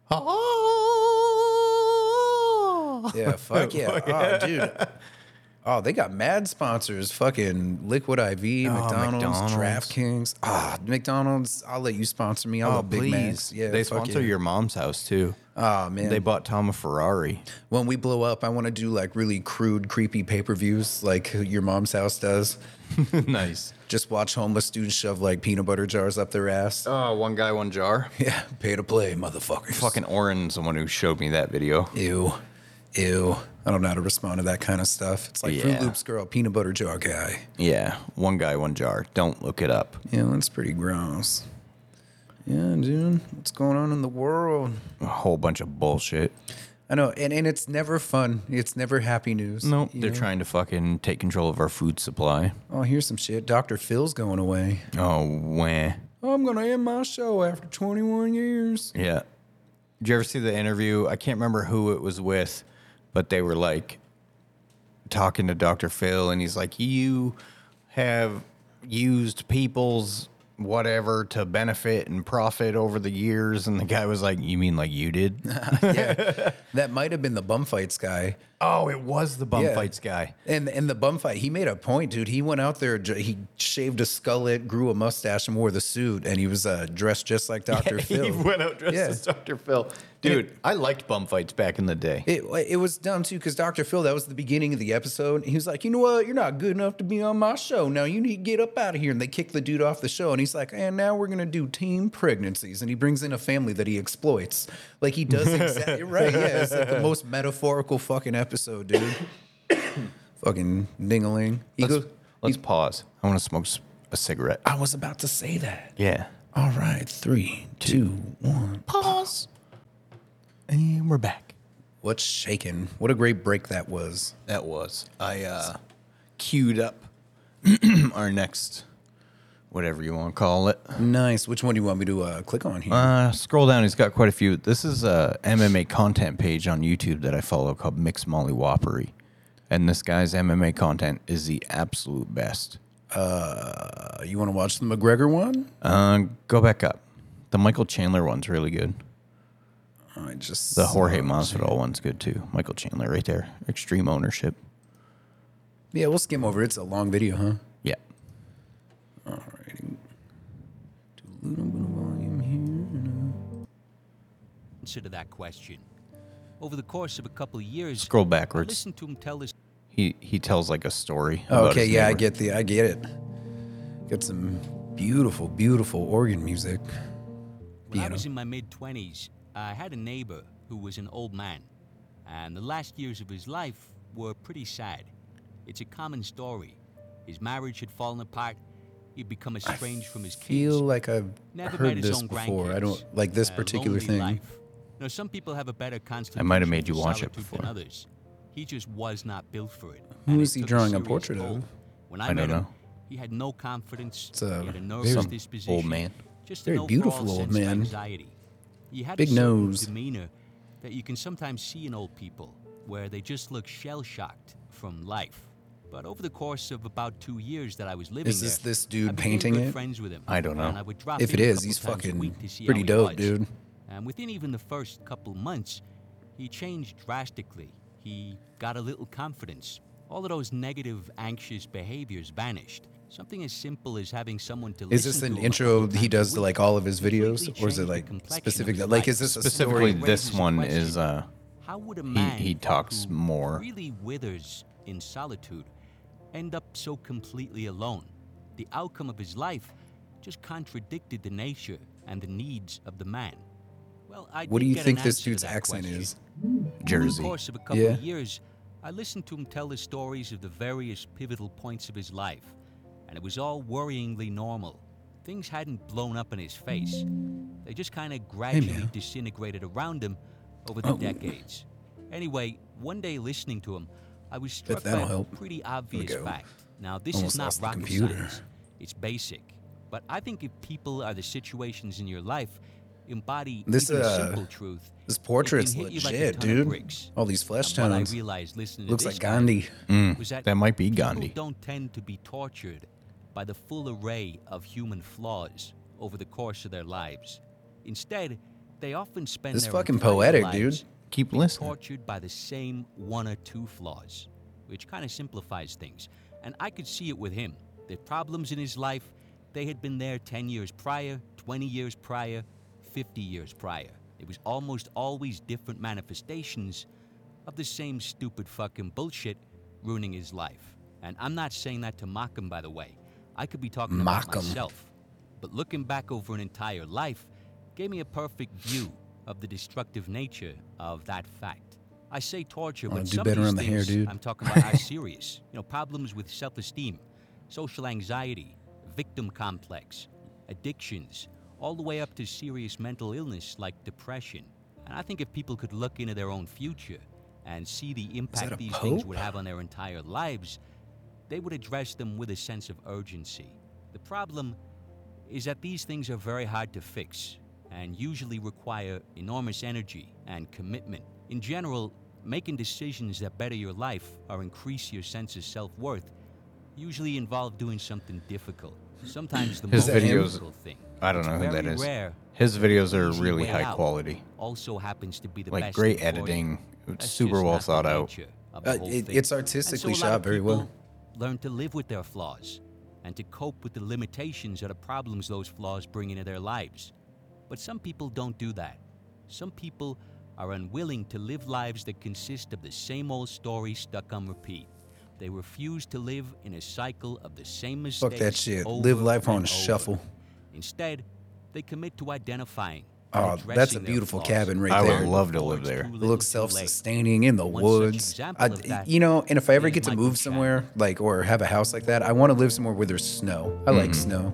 [SPEAKER 2] Oh,
[SPEAKER 1] Yeah, fuck yeah.
[SPEAKER 2] Fuck
[SPEAKER 1] Oh,
[SPEAKER 2] yeah.
[SPEAKER 1] dude. Oh, they got mad sponsors. Fucking Liquid IV,
[SPEAKER 2] Oh,
[SPEAKER 1] McDonald's,
[SPEAKER 2] McDonald's.
[SPEAKER 1] DraftKings. Ah, McDonald's, I'll let you sponsor me. I'll
[SPEAKER 2] Oh,
[SPEAKER 1] let Big Macs.
[SPEAKER 2] please.
[SPEAKER 1] Yeah,
[SPEAKER 2] they
[SPEAKER 1] fuck
[SPEAKER 2] sponsor
[SPEAKER 1] yeah.
[SPEAKER 2] your mom's house too.
[SPEAKER 1] Oh man.
[SPEAKER 2] They bought Tom a Ferrari.
[SPEAKER 1] When we blow up, I want to do like really crude, creepy pay per views like your mom's house does.
[SPEAKER 2] nice.
[SPEAKER 1] Just watch homeless dudes shove like peanut butter jars up their ass.
[SPEAKER 2] Oh, one guy, one jar.
[SPEAKER 1] Yeah, pay to play, motherfuckers.
[SPEAKER 2] Fucking Oren's the one who showed me that video.
[SPEAKER 1] Ew. Ew. I don't know how to respond to that kind of stuff. It's like Fruit
[SPEAKER 2] Yeah.
[SPEAKER 1] Loops girl, peanut butter jar guy.
[SPEAKER 2] Yeah, one guy, one jar. Don't look it up.
[SPEAKER 1] Yeah, that's pretty gross. Yeah, dude. What's going on in the world?
[SPEAKER 2] A whole bunch of bullshit.
[SPEAKER 1] I know, and, and it's never fun. It's never happy news.
[SPEAKER 2] Nope.
[SPEAKER 1] you
[SPEAKER 2] They're
[SPEAKER 1] know?
[SPEAKER 2] trying to fucking take control of our food supply.
[SPEAKER 1] Oh, here's some shit. Dr. Phil's going away.
[SPEAKER 2] Oh, wah.
[SPEAKER 1] I'm gonna end my show after 21 years.
[SPEAKER 2] Yeah. Did you ever see the interview? I can't remember who it was with, but they were like talking to Dr. Phil, and he's like, You have used people's whatever to benefit and profit over the years. And the guy was like, You mean like you did?
[SPEAKER 1] That might have been the bum fights guy.
[SPEAKER 2] oh, it was the bum
[SPEAKER 1] Yeah.
[SPEAKER 2] fights guy.
[SPEAKER 1] And and the bum fight, he made a point, dude. He went out there, j- he shaved a skullet, grew a mustache, and wore the suit, and he was uh, dressed just like Dr. Phil.
[SPEAKER 2] He went out dressed
[SPEAKER 1] Yeah.
[SPEAKER 2] as Dr. Phil. Dude, I liked bum fights back in the day.
[SPEAKER 1] It, it was dumb too because Dr. Phil, that was the beginning of the episode. He was like, You know what? You're not good enough to be on my show. Now you need to get up out of here. And they kick the dude off the show. And he's like, And now we're going to do team pregnancies. And he brings in a family that he exploits. Like he does exactly right. Yeah. It's like the most metaphorical fucking episode, dude. fucking dingling. He
[SPEAKER 2] Let's,
[SPEAKER 1] goes,
[SPEAKER 2] let's pause. I want to smoke s- a cigarette.
[SPEAKER 1] I was about to say that.
[SPEAKER 2] Yeah.
[SPEAKER 1] All right. Three, two, one.
[SPEAKER 2] Pause. And we're back.
[SPEAKER 1] What's shaking? What a great break that was.
[SPEAKER 2] That was. I uh, queued up our next, whatever you want to call it.
[SPEAKER 1] Nice. Which one do you want me to uh, click on here?
[SPEAKER 2] Uh, scroll down. He's got quite a few. This is a MMA content page on YouTube that I follow called Mix Molly Whoppery. And this guy's MMA content is the absolute best.
[SPEAKER 1] Uh, you want to watch the McGregor one?
[SPEAKER 2] Uh, go back up. The Michael Chandler one's really good.
[SPEAKER 1] I just
[SPEAKER 2] The Jorge Masvidal one's good too. Michael Chandler right there. Extreme ownership.
[SPEAKER 1] Yeah, we'll skim over. it. It's a long video, huh?
[SPEAKER 2] Yeah.
[SPEAKER 16] Answer to that question. Over the course of a couple of years,
[SPEAKER 2] Scroll
[SPEAKER 16] I
[SPEAKER 2] backwards.
[SPEAKER 16] listened to him tell his
[SPEAKER 2] He he tells like a story. about
[SPEAKER 1] Okay,
[SPEAKER 2] his
[SPEAKER 1] yeah, I
[SPEAKER 2] neighbor.
[SPEAKER 1] get the, I get it. Got some beautiful, beautiful organ music.
[SPEAKER 16] When I
[SPEAKER 1] Piano.
[SPEAKER 16] was in my mid 20s, I had a neighbor who was an old man, and the last years of his life were pretty sad. It's a common story. His marriage had fallen apart, he'd become estranged from his kids.
[SPEAKER 1] Feel like I've
[SPEAKER 16] Never met
[SPEAKER 1] heard
[SPEAKER 16] his
[SPEAKER 1] this
[SPEAKER 16] own
[SPEAKER 1] before. I don't
[SPEAKER 16] grandkids.
[SPEAKER 1] like this
[SPEAKER 16] A
[SPEAKER 1] particular
[SPEAKER 16] lonely
[SPEAKER 1] thing.
[SPEAKER 16] life. Now, some people have a better constitution
[SPEAKER 2] have made you
[SPEAKER 16] for
[SPEAKER 2] watch it
[SPEAKER 16] solitude than
[SPEAKER 2] before.
[SPEAKER 16] others. He just was not built for it.
[SPEAKER 1] Who
[SPEAKER 16] and it
[SPEAKER 1] is he
[SPEAKER 16] took
[SPEAKER 1] drawing a
[SPEAKER 16] serious
[SPEAKER 1] portrait
[SPEAKER 16] toll.
[SPEAKER 1] of?
[SPEAKER 16] When
[SPEAKER 2] I
[SPEAKER 16] I,
[SPEAKER 2] don't
[SPEAKER 16] met him,
[SPEAKER 2] know.
[SPEAKER 16] he had no confidence.
[SPEAKER 1] It's a
[SPEAKER 16] he had a
[SPEAKER 1] very-
[SPEAKER 16] nervous
[SPEAKER 1] Some old
[SPEAKER 16] disposition.
[SPEAKER 2] man.
[SPEAKER 16] Just
[SPEAKER 1] Very
[SPEAKER 16] an overall
[SPEAKER 1] beautiful old
[SPEAKER 16] sense of
[SPEAKER 1] man.
[SPEAKER 16] Anxiety. He had
[SPEAKER 1] Big
[SPEAKER 16] a certain
[SPEAKER 1] nose.
[SPEAKER 16] demeanor that you can sometimes see in old people, where they just look shell shocked from life. But over the course of about two years that I was living
[SPEAKER 1] Is this
[SPEAKER 16] there,
[SPEAKER 1] this
[SPEAKER 16] I
[SPEAKER 1] dude
[SPEAKER 16] became
[SPEAKER 1] painting
[SPEAKER 16] good
[SPEAKER 1] it?
[SPEAKER 16] friends with him,
[SPEAKER 1] I don't know.
[SPEAKER 16] and I would drop
[SPEAKER 1] If
[SPEAKER 16] in
[SPEAKER 1] it
[SPEAKER 16] a
[SPEAKER 1] is,
[SPEAKER 16] couple
[SPEAKER 1] he's
[SPEAKER 16] times a
[SPEAKER 1] fucking
[SPEAKER 16] week to see
[SPEAKER 1] pretty
[SPEAKER 16] how he
[SPEAKER 1] dope,
[SPEAKER 16] was.
[SPEAKER 1] dude.
[SPEAKER 16] And Um, within even the first couple months, he changed drastically. He got a little confidence. All of those negative, anxious behaviors vanished. Something as simple as having someone to
[SPEAKER 1] Is
[SPEAKER 16] listen
[SPEAKER 1] this
[SPEAKER 16] to
[SPEAKER 1] an
[SPEAKER 16] him a
[SPEAKER 1] intro
[SPEAKER 16] couple
[SPEAKER 1] he
[SPEAKER 16] times a
[SPEAKER 1] does to
[SPEAKER 16] week.
[SPEAKER 1] like all of his videos,
[SPEAKER 16] completely
[SPEAKER 1] or is it
[SPEAKER 16] changed the
[SPEAKER 1] like
[SPEAKER 16] complexion of
[SPEAKER 1] specific?
[SPEAKER 16] his
[SPEAKER 1] Like, is
[SPEAKER 16] life.
[SPEAKER 1] this a
[SPEAKER 2] Specifically,
[SPEAKER 1] story?
[SPEAKER 2] this one is uh,
[SPEAKER 16] How would a
[SPEAKER 2] he
[SPEAKER 16] man
[SPEAKER 2] he talks
[SPEAKER 16] who
[SPEAKER 2] more.
[SPEAKER 16] really withers in solitude end up so completely alone? The outcome of his life just contradicted the nature and the needs of the man. Well, I
[SPEAKER 1] What do
[SPEAKER 16] did
[SPEAKER 1] you
[SPEAKER 16] get
[SPEAKER 1] think
[SPEAKER 16] an
[SPEAKER 1] this
[SPEAKER 16] answer to
[SPEAKER 1] dude's
[SPEAKER 16] that
[SPEAKER 1] accent
[SPEAKER 16] question.
[SPEAKER 1] is?
[SPEAKER 16] Over the course of a couple
[SPEAKER 1] Yeah.
[SPEAKER 16] of years, I listened to him tell the stories of the various pivotal points of his life, and it was all worryingly normal. Things hadn't blown up in his face. They just kind of gradually disintegrated around him over the
[SPEAKER 1] Oh.
[SPEAKER 16] decades. Anyway, one day listening to him, I was struck by
[SPEAKER 1] that'll
[SPEAKER 16] a
[SPEAKER 1] help.
[SPEAKER 16] pretty
[SPEAKER 1] There we
[SPEAKER 16] obvious
[SPEAKER 1] go.
[SPEAKER 16] fact. Now, this
[SPEAKER 1] Almost
[SPEAKER 16] is not
[SPEAKER 1] lost the
[SPEAKER 16] rocket
[SPEAKER 1] computer.
[SPEAKER 16] science. It's basic. But I think if people are the situations in your life embody
[SPEAKER 1] This
[SPEAKER 16] even
[SPEAKER 1] uh,
[SPEAKER 16] simple truth,
[SPEAKER 1] this
[SPEAKER 16] it can
[SPEAKER 1] portrait's
[SPEAKER 16] hit you
[SPEAKER 1] legit,
[SPEAKER 16] like a ton of
[SPEAKER 1] dude.
[SPEAKER 16] bricks.
[SPEAKER 1] All these flesh
[SPEAKER 16] And what I
[SPEAKER 1] tones.
[SPEAKER 16] realized listening to
[SPEAKER 1] Looks
[SPEAKER 16] this
[SPEAKER 1] like
[SPEAKER 16] guy
[SPEAKER 1] Gandhi.
[SPEAKER 2] Mm,
[SPEAKER 16] was that
[SPEAKER 2] that might be
[SPEAKER 16] people
[SPEAKER 2] Gandhi.
[SPEAKER 16] don't tend to be tortured
[SPEAKER 14] by the full array of human flaws over the course of their lives. Instead, they often spend
[SPEAKER 1] This
[SPEAKER 14] their
[SPEAKER 1] fucking
[SPEAKER 14] entire
[SPEAKER 1] poetic,
[SPEAKER 14] lives
[SPEAKER 1] dude. Keep
[SPEAKER 14] being
[SPEAKER 1] listening.
[SPEAKER 14] Tortured by the same one or two flaws, which kind of simplifies things. And I could see it with him. The problems in his life, they had been there 10 years prior, 20 years prior, 50 years prior. It was almost always different manifestations of the same stupid fucking bullshit ruining his life. And I'm not saying that to mock him, by the way. I could be talking
[SPEAKER 1] Mock
[SPEAKER 14] about
[SPEAKER 1] 'em.
[SPEAKER 14] myself. But looking back over an entire life gave me a perfect view of the destructive nature of that fact. I say torture,
[SPEAKER 1] Wanna
[SPEAKER 14] but
[SPEAKER 1] do
[SPEAKER 14] some
[SPEAKER 1] better
[SPEAKER 14] of these
[SPEAKER 1] on the hair,
[SPEAKER 14] things
[SPEAKER 1] dude.
[SPEAKER 14] I'm talking about are serious. You know, problems with self-esteem, social anxiety, victim complex, addictions, all the way up to serious mental illness like depression. And I think if people could look into their own future and see the
[SPEAKER 1] that a
[SPEAKER 14] impact these things
[SPEAKER 1] pope?
[SPEAKER 14] would have on their entire lives, they would address them with a sense of urgency. The problem is that these things are very hard to fix and usually require enormous energy and commitment. In general, making decisions that better your life or increase your sense of self worth usually involve doing something difficult. Sometimes the
[SPEAKER 2] His
[SPEAKER 14] most
[SPEAKER 2] videos,
[SPEAKER 14] difficult thing.
[SPEAKER 2] I don't
[SPEAKER 14] It's
[SPEAKER 2] know who that
[SPEAKER 14] very
[SPEAKER 2] is.
[SPEAKER 14] rare
[SPEAKER 2] His videos are
[SPEAKER 14] easy
[SPEAKER 2] really
[SPEAKER 14] way
[SPEAKER 2] high
[SPEAKER 14] out
[SPEAKER 2] quality.
[SPEAKER 14] Also happens to be the
[SPEAKER 2] Like
[SPEAKER 14] best
[SPEAKER 2] great
[SPEAKER 14] employee.
[SPEAKER 2] editing,
[SPEAKER 14] That's
[SPEAKER 2] super
[SPEAKER 14] just
[SPEAKER 2] well
[SPEAKER 14] not the
[SPEAKER 2] thought out.
[SPEAKER 14] nature of the
[SPEAKER 1] Uh,
[SPEAKER 14] whole
[SPEAKER 1] it, it's
[SPEAKER 14] thing. And so
[SPEAKER 1] artistically
[SPEAKER 14] a lot
[SPEAKER 1] shot
[SPEAKER 14] of
[SPEAKER 1] very well.
[SPEAKER 14] people Learn to live with their flaws and to cope with the limitations or the problems those flaws bring into their lives. But some people don't do that. Some people are unwilling to live lives that consist of the same old story stuck on repeat. They refuse to live in a cycle of the same mistakes.
[SPEAKER 1] Fuck that shit.
[SPEAKER 14] over
[SPEAKER 1] Live life on
[SPEAKER 14] and
[SPEAKER 1] a
[SPEAKER 14] over.
[SPEAKER 1] shuffle.
[SPEAKER 14] Instead, they commit to identifying. and
[SPEAKER 1] Oh, that's a
[SPEAKER 14] addressing their
[SPEAKER 1] beautiful
[SPEAKER 14] flaws.
[SPEAKER 1] cabin right
[SPEAKER 2] I would
[SPEAKER 1] there.
[SPEAKER 2] love to live there.
[SPEAKER 1] It looks self-sustaining in the woods.
[SPEAKER 14] example
[SPEAKER 1] I,
[SPEAKER 14] of that
[SPEAKER 1] you know, and if I ever get to move somewhere like or have a house like that, I want to live somewhere where there's snow. I like
[SPEAKER 2] Mhm.
[SPEAKER 1] snow.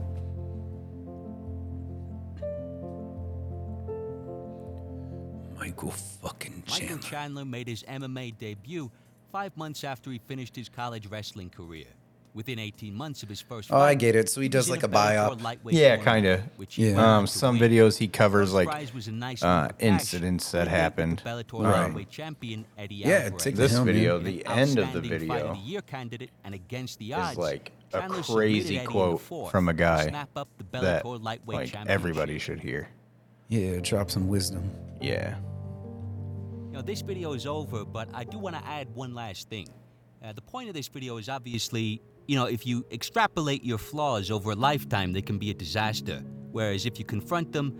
[SPEAKER 1] Michael fucking
[SPEAKER 14] Michael
[SPEAKER 1] Chandler.
[SPEAKER 14] Chandler made his MMA debut five months after he finished his college wrestling career. Within 18 months of his first
[SPEAKER 1] Oh, I
[SPEAKER 14] fight,
[SPEAKER 1] get it. So he
[SPEAKER 14] he
[SPEAKER 1] does
[SPEAKER 14] was
[SPEAKER 1] like
[SPEAKER 14] in
[SPEAKER 1] a
[SPEAKER 14] Bellator
[SPEAKER 1] biop.
[SPEAKER 14] lightweight
[SPEAKER 2] Yeah,
[SPEAKER 14] tournament,
[SPEAKER 2] kind of.
[SPEAKER 14] which he went on
[SPEAKER 2] Um,
[SPEAKER 14] to
[SPEAKER 2] some
[SPEAKER 14] win.
[SPEAKER 2] videos he covers
[SPEAKER 14] First
[SPEAKER 2] like
[SPEAKER 14] prize was a nice
[SPEAKER 2] uh,
[SPEAKER 14] little cash
[SPEAKER 2] incidents that happened. Um,
[SPEAKER 14] Bellator lightweight champion Eddie
[SPEAKER 2] Yeah,
[SPEAKER 14] Alvarez.
[SPEAKER 2] take the This helm, man. video, the
[SPEAKER 14] An
[SPEAKER 2] end of the
[SPEAKER 14] outstanding Fight
[SPEAKER 2] video
[SPEAKER 14] of the year candidate and against the
[SPEAKER 2] is
[SPEAKER 14] odds,
[SPEAKER 2] like a
[SPEAKER 14] Chandler submitted
[SPEAKER 2] crazy
[SPEAKER 14] Eddie in the
[SPEAKER 2] quote
[SPEAKER 14] fourth
[SPEAKER 2] from a
[SPEAKER 14] to
[SPEAKER 2] guy
[SPEAKER 14] snap up the
[SPEAKER 2] that
[SPEAKER 14] Bellator lightweight
[SPEAKER 2] like
[SPEAKER 14] championship.
[SPEAKER 2] everybody should hear.
[SPEAKER 1] Yeah, drop some wisdom.
[SPEAKER 2] Yeah.
[SPEAKER 14] You know, this video is over, but I do want to add one last thing. Uh, the point of this video is obviously, you know, if you extrapolate your flaws over a lifetime, they can be a disaster. Whereas if you confront them,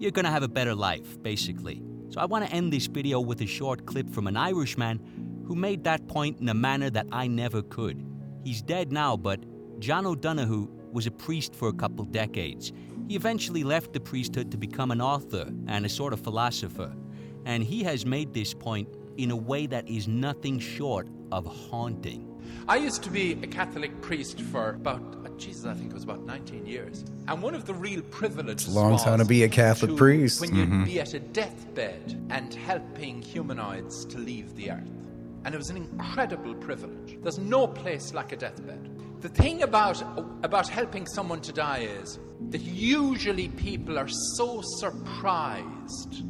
[SPEAKER 14] you're going to have a better life, basically. So I want to end this video with a short clip from an Irishman who made that point in a manner that I never could. He's dead now, but John O'Donohue was a priest for a couple decades. He eventually left the priesthood to become an author and a sort of philosopher. And he has made this point in a way that is nothing short of haunting.
[SPEAKER 16] I used to be a Catholic priest for about, uh, Jesus, I think it was about 19 years. And one of the real privileges.
[SPEAKER 1] It's a long
[SPEAKER 16] was
[SPEAKER 1] time to be a Catholic
[SPEAKER 16] to-
[SPEAKER 1] priest.
[SPEAKER 16] When you'd
[SPEAKER 1] Mhm.
[SPEAKER 16] be at a deathbed and helping humanoids to leave the earth. And it was an incredible privilege. There's no place like a deathbed. The thing about, about helping someone to die is that usually people are so surprised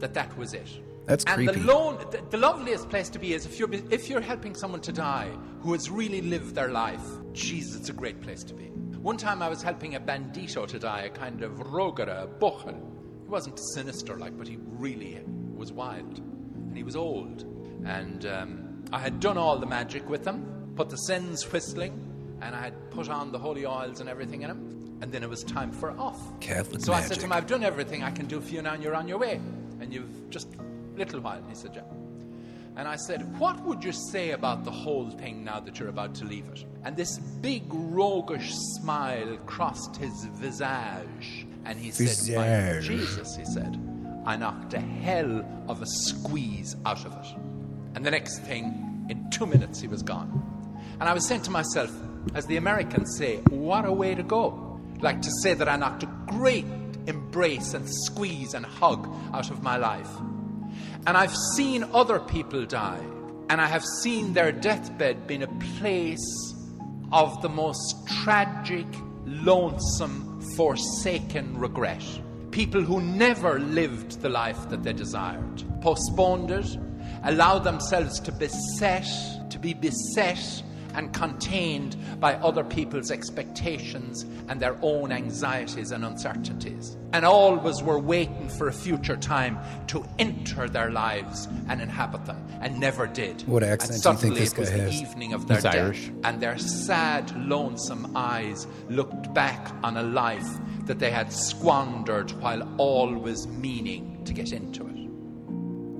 [SPEAKER 16] that that was it.
[SPEAKER 1] That's
[SPEAKER 16] and
[SPEAKER 1] creepy.
[SPEAKER 16] the lone, the, the loveliest place to be is if you're be- if you're helping someone to die who has really lived their life. Jeez, it's a great place to be. One time I was helping a bandito to die, a kind of rogera, a bochen. He wasn't sinister like, but he really was wild, and he was old. And um, I had done all the magic with him, put the sins whistling, and I had put on the holy oils and everything in him. And then it was time for off.
[SPEAKER 1] Catholic
[SPEAKER 16] So I said
[SPEAKER 1] magic.
[SPEAKER 16] to him, I've done everything I can do for you now, and you're on your way. And you've just little while. And he said, Yeah. And I said, What would you say about the whole thing now that you're about to leave it? And this big roguish smile crossed his visage. And he said, My
[SPEAKER 1] Visage.
[SPEAKER 16] Jesus, he said, I knocked a hell of a squeeze out of it. And the next thing, in two minutes, he was gone. And I was saying to myself, as the Americans say, what a way to go. Like to say that I knocked a great embrace and squeeze and hug out of my life. And I've seen other people die, and I have seen their deathbed being a place of the most tragic, lonesome, forsaken regret. People who never lived the life that they desired, postponed it, allowed themselves to beset, to be beset
[SPEAKER 17] and contained by other people's expectations and their own anxieties and uncertainties. And always were waiting for a future time to enter their lives and inhabit them, and never did.
[SPEAKER 1] What
[SPEAKER 17] And
[SPEAKER 1] accent do you think
[SPEAKER 17] suddenly
[SPEAKER 1] this
[SPEAKER 17] it was
[SPEAKER 1] guy
[SPEAKER 17] the
[SPEAKER 1] has?
[SPEAKER 17] evening of their
[SPEAKER 1] He's
[SPEAKER 17] death,
[SPEAKER 1] Irish.
[SPEAKER 17] and their sad, lonesome eyes looked back on a life that they had squandered while always meaning to get into it.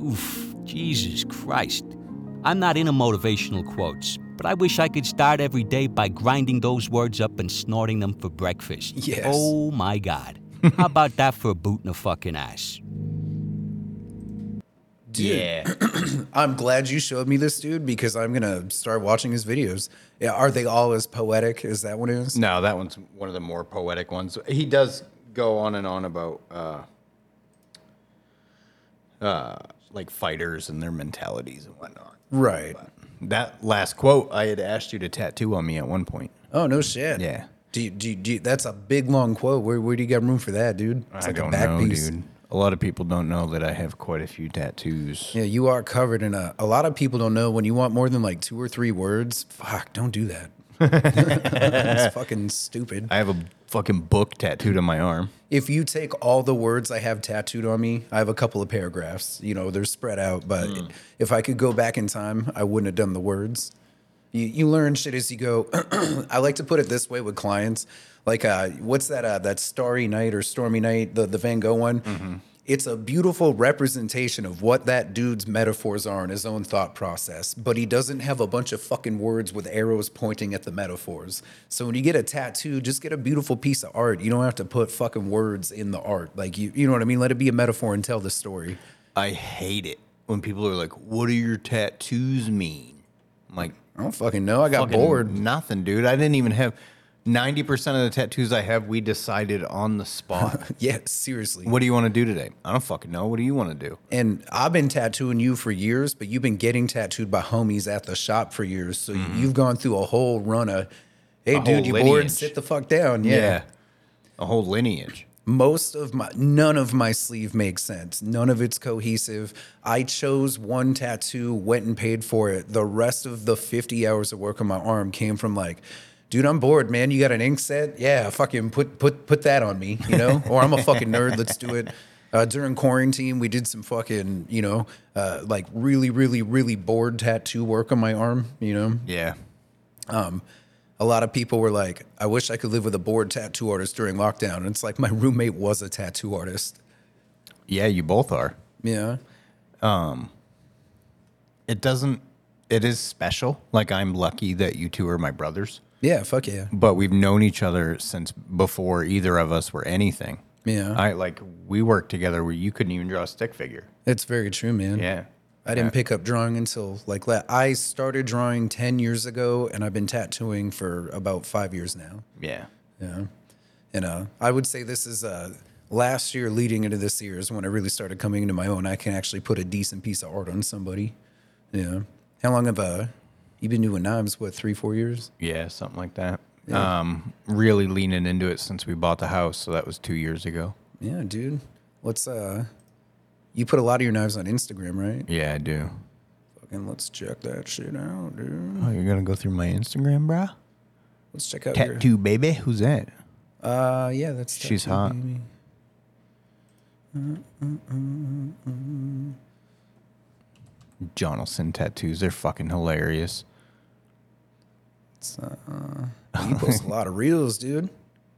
[SPEAKER 16] Oof, Jesus Christ. I'm not into motivational quotes, but I wish I could start every day by grinding those words up and snorting them for breakfast.
[SPEAKER 1] Yes.
[SPEAKER 16] Oh my God. How about that for a boot in the fucking ass?
[SPEAKER 1] Dude, I'm glad you showed me this dude because I'm gonna start watching his videos. Yeah, are they all as poetic as that one is?
[SPEAKER 2] No, that one's one of the more poetic ones. He does go on and on about uh, uh, like fighters and their mentalities and whatnot.
[SPEAKER 1] Right.
[SPEAKER 2] That last quote I had asked you to tattoo on me at one point.
[SPEAKER 1] Oh no shit.
[SPEAKER 2] Yeah.
[SPEAKER 1] Do you, do, you, do you- that's a big long quote. Where where do you got room for that, dude?
[SPEAKER 2] I don't know, dude. A lot of people don't know that I have quite a few tattoos.
[SPEAKER 1] Yeah, you are covered in a. A lot of people don't know when you want more than like two or three words. Fuck, don't do that. it's fucking stupid.
[SPEAKER 2] I have a fucking book tattooed on my arm.
[SPEAKER 1] If you take all the words I have tattooed on me, I have a couple of paragraphs. You know, they're spread out, but if I could go back in time, I wouldn't have done the words. You, you learn shit as you go. I like to put it this way with clients. Like, uh, what's that? Uh, that Starry Night or Stormy Night, the, the Van Gogh one? It's a beautiful representation of what that dude's metaphors are in his own thought process, but he doesn't have a bunch of fucking words with arrows pointing at the metaphors. So when you get a tattoo, just get a beautiful piece of art. You don't have to put fucking words in the art. Like you, you know what I mean? Let it be a metaphor and tell the story.
[SPEAKER 2] I hate it when people are like, "What do your tattoos mean?" I'm like,
[SPEAKER 1] I don't fucking know. I got bored.
[SPEAKER 2] Nothing, dude. I didn't even have. Ninety percent of the tattoos I have, we decided on the spot.
[SPEAKER 1] yeah, seriously.
[SPEAKER 2] What do you want to do today? I don't fucking know. What do you want to do?
[SPEAKER 1] And I've been tattooing you for years, but you've been getting tattooed by homies at the shop for years. So you've gone through a whole run of,
[SPEAKER 2] Mm-hmm. A
[SPEAKER 1] hey,
[SPEAKER 2] whole
[SPEAKER 1] dude, you bored?
[SPEAKER 2] lineage.
[SPEAKER 1] Sit the fuck down. yeah.
[SPEAKER 2] a whole lineage.
[SPEAKER 1] most of my none of my sleeve makes sense none of it's cohesive i chose one tattoo went and paid for it the rest of the 50 hours of work on my arm came from like dude i'm bored man you got an ink set yeah fucking put put put that on me you know or i'm a fucking nerd let's do it uh, during quarantine we did some fucking you know uh, like really really really bored tattoo work on my arm you know
[SPEAKER 2] Yeah.
[SPEAKER 1] um, a lot of people were like, I wish I could live with a bored tattoo artist during lockdown. And it's like, my roommate was a tattoo artist.
[SPEAKER 2] Yeah, you both are.
[SPEAKER 1] Yeah.
[SPEAKER 2] Um, it doesn't. It is special. Like I'm lucky that you two are my brothers,
[SPEAKER 1] Yeah, fuck yeah.
[SPEAKER 2] but we've known each other since before either of us were anything.
[SPEAKER 1] Yeah.
[SPEAKER 2] I like we worked together where you couldn't even draw a stick figure.
[SPEAKER 1] It's very true, man.
[SPEAKER 2] Yeah.
[SPEAKER 1] I didn't
[SPEAKER 2] Yeah.
[SPEAKER 1] pick up drawing until like la- I started drawing 10 years ago and I've been tattooing for about five years now.
[SPEAKER 2] Yeah.
[SPEAKER 1] Yeah. And uh, I would say this is uh, last year leading into this year is when I really started coming into my own. I can actually put a decent piece of art on somebody. Yeah. How long have uh, you been doing knives? What, three, four years?
[SPEAKER 2] Yeah, something like that.
[SPEAKER 1] Yeah.
[SPEAKER 2] Um, really leaning into it since we bought the house, so that was two years ago.
[SPEAKER 1] Yeah, dude. Let's uh you put a lot of your knives on Instagram, right?
[SPEAKER 2] Yeah, I do.
[SPEAKER 1] Fucking let's check that shit out, dude.
[SPEAKER 2] Oh, you're gonna go through my Instagram, bruh?
[SPEAKER 1] Let's check out your-
[SPEAKER 2] Tattoo baby, who's that?
[SPEAKER 1] Uh yeah, that's
[SPEAKER 2] She's
[SPEAKER 1] tattoo,
[SPEAKER 2] hot.
[SPEAKER 1] baby.
[SPEAKER 2] Jonathan tattoos. They're fucking hilarious.
[SPEAKER 1] It's, uh, you post a lot of reels, dude.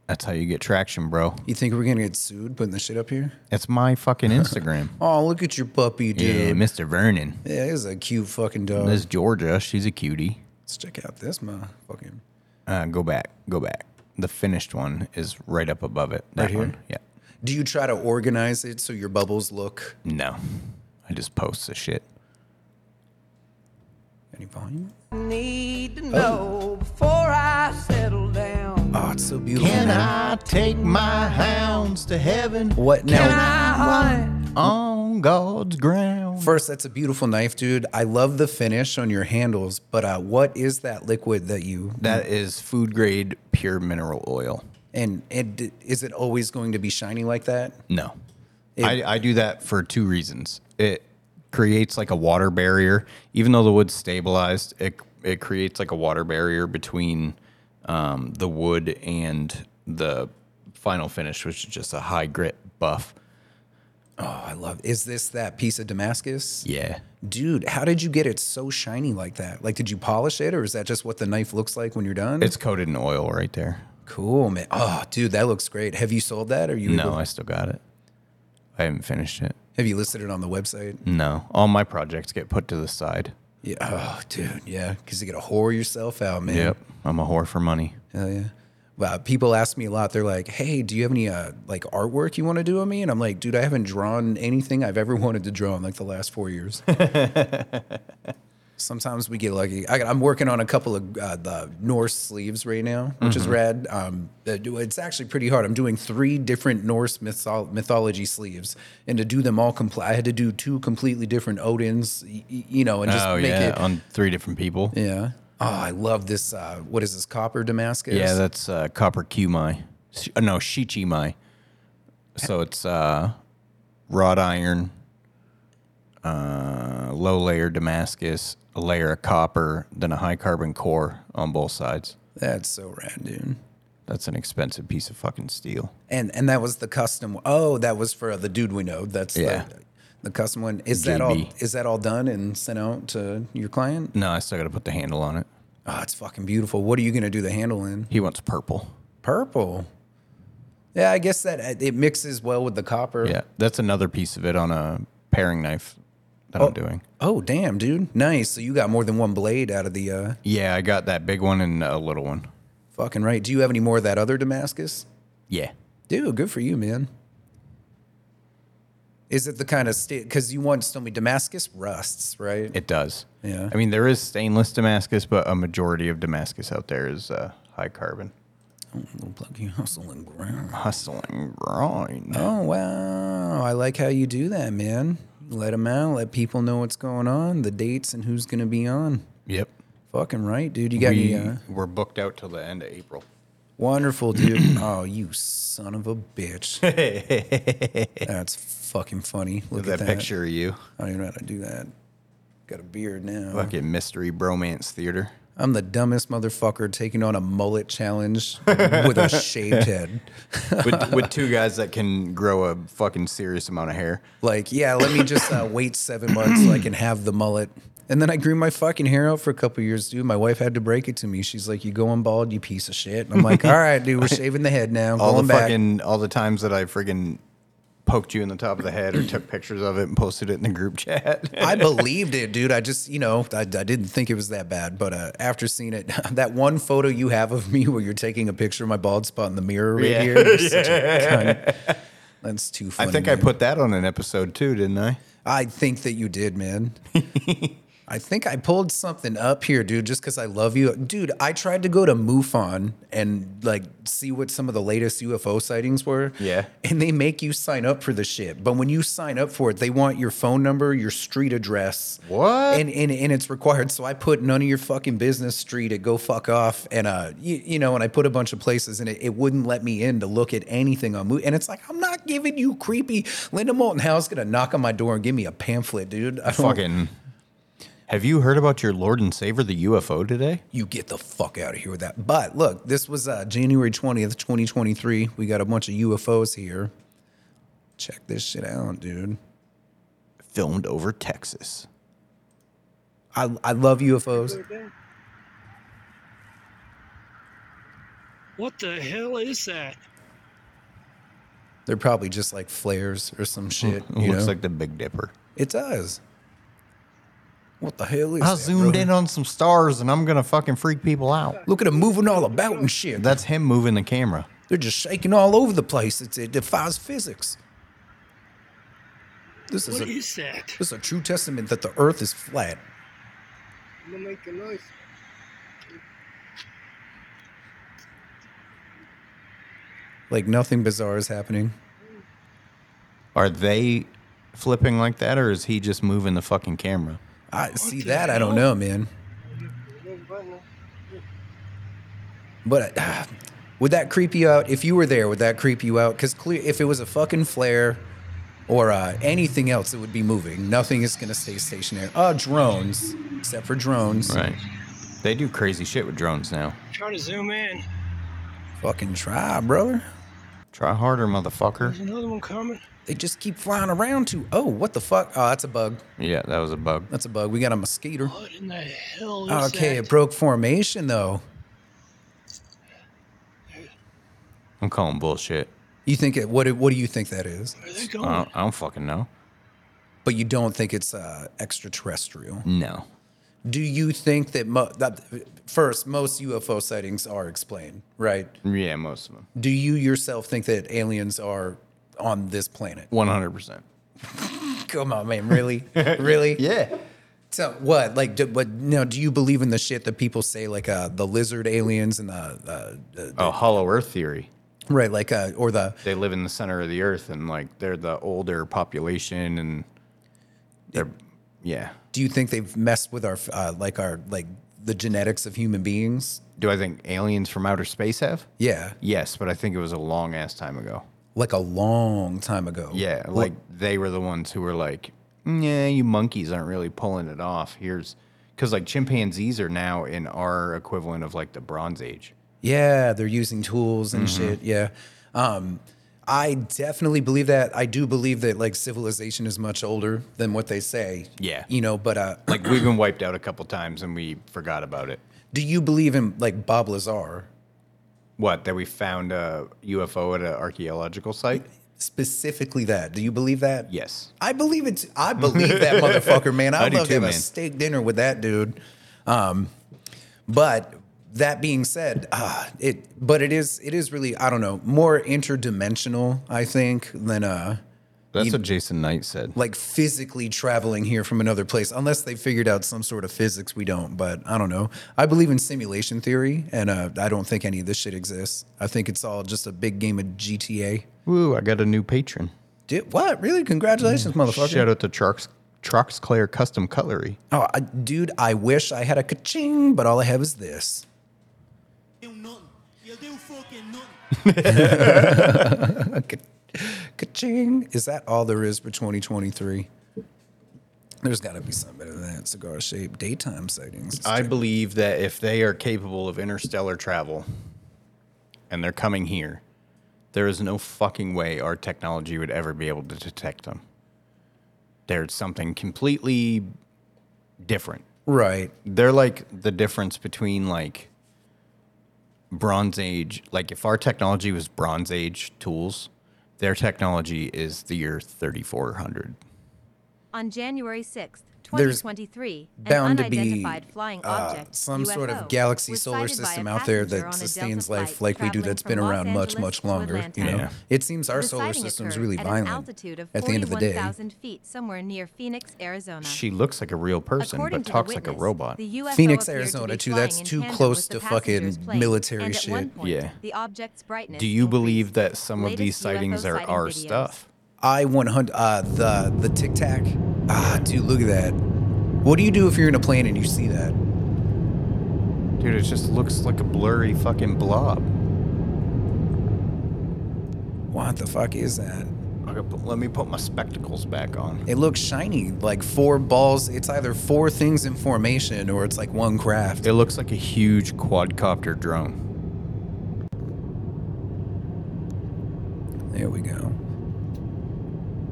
[SPEAKER 2] That's how you get traction, bro.
[SPEAKER 1] You think we're gonna get sued putting the shit up here?
[SPEAKER 2] It's my fucking Instagram.
[SPEAKER 1] Oh, look at your puppy,
[SPEAKER 2] yeah,
[SPEAKER 1] dude.
[SPEAKER 2] Mr. Vernon.
[SPEAKER 1] Yeah, he's a cute fucking dog.
[SPEAKER 2] Miss Georgia, she's a cutie.
[SPEAKER 1] Let's check out this motherfucking
[SPEAKER 2] Uh, go back, go back. The finished one is right up above it. That
[SPEAKER 1] Right here?
[SPEAKER 2] one. Yeah.
[SPEAKER 1] Do you try to organize it so your bubbles look
[SPEAKER 2] No, I just post the shit.
[SPEAKER 1] any volume?
[SPEAKER 18] Need to know before I settle down.
[SPEAKER 1] Oh, it's so beautiful.
[SPEAKER 18] Can
[SPEAKER 2] I take my hounds to heaven?
[SPEAKER 1] What now?
[SPEAKER 18] Can I hunt?
[SPEAKER 2] on God's ground.
[SPEAKER 1] First, that's a beautiful knife, dude. I love the finish on your handles, but uh, what is that liquid that you
[SPEAKER 2] That is food grade pure mineral oil.
[SPEAKER 1] and and is it always going to be shiny like that?
[SPEAKER 2] No. I, I do that for two reasons. It creates like a water barrier. Even though the wood's stabilized, it it creates like a water barrier between um, the wood and the final finish, which is just a high grit buff.
[SPEAKER 1] Oh, I love. Is this that piece of Damascus?
[SPEAKER 2] Yeah.
[SPEAKER 1] Dude, how did you get it so shiny like that? Like, did you polish it, or is that just what the knife looks like when you're done?
[SPEAKER 2] It's coated in oil right there.
[SPEAKER 1] cool, man. Oh, dude, that looks great. Have you sold that? Or you?
[SPEAKER 2] no,
[SPEAKER 1] able-
[SPEAKER 2] I still got it. I haven't finished it.
[SPEAKER 1] have you listed it on the website?
[SPEAKER 2] No, all my projects get put to the side.
[SPEAKER 1] Yeah. Oh, dude. Yeah, because you gotta whore yourself out, man.
[SPEAKER 2] Yep, I'm a whore for money.
[SPEAKER 1] Hell yeah. Well, Uh, people ask me a lot. They're like, "Hey, do you have any uh, like artwork you want to do on me?" And I'm like, "Dude, I haven't drawn anything I've ever wanted to draw in like the last four years." Sometimes we get lucky. I, I'm working on a couple of uh, the Norse sleeves right now, which is
[SPEAKER 2] Mhm.
[SPEAKER 1] rad. Um, that do- it's actually pretty hard. I'm doing three different Norse mytho- mythology sleeves, and to do them all complete, I had to do two completely different Odins, y- y- you know, and just
[SPEAKER 2] oh
[SPEAKER 1] make
[SPEAKER 2] yeah,
[SPEAKER 1] it.
[SPEAKER 2] on three different people.
[SPEAKER 1] yeah. Oh, I love this. Uh, what is this copper Damascus?
[SPEAKER 2] Yeah, that's uh, copper cumai. Sh- uh, No, shichimai. So it's uh, wrought iron, uh, low layer Damascus, a layer of copper, then a high carbon core on both sides.
[SPEAKER 1] That's so rad, dude.
[SPEAKER 2] That's an expensive piece of fucking steel.
[SPEAKER 1] And and that was the custom. Oh, that was for the dude we know. That's
[SPEAKER 2] Yeah.
[SPEAKER 1] the, the custom one. Is that all?
[SPEAKER 2] JB.
[SPEAKER 1] Is that all done and sent out to your client?
[SPEAKER 2] No, I still got to put the handle on it.
[SPEAKER 1] Oh, it's fucking beautiful. What are you gonna do the handle in?
[SPEAKER 2] He wants purple.
[SPEAKER 1] Purple. Yeah, I guess that uh, it mixes well with the copper.
[SPEAKER 2] Yeah, that's another piece of it on a paring knife that I'm doing.
[SPEAKER 1] Oh, damn, dude. Nice. So you got more than one blade out of the uh,
[SPEAKER 2] Yeah, I got that big one and a little one.
[SPEAKER 1] fucking right. Do you have any more of that other Damascus?
[SPEAKER 2] Yeah.
[SPEAKER 1] Dude, good for you, man. Is it the kind of state? Because you want so many Damascus rusts, right?
[SPEAKER 2] It does.
[SPEAKER 1] Yeah.
[SPEAKER 2] I mean, there is stainless Damascus, but a majority of Damascus out there is uh, high carbon.
[SPEAKER 1] Little pluggy hustling grind.
[SPEAKER 2] Hustling grind.
[SPEAKER 1] Oh wow! I like how you do that, man. Let them out. Let people know what's going on, the dates, and who's gonna be on.
[SPEAKER 2] Yep.
[SPEAKER 1] Fucking right, dude. You got
[SPEAKER 2] we,
[SPEAKER 1] any? Uh,
[SPEAKER 2] We're booked out till the end of April.
[SPEAKER 1] wonderful, dude. oh, you son of a bitch. That's fucking funny. Look
[SPEAKER 2] that
[SPEAKER 1] at that
[SPEAKER 2] picture of you.
[SPEAKER 1] I don't even know how to do that. Got a beard now.
[SPEAKER 2] Fucking mystery bromance theater.
[SPEAKER 1] I'm the dumbest motherfucker taking on a mullet challenge with a shaved head.
[SPEAKER 2] with, with two guys that can grow a fucking serious amount of hair.
[SPEAKER 1] Like, yeah, let me just uh, wait seven months so I can have the mullet. And then I grew my fucking hair out for a couple years, dude. My wife had to break it to me. She's like, "You going bald, you piece of shit." And I'm like, "All right, dude, we're shaving the head now.
[SPEAKER 2] all
[SPEAKER 1] going
[SPEAKER 2] the
[SPEAKER 1] back."
[SPEAKER 2] fucking all the times that I friggin' poked you in the top of the head or took pictures of it and posted it in the group chat.
[SPEAKER 1] I believed it, dude. I just, you know, I, I didn't think it was that bad. But uh, after seeing it, that one photo you have of me where you're taking a picture of my bald spot in the mirror right
[SPEAKER 2] Yeah.
[SPEAKER 1] here, you're such a
[SPEAKER 2] Yeah.
[SPEAKER 1] cunt. that's too
[SPEAKER 2] I
[SPEAKER 1] funny.
[SPEAKER 2] think I
[SPEAKER 1] man.
[SPEAKER 2] put that on an episode too, didn't I?
[SPEAKER 1] I think that you did, man. I think I pulled something up here, dude, just because I love you. Dude, I tried to go to MUFON and like see what some of the latest UFO sightings were.
[SPEAKER 2] Yeah.
[SPEAKER 1] And they make you sign up for the shit. But when you sign up for it, they want your phone number, your street address.
[SPEAKER 2] What?
[SPEAKER 1] And and, and it's required. So I put none of your fucking business street at go fuck off. And uh you, you know, and I put a bunch of places and it, it wouldn't let me in to look at anything on Mu. And it's like, I'm not giving you creepy. Linda Moulton Howe's gonna knock on my door and give me a pamphlet, dude. I don't-
[SPEAKER 2] Fucking. Have you heard about your Lord and Savior the UFO today?
[SPEAKER 1] you get the fuck out of here with that. But look, this was uh, January 20th, 2023. We got a bunch of UFOs here. Check this shit out, dude.
[SPEAKER 2] Filmed over Texas.
[SPEAKER 1] I, I love UFOs.
[SPEAKER 19] What the hell is that?
[SPEAKER 1] They're probably just like flares or some shit.
[SPEAKER 2] Mm, It
[SPEAKER 1] You
[SPEAKER 2] looks
[SPEAKER 1] know?
[SPEAKER 2] like the Big Dipper.
[SPEAKER 1] it does. What the hell is
[SPEAKER 2] I
[SPEAKER 1] that,
[SPEAKER 2] zoomed
[SPEAKER 1] bro?
[SPEAKER 2] in on some stars and I'm gonna fucking freak people out.
[SPEAKER 1] Look at them moving all about and shit.
[SPEAKER 2] That's him moving the camera.
[SPEAKER 1] They're just shaking all over the place. It's, it defies physics. This is,
[SPEAKER 19] What
[SPEAKER 1] a,
[SPEAKER 19] is that?
[SPEAKER 1] this is a true testament that the earth is flat.
[SPEAKER 19] I'm gonna make a noise.
[SPEAKER 1] Like nothing bizarre is happening.
[SPEAKER 2] Are they flipping like that or is he just moving the fucking camera?
[SPEAKER 1] I see that. I don't know, man. But uh, would that creep you out? If you were there, would that creep you out? Because clear, if it was a fucking flare, or uh, anything else that would be moving. Nothing is going to stay stationary. Uh, drones, except for drones.
[SPEAKER 2] Right. They do crazy shit with drones now.
[SPEAKER 19] Trying to zoom in.
[SPEAKER 1] Fucking try, brother.
[SPEAKER 2] Try harder, motherfucker.
[SPEAKER 19] There's another one coming.
[SPEAKER 1] They just keep flying around to. Oh, what the fuck? Oh, that's a bug.
[SPEAKER 2] Yeah, that was a bug.
[SPEAKER 1] That's a bug. We got a mosquito.
[SPEAKER 19] What in the hell is
[SPEAKER 1] Okay,
[SPEAKER 19] that?
[SPEAKER 1] it broke formation though.
[SPEAKER 2] I'm calling bullshit.
[SPEAKER 1] You think it? What? What do you think that is?
[SPEAKER 19] they
[SPEAKER 2] I don't, I don't fucking know.
[SPEAKER 1] But you don't think it's uh, extraterrestrial?
[SPEAKER 2] No.
[SPEAKER 1] Do you think that, mo- that first most UFO sightings are explained, right?
[SPEAKER 2] Yeah, most of them.
[SPEAKER 1] Do you yourself think that aliens are on this planet?
[SPEAKER 2] 100%.
[SPEAKER 1] Come on, man, really, really?
[SPEAKER 2] Yeah.
[SPEAKER 1] So what? Like, do, but now, do you believe in the shit that people say, like uh, the lizard aliens and the, the, the
[SPEAKER 2] Oh, hollow earth theory.
[SPEAKER 1] right, like uh, or the
[SPEAKER 2] They live in the center of the earth and like they're the older population and they're, yeah.
[SPEAKER 1] do you think they've messed with our uh, like our like the genetics of human beings?
[SPEAKER 2] Do I think aliens from outer space have?
[SPEAKER 1] Yeah,
[SPEAKER 2] Yes, but I think it was a long ass time ago.
[SPEAKER 1] like a long time ago.
[SPEAKER 2] Yeah,
[SPEAKER 1] Well,
[SPEAKER 2] like they were the ones who were like, "Yeah, you monkeys aren't really pulling it off." Here's because like chimpanzees are now in our equivalent of like the Bronze Age.
[SPEAKER 1] yeah, they're using tools and
[SPEAKER 2] Mm-hmm.
[SPEAKER 1] shit. Yeah, um, I definitely believe that. I do believe that like civilization is much older than what they say.
[SPEAKER 2] Yeah.
[SPEAKER 1] you know, but uh,
[SPEAKER 2] Like we've been wiped out a couple times and we forgot about it.
[SPEAKER 1] do you believe in like Bob Lazar?
[SPEAKER 2] What that we found a UFO at an archaeological site?
[SPEAKER 1] Specifically, that do you believe that?
[SPEAKER 2] Yes.
[SPEAKER 1] I believe it. too. I believe that motherfucker, man.
[SPEAKER 2] I
[SPEAKER 1] I'd
[SPEAKER 2] do
[SPEAKER 1] love
[SPEAKER 2] too,
[SPEAKER 1] to have
[SPEAKER 2] man.
[SPEAKER 1] a steak dinner with that dude. Um, but that being said, uh, it but it is it is really I don't know more interdimensional I think than uh
[SPEAKER 2] That's what Jason Knight said.
[SPEAKER 1] like physically traveling here from another place unless they figured out some sort of physics we don't. But I don't know. I believe in simulation theory, and uh, I don't think any of this shit exists. I think it's all just a big game of GTA.
[SPEAKER 2] Woo! I got a new patron.
[SPEAKER 1] Dude, what really? Congratulations, motherfucker!
[SPEAKER 2] Shout out to Trox Troxclair Custom Cutlery.
[SPEAKER 1] Oh, I, dude, I wish I had a ka-ching, but all I have is this. Ka- ka-ching. Is that all there is for 2023? There's got to be something better than that. Cigar shaped daytime sightings.
[SPEAKER 2] I believe that if they are capable of interstellar travel and they're coming here, there is no fucking way our technology would ever be able to detect them. There's something completely different.
[SPEAKER 1] Right.
[SPEAKER 2] They're like the difference between like Bronze Age, like if our technology was Bronze Age tools, their technology is the year 3400.
[SPEAKER 20] On January 6,
[SPEAKER 1] There's
[SPEAKER 20] 2023,
[SPEAKER 1] bound
[SPEAKER 20] an
[SPEAKER 1] to be,
[SPEAKER 20] unidentified flying
[SPEAKER 1] uh,
[SPEAKER 20] object,
[SPEAKER 1] some sort of
[SPEAKER 20] UFO,
[SPEAKER 1] galaxy
[SPEAKER 20] was
[SPEAKER 1] solar
[SPEAKER 20] sighted by a
[SPEAKER 1] system out there
[SPEAKER 20] passenger
[SPEAKER 1] that
[SPEAKER 20] on a Delta
[SPEAKER 1] sustains life
[SPEAKER 20] flight
[SPEAKER 1] like we do
[SPEAKER 20] traveling
[SPEAKER 1] that's been
[SPEAKER 20] from Los
[SPEAKER 1] around much,
[SPEAKER 20] Angeles
[SPEAKER 1] much
[SPEAKER 20] to
[SPEAKER 1] longer.
[SPEAKER 20] Atlanta.
[SPEAKER 1] You know,
[SPEAKER 2] Yeah.
[SPEAKER 1] it seems our
[SPEAKER 20] The
[SPEAKER 1] solar
[SPEAKER 20] sighting
[SPEAKER 1] system's
[SPEAKER 20] occurred
[SPEAKER 1] really
[SPEAKER 20] at
[SPEAKER 1] violent
[SPEAKER 20] An altitude of
[SPEAKER 1] at the end of the day.
[SPEAKER 20] 41,000 feet somewhere near Phoenix, Arizona.
[SPEAKER 2] She looks like a real person,
[SPEAKER 20] According
[SPEAKER 2] but
[SPEAKER 20] to the
[SPEAKER 2] talks like a
[SPEAKER 20] witness,
[SPEAKER 2] robot.
[SPEAKER 20] the UFO
[SPEAKER 1] Phoenix,
[SPEAKER 20] appeared to
[SPEAKER 1] Arizona,
[SPEAKER 20] be
[SPEAKER 1] too. That's
[SPEAKER 20] flying in
[SPEAKER 1] too
[SPEAKER 20] tandem
[SPEAKER 1] close
[SPEAKER 20] with
[SPEAKER 1] to
[SPEAKER 20] the passenger's
[SPEAKER 1] fucking
[SPEAKER 20] plane,
[SPEAKER 1] military
[SPEAKER 20] and at
[SPEAKER 1] shit.
[SPEAKER 20] one point,
[SPEAKER 2] Yeah.
[SPEAKER 20] The object's brightness
[SPEAKER 2] Do you
[SPEAKER 20] increased.
[SPEAKER 2] believe that some of these
[SPEAKER 20] Latest UFO
[SPEAKER 2] sightings are
[SPEAKER 20] sighting
[SPEAKER 2] our
[SPEAKER 20] videos.
[SPEAKER 2] stuff?
[SPEAKER 1] I 100, uh, the, the tic tac. Ah, dude, look at that. What do you do if you're in a plane and you see that?
[SPEAKER 2] Dude, it just looks like a blurry fucking blob.
[SPEAKER 1] What the fuck is that?
[SPEAKER 2] Okay, but Let me put my spectacles back on.
[SPEAKER 1] It looks shiny, like four balls. It's either four things in formation or it's like one craft.
[SPEAKER 2] It looks like a huge quadcopter drone.
[SPEAKER 1] There we go.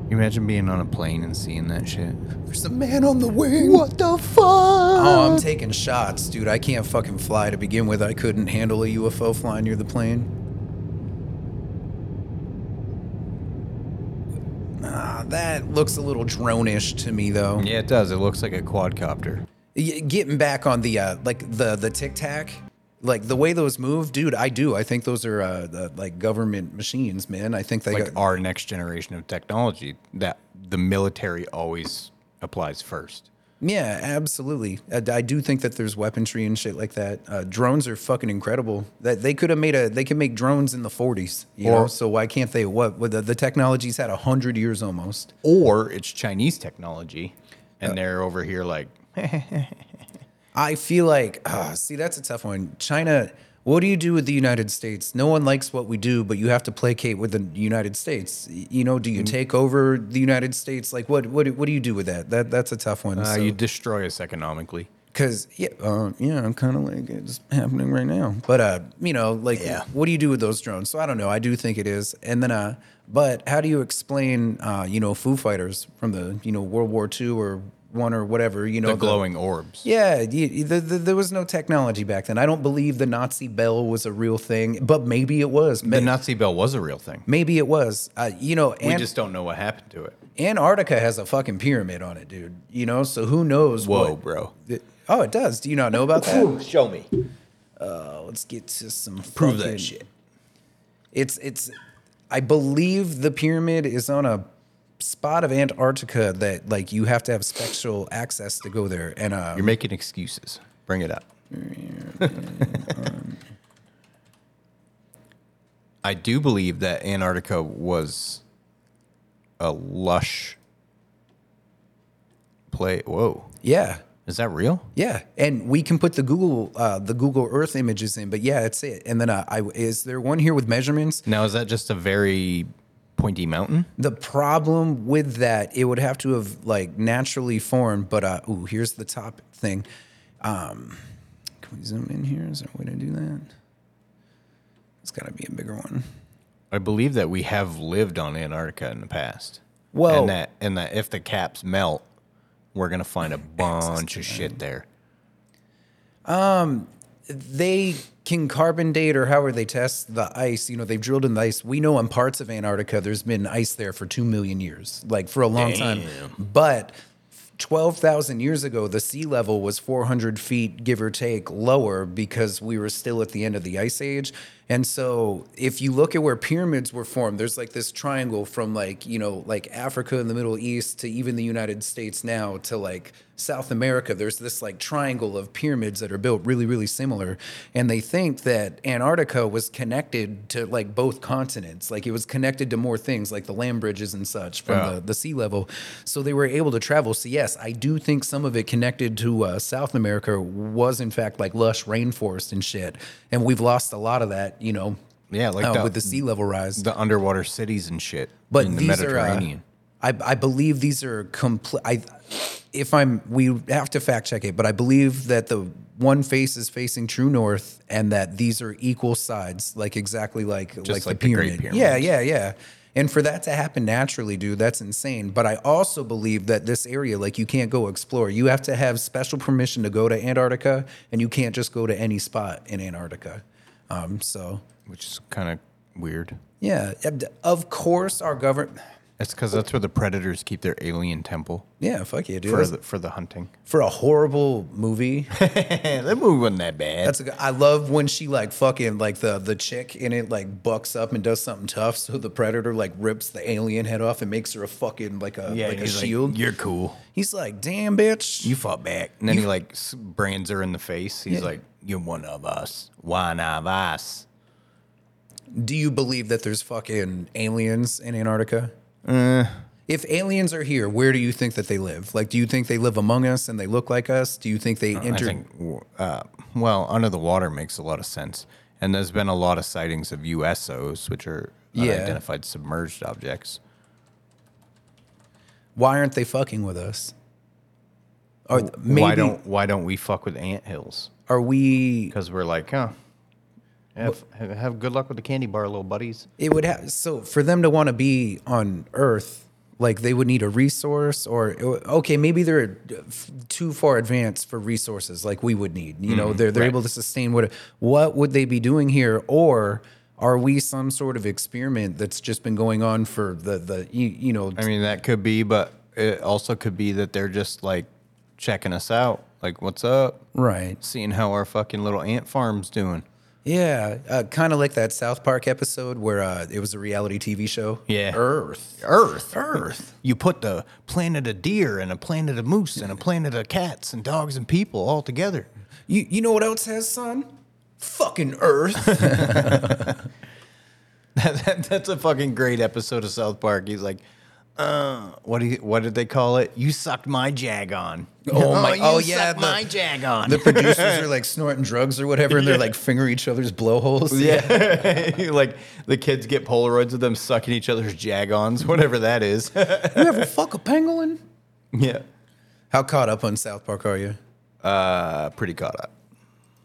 [SPEAKER 2] Can you imagine being on a plane and seeing that shit?
[SPEAKER 1] There's a man on the wing.
[SPEAKER 2] What the fuck?
[SPEAKER 1] Oh, I'm taking shots, dude. I can't fucking fly to begin with. I couldn't handle a UFO flying near the plane. Ah, that looks a little drone-ish to me, though.
[SPEAKER 2] yeah, it does. It looks like a quadcopter.
[SPEAKER 1] Y- Getting back on the uh, like the the tic tac, like the way those move, dude. I do. I think those are uh, the, like government machines, man. I think they
[SPEAKER 2] Like
[SPEAKER 1] got,
[SPEAKER 2] our next generation of technology that the military always applies first.
[SPEAKER 1] Yeah, absolutely. I, I do think that there's weaponry and shit like that. Uh, drones are fucking incredible. That they could have made a they could make drones in the 40s. You
[SPEAKER 2] Or-
[SPEAKER 1] know? So why can't they? What what the, the technology's had hundred years almost.
[SPEAKER 2] Or it's Chinese technology, and they're over here like,
[SPEAKER 1] I feel like ah, see that's a tough one. China. What do you do with the United States? No one likes what we do, but you have to placate with the United States. Y- You know, do
[SPEAKER 2] Mm.
[SPEAKER 1] you take over the United States? Like, what what what do you do with that? That that's a tough one.
[SPEAKER 2] Uh, You destroy us economically.
[SPEAKER 1] Because yeah, uh, yeah, I'm kind of like it's happening right now. But uh, you know, like, what do you do with those drones? So I don't know. I do think it is. And then uh, but how do you explain uh, you know, Foo Fighters from the you know World War II or one or whatever? You know,
[SPEAKER 2] the glowing orbs.
[SPEAKER 1] Yeah, you, you- the, the, there was no technology back then. I don't believe the Nazi bell was a real thing, but maybe it was.
[SPEAKER 2] The
[SPEAKER 1] May-
[SPEAKER 2] Nazi bell was a real thing.
[SPEAKER 1] Maybe it was. Uh, you know,
[SPEAKER 2] we
[SPEAKER 1] Ant-
[SPEAKER 2] just don't know what happened to it.
[SPEAKER 1] Antarctica has a fucking pyramid on it, dude. You know, so who knows?
[SPEAKER 2] Whoa,
[SPEAKER 1] what-
[SPEAKER 2] bro.
[SPEAKER 1] Th- oh, it does. Do you not know about that?
[SPEAKER 2] Show me.
[SPEAKER 1] Uh, let's get to some
[SPEAKER 2] Prove that
[SPEAKER 1] fucking-
[SPEAKER 2] shit.
[SPEAKER 1] It's it's. I believe the pyramid is on a spot of Antarctica that like you have to have special access to go there. And um,
[SPEAKER 2] You're making excuses. Bring it up. I do believe that Antarctica was a lush play. Whoa.
[SPEAKER 1] Yeah.
[SPEAKER 2] Is that real?
[SPEAKER 1] Yeah, and we can put the Google uh, the Google Earth images in, but yeah, that's it. And then uh, I is there one here with measurements?
[SPEAKER 2] Now, is that just a very pointy mountain?
[SPEAKER 1] The problem with that, it would have to have like naturally formed. But uh, ooh, here's the top thing. Um, can we zoom in here? Is there a way to do that? It's got to be a bigger one.
[SPEAKER 2] I believe that we have lived on Antarctica in the past.
[SPEAKER 1] Well-
[SPEAKER 2] and that and that if the caps melt, we're gonna find a bunch of shit there.
[SPEAKER 1] Um, they can carbon date or however they test the ice. You know, they've drilled in the ice. We know in parts of Antarctica there's been ice there for two million years, like for a long time. But twelve thousand years ago, the sea level was four hundred feet, give or take, lower because we were still at the end of the ice age. And so, if you look at where pyramids were formed, there's like this triangle from like you know like Africa and the Middle East to even the United States now to like South America, there's this like triangle of pyramids that are built really, really similar. And they think that Antarctica was connected to like both continents. Like it was connected to more things like the land bridges and such from
[SPEAKER 2] Yeah.
[SPEAKER 1] the, the sea level. So they were able to travel. So, yes, I do think some of it connected to uh, South America was in fact like lush rainforest and shit. And we've lost a lot of that, you know.
[SPEAKER 2] Yeah, like
[SPEAKER 1] uh,
[SPEAKER 2] the-
[SPEAKER 1] with the sea level rise,
[SPEAKER 2] The underwater cities and shit.
[SPEAKER 1] but
[SPEAKER 2] in the
[SPEAKER 1] these
[SPEAKER 2] Mediterranean.
[SPEAKER 1] are. Uh, I, I believe these are complete. I, if I'm, we have to fact check it, but I believe that the one face is facing true north, and that these are equal sides, like exactly like like,
[SPEAKER 2] like
[SPEAKER 1] the
[SPEAKER 2] the Great
[SPEAKER 1] pyramid. yeah,
[SPEAKER 2] Pyramids.
[SPEAKER 1] yeah, yeah. And for that to happen naturally, dude, that's insane. But I also believe that this area, like, you can't go explore. You have to have special permission to go to Antarctica, and you can't just go to any spot in Antarctica. Um, so,
[SPEAKER 2] which is kind of weird.
[SPEAKER 1] yeah, and of course, our government.
[SPEAKER 2] That's because that's where the predators keep their alien temple.
[SPEAKER 1] Yeah, fuck yeah, dude.
[SPEAKER 2] For
[SPEAKER 1] That's-
[SPEAKER 2] the, for the hunting.
[SPEAKER 1] for a horrible movie.
[SPEAKER 2] that movie wasn't that bad.
[SPEAKER 1] That's a good, I love when she like fucking like the the chick in it like bucks up and does something tough, so the predator like rips the alien head off and makes her a fucking like a
[SPEAKER 2] Yeah,
[SPEAKER 1] like
[SPEAKER 2] and
[SPEAKER 1] a
[SPEAKER 2] he's like,
[SPEAKER 1] shield.
[SPEAKER 2] You're cool.
[SPEAKER 1] he's like, damn bitch,
[SPEAKER 2] You fought back. And then
[SPEAKER 1] You-
[SPEAKER 2] he like s- brands her in the face. He's
[SPEAKER 1] Yeah.
[SPEAKER 2] like, You're one of us. One of us.
[SPEAKER 1] do you believe that there's fucking aliens in Antarctica?
[SPEAKER 2] Uh,
[SPEAKER 1] If aliens are here, where do you think that they live? Like, do you think they live among us and they look like us? Do you think they
[SPEAKER 2] I
[SPEAKER 1] enter?
[SPEAKER 2] think, w- uh, well, under the water makes a lot of sense. And there's been a lot of sightings of USOs, which are
[SPEAKER 1] Yeah.
[SPEAKER 2] unidentified submerged objects.
[SPEAKER 1] Why aren't they fucking with us? Or maybe
[SPEAKER 2] why don't why don't we fuck with ant hills?
[SPEAKER 1] are we?
[SPEAKER 2] Because we're like, huh? Have, have, have good luck with the candy bar, little buddies.
[SPEAKER 1] It would have so for them to want to be on Earth, like they would need a resource, or okay, maybe they're f- too far advanced for resources like we would need. You know,
[SPEAKER 2] Mm,
[SPEAKER 1] they're they're
[SPEAKER 2] right.
[SPEAKER 1] able to sustain what what would they be doing here, or are we some sort of experiment that's just been going on for the the you, you know?
[SPEAKER 2] I mean, that could be, but it also could be that they're just like checking us out. Like, what's up?
[SPEAKER 1] Right.
[SPEAKER 2] Seeing how our fucking little ant farm's doing.
[SPEAKER 1] Yeah, uh, kind of like that South Park episode where uh, it was a reality TV show.
[SPEAKER 2] Yeah.
[SPEAKER 1] Earth.
[SPEAKER 2] Earth. Earth. You put the planet of deer and a planet of moose and a planet of cats and dogs and people all together.
[SPEAKER 1] You you know what else has sun? Fucking Earth.
[SPEAKER 2] That- that's a fucking great episode of South Park. He's like, Uh, what do you, what did they call it? You sucked my jag on.
[SPEAKER 1] Oh my!
[SPEAKER 2] you
[SPEAKER 1] Oh yeah,
[SPEAKER 2] sucked my jag on.
[SPEAKER 1] The producers are like snorting drugs or whatever, and they're like fingering each other's blowholes.
[SPEAKER 2] Yeah. like the kids get Polaroids of them sucking each other's jagons, whatever that is.
[SPEAKER 1] you ever fuck a penguin?
[SPEAKER 2] yeah.
[SPEAKER 1] How caught up on South Park are you?
[SPEAKER 2] Uh, pretty caught up.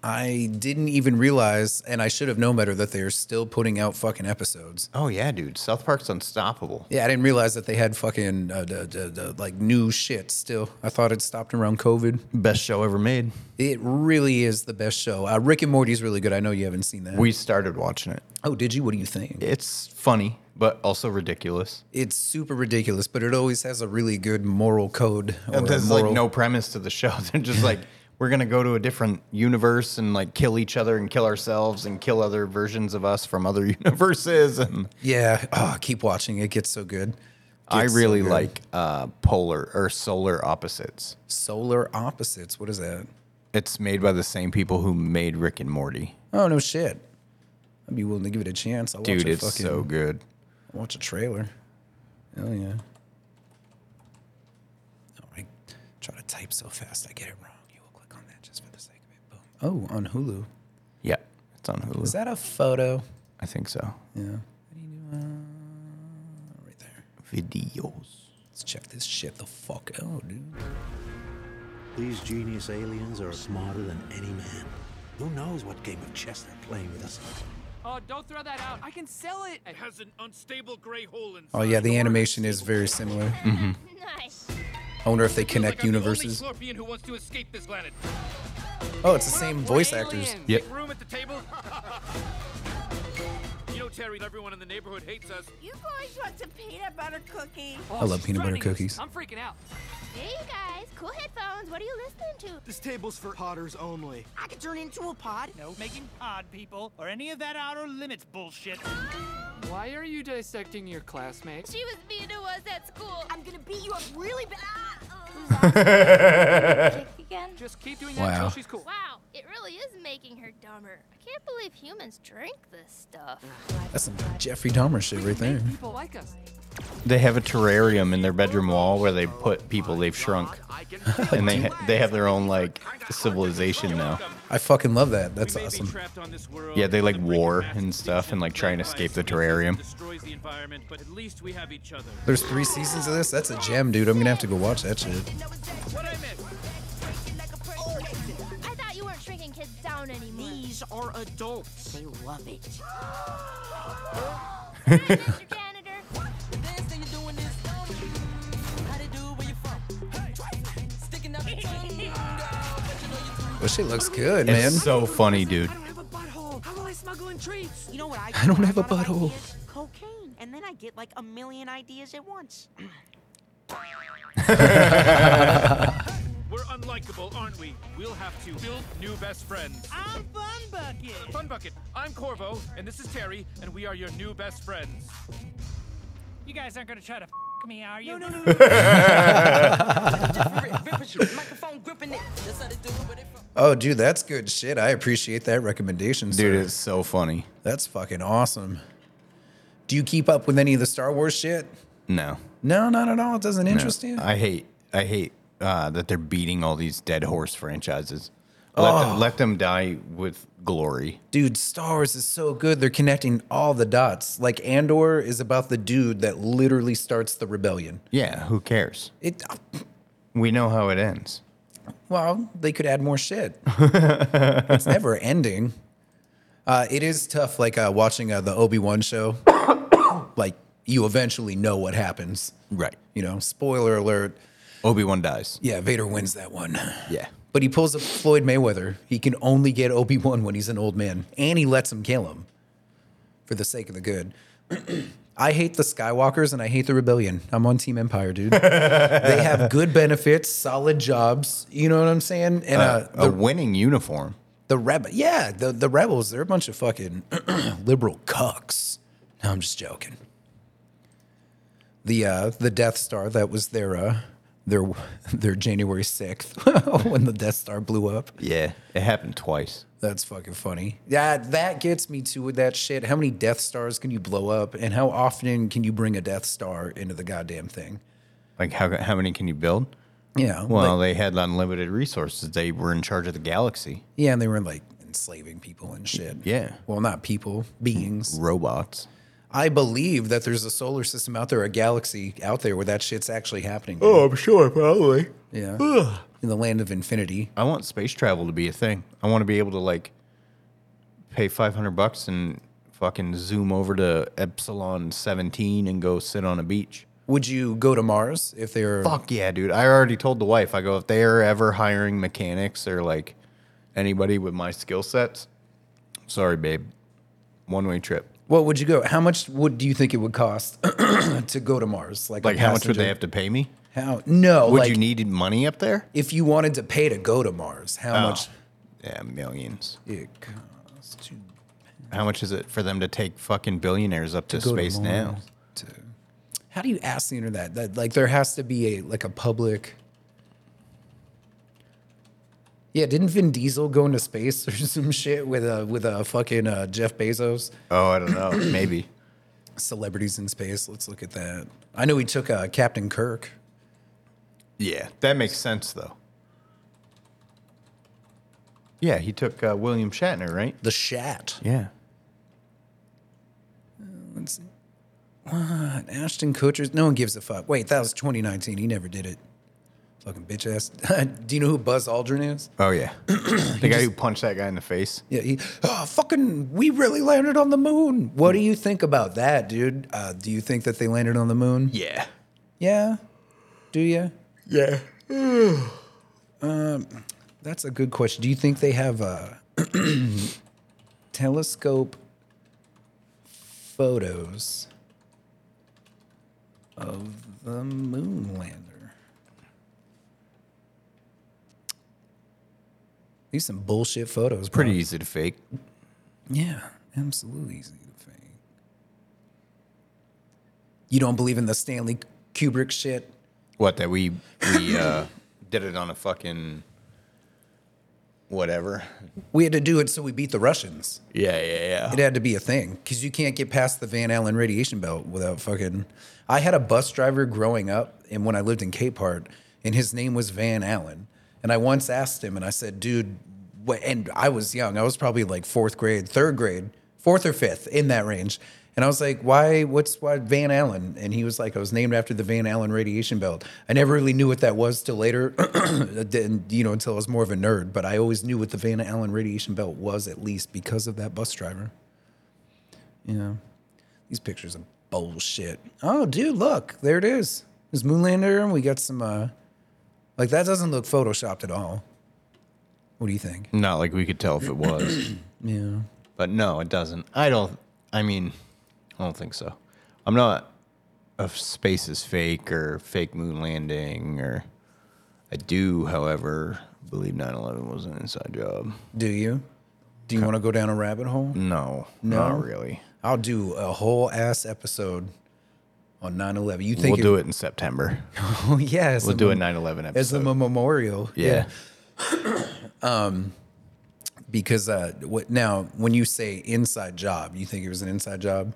[SPEAKER 1] I didn't even realize, and I should have known better, that they are still putting out fucking episodes.
[SPEAKER 2] Oh yeah, dude. South Park's unstoppable.
[SPEAKER 1] Yeah, I didn't realize that they had fucking uh, the, the, the, like new shit still. I thought it stopped around COVID.
[SPEAKER 2] Best show ever made.
[SPEAKER 1] It really is the best show. Uh, Rick and Morty's really good. I know you haven't seen that.
[SPEAKER 2] We started watching it.
[SPEAKER 1] oh, did you? What do you think?
[SPEAKER 2] It's funny, but also ridiculous.
[SPEAKER 1] It's super ridiculous, but it always has a really good moral code. or
[SPEAKER 2] And there's
[SPEAKER 1] moral-
[SPEAKER 2] like no premise to the show. They're just like, we're gonna go to a different universe and like kill each other and kill ourselves and kill other versions of us from other universes. And
[SPEAKER 1] Yeah, oh, keep watching. It gets so good.
[SPEAKER 2] I
[SPEAKER 1] Gets so
[SPEAKER 2] really
[SPEAKER 1] good.
[SPEAKER 2] like uh, polar or solar opposites.
[SPEAKER 1] Solar Opposites. What is that?
[SPEAKER 2] It's made by the same people who made Rick and Morty.
[SPEAKER 1] Oh no shit. I'd be willing to give it a chance. I'll watch
[SPEAKER 2] Dude,
[SPEAKER 1] a
[SPEAKER 2] it's
[SPEAKER 1] fucking,
[SPEAKER 2] so good.
[SPEAKER 1] I'll watch a trailer. Hell yeah. Oh, I try to type so fast I get it wrong. You will click on that just for the sake of it. Boom. Oh, on Hulu.
[SPEAKER 2] Yeah, it's on Hulu.
[SPEAKER 1] Is that a photo?
[SPEAKER 2] I think so.
[SPEAKER 1] Yeah. Uh,
[SPEAKER 2] Videos.
[SPEAKER 1] Let's check this shit the fuck out, dude.
[SPEAKER 21] These genius aliens are smarter than any man. Who knows what game of chess they're playing with us?
[SPEAKER 22] Oh, don't throw that out. I can sell it. It has an unstable gray hole in
[SPEAKER 1] Oh yeah, the animation is very similar. Mm-hmm.
[SPEAKER 22] Nice.
[SPEAKER 1] I wonder if they connect
[SPEAKER 22] like I'm the only
[SPEAKER 1] universes.
[SPEAKER 22] Slurpian who wants to escape this planet.
[SPEAKER 1] Oh, it's the same voice actors.
[SPEAKER 22] Yep. Room at the table. you know, Terry, everyone in the neighborhood hates us.
[SPEAKER 3] You guys want some peanut butter cookie?
[SPEAKER 22] Oh,
[SPEAKER 1] I love peanut butter cookies.
[SPEAKER 22] I'm freaking out.
[SPEAKER 3] Hey, you guys. Cool headphones. What are you listening to?
[SPEAKER 8] This table's for potters only.
[SPEAKER 3] I could turn into a pod.
[SPEAKER 19] No making pod people or any of that outer limits bullshit.
[SPEAKER 22] Why are you dissecting your classmates?
[SPEAKER 3] She was mean to us at school. I'm gonna beat you up really bad. again?
[SPEAKER 22] Just keep doing
[SPEAKER 1] Wow.
[SPEAKER 22] that until she's cool.
[SPEAKER 3] Wow, it really is making her dumber. I can't believe humans drink this stuff.
[SPEAKER 1] That's some Jeffrey Dahmer shit right there.
[SPEAKER 22] People like us.
[SPEAKER 2] They have a terrarium in their bedroom wall where they put people they've shrunk, and they ha- they have their own like civilization now.
[SPEAKER 1] I fucking love that. That's awesome.
[SPEAKER 2] Yeah, they like war and stuff, and like try and escape the terrarium.
[SPEAKER 1] There's three seasons of this. That's a gem, dude. I'm gonna have to go watch that shit.
[SPEAKER 3] I thought you weren't shrinking kids down anymore. Oh, These are adults. They love it.
[SPEAKER 1] This shit looks good,
[SPEAKER 2] it's
[SPEAKER 1] man.
[SPEAKER 2] so funny, dude.
[SPEAKER 23] How will I smuggle in treats? You know what I
[SPEAKER 1] I don't have a butthole.
[SPEAKER 23] cocaine, and then I get like a million ideas at once.
[SPEAKER 22] We're unlikable, aren't we? We'll have to build new best friends. I'm Fun Bucket. Fun Bucket. I'm Corvo, and this is Terry, and we are your new best friends.
[SPEAKER 19] You guys aren't gonna try to f me, are you?
[SPEAKER 23] No, no, no,
[SPEAKER 1] Oh, dude, that's good shit. I appreciate that recommendation,
[SPEAKER 2] Dude,
[SPEAKER 1] sir.
[SPEAKER 2] it's so funny.
[SPEAKER 1] That's fucking awesome. Do you keep up with any of the Star Wars shit?
[SPEAKER 2] No,
[SPEAKER 1] No, not at all. It doesn't
[SPEAKER 2] no.
[SPEAKER 1] interest you.
[SPEAKER 2] I hate I hate uh, that they're beating all these dead horse franchises. Let,
[SPEAKER 1] Oh.
[SPEAKER 2] them, let them die with glory.
[SPEAKER 1] Dude, Star Wars is so good. They're connecting all the dots. Like Andor is about the dude that literally starts the rebellion.
[SPEAKER 2] Yeah, who cares?
[SPEAKER 1] It
[SPEAKER 2] We know how it ends.
[SPEAKER 1] well, they could add more shit. it's never ending. Uh, it is tough, like uh, watching uh, the Obi Wan show. like you eventually know what happens.
[SPEAKER 2] Right.
[SPEAKER 1] You know, spoiler alert.
[SPEAKER 2] Obi Wan dies.
[SPEAKER 1] Yeah, Vader wins that one.
[SPEAKER 2] Yeah.
[SPEAKER 1] But he pulls up Floyd Mayweather. He can only get Obi Wan when he's an old man, and he lets him kill him for the sake of the good. I hate the Skywalkers and I hate the Rebellion. I'm on Team Empire, dude. they have good benefits, solid jobs. You know what I'm saying? And uh,
[SPEAKER 2] Uh, a
[SPEAKER 1] the,
[SPEAKER 2] winning uniform.
[SPEAKER 1] the rebel, yeah, the the rebels, they're a bunch of fucking liberal cucks. No, I'm just joking. The uh, the Death Star that was their uh, their their January sixth when the Death Star blew up.
[SPEAKER 2] Yeah, it happened twice.
[SPEAKER 1] That's fucking funny. Yeah, that gets me too with that shit. How many Death Stars can you blow up, and how often can you bring a Death Star into the goddamn thing?
[SPEAKER 2] Like how how many can you build?
[SPEAKER 1] Yeah,
[SPEAKER 2] Well, they had unlimited resources. They were in charge of the galaxy.
[SPEAKER 1] Yeah, and they were like enslaving people and shit.
[SPEAKER 2] Yeah.
[SPEAKER 1] Well, not people, beings.
[SPEAKER 2] Robots.
[SPEAKER 1] I believe that there's a solar system out there, a galaxy out there where that shit's actually happening. dude.
[SPEAKER 2] I'm sure, probably.
[SPEAKER 1] Yeah. In the land of infinity.
[SPEAKER 2] I want space travel to be a thing. I want to be able to like pay 500 bucks and fucking zoom over to Epsilon 17 and go sit on a beach.
[SPEAKER 1] Would you go to Mars if they're
[SPEAKER 2] Fuck yeah, dude. I already told the wife, I go, if they're ever hiring mechanics or like anybody with my skill sets, sorry, babe. One way trip.
[SPEAKER 1] What would you go? How much would do you think it would cost to go to Mars? Like, a
[SPEAKER 2] Like, how much would they
[SPEAKER 1] passenger?
[SPEAKER 2] have to pay me?
[SPEAKER 1] How? No.
[SPEAKER 2] would
[SPEAKER 1] like,
[SPEAKER 2] you need money up there?
[SPEAKER 1] If you wanted to pay to go to Mars, how
[SPEAKER 2] Oh.
[SPEAKER 1] much?
[SPEAKER 2] Yeah, millions.
[SPEAKER 1] It costs to,
[SPEAKER 2] How much is it for them to take fucking billionaires up to,
[SPEAKER 1] go to
[SPEAKER 2] space now?
[SPEAKER 1] Mars, to- how do you ask the internet that? That like there has to be a like a public. Yeah, didn't Vin Diesel go into space or some shit with a with a fucking uh, Jeff Bezos?
[SPEAKER 2] Oh, I don't know. Maybe.
[SPEAKER 1] Celebrities in space. Let's look at that. I know he took uh, Captain Kirk.
[SPEAKER 2] Yeah, that makes sense though. Yeah, he took uh, William Shatner, right?
[SPEAKER 1] The Shat.
[SPEAKER 2] Yeah.
[SPEAKER 1] Let's see. What? Ashton Kutcher's? No one gives a fuck. Wait, that was 2019. He never did it. Fucking bitch ass. Do you know who Buzz Aldrin is?
[SPEAKER 2] Oh yeah, the guy who punched that guy in the face.
[SPEAKER 1] Yeah, he, oh, fucking, we really landed on the moon. What do you think about that, dude? Uh, do you think that they landed on the moon?
[SPEAKER 2] Yeah.
[SPEAKER 1] Yeah. Do you?
[SPEAKER 2] Yeah.
[SPEAKER 1] um, that's a good question. Do you think they have uh, telescope photos of the moon lander? These some bullshit photos. bro.
[SPEAKER 2] Pretty easy to fake.
[SPEAKER 1] Yeah, absolutely easy to fake. You don't believe in the Stanley Kubrick shit?
[SPEAKER 2] What that we we uh, did it on a fucking whatever.
[SPEAKER 1] We had to do it so we beat the Russians.
[SPEAKER 2] Yeah, yeah, yeah.
[SPEAKER 1] It had to be a thing because you can't get past the Van Allen radiation belt without fucking. I had a bus driver growing up, and when I lived in Cape Hart, and his name was Van Allen. And I once asked him, and I said, "Dude," what, and I was young. I was probably like fourth grade, third grade, fourth or fifth in that range. And I was like, "Why? What's why Van Allen?" And he was like, "I was named after the Van Allen radiation belt." I never really knew what that was till later, and you know, until I was more of a nerd. But I always knew what the Van Allen radiation belt was, at least because of that bus driver. Yeah. These pictures are bullshit. Oh, dude, look. There it is. There's Moonlander, and we got some, uh, like, that doesn't look photoshopped at all. What do you think?
[SPEAKER 2] Not like we could tell if it was.
[SPEAKER 1] Yeah.
[SPEAKER 2] But no, it doesn't. I don't. I mean, I don't think so. I'm not if space is fake or fake moon landing or. I do, however, believe 9/11 was an inside job.
[SPEAKER 1] Do you? Do you want to go down a rabbit hole?
[SPEAKER 2] No,
[SPEAKER 1] No?
[SPEAKER 2] not really.
[SPEAKER 1] I'll do a whole ass episode on 9 11. You think
[SPEAKER 2] We'll do it in September.
[SPEAKER 1] Oh, yes.
[SPEAKER 2] We'll do a 9/11 episode.
[SPEAKER 1] As a mem- memorial.
[SPEAKER 2] yeah.
[SPEAKER 1] Um, because uh, what now, when you say inside job, you think it was an inside job?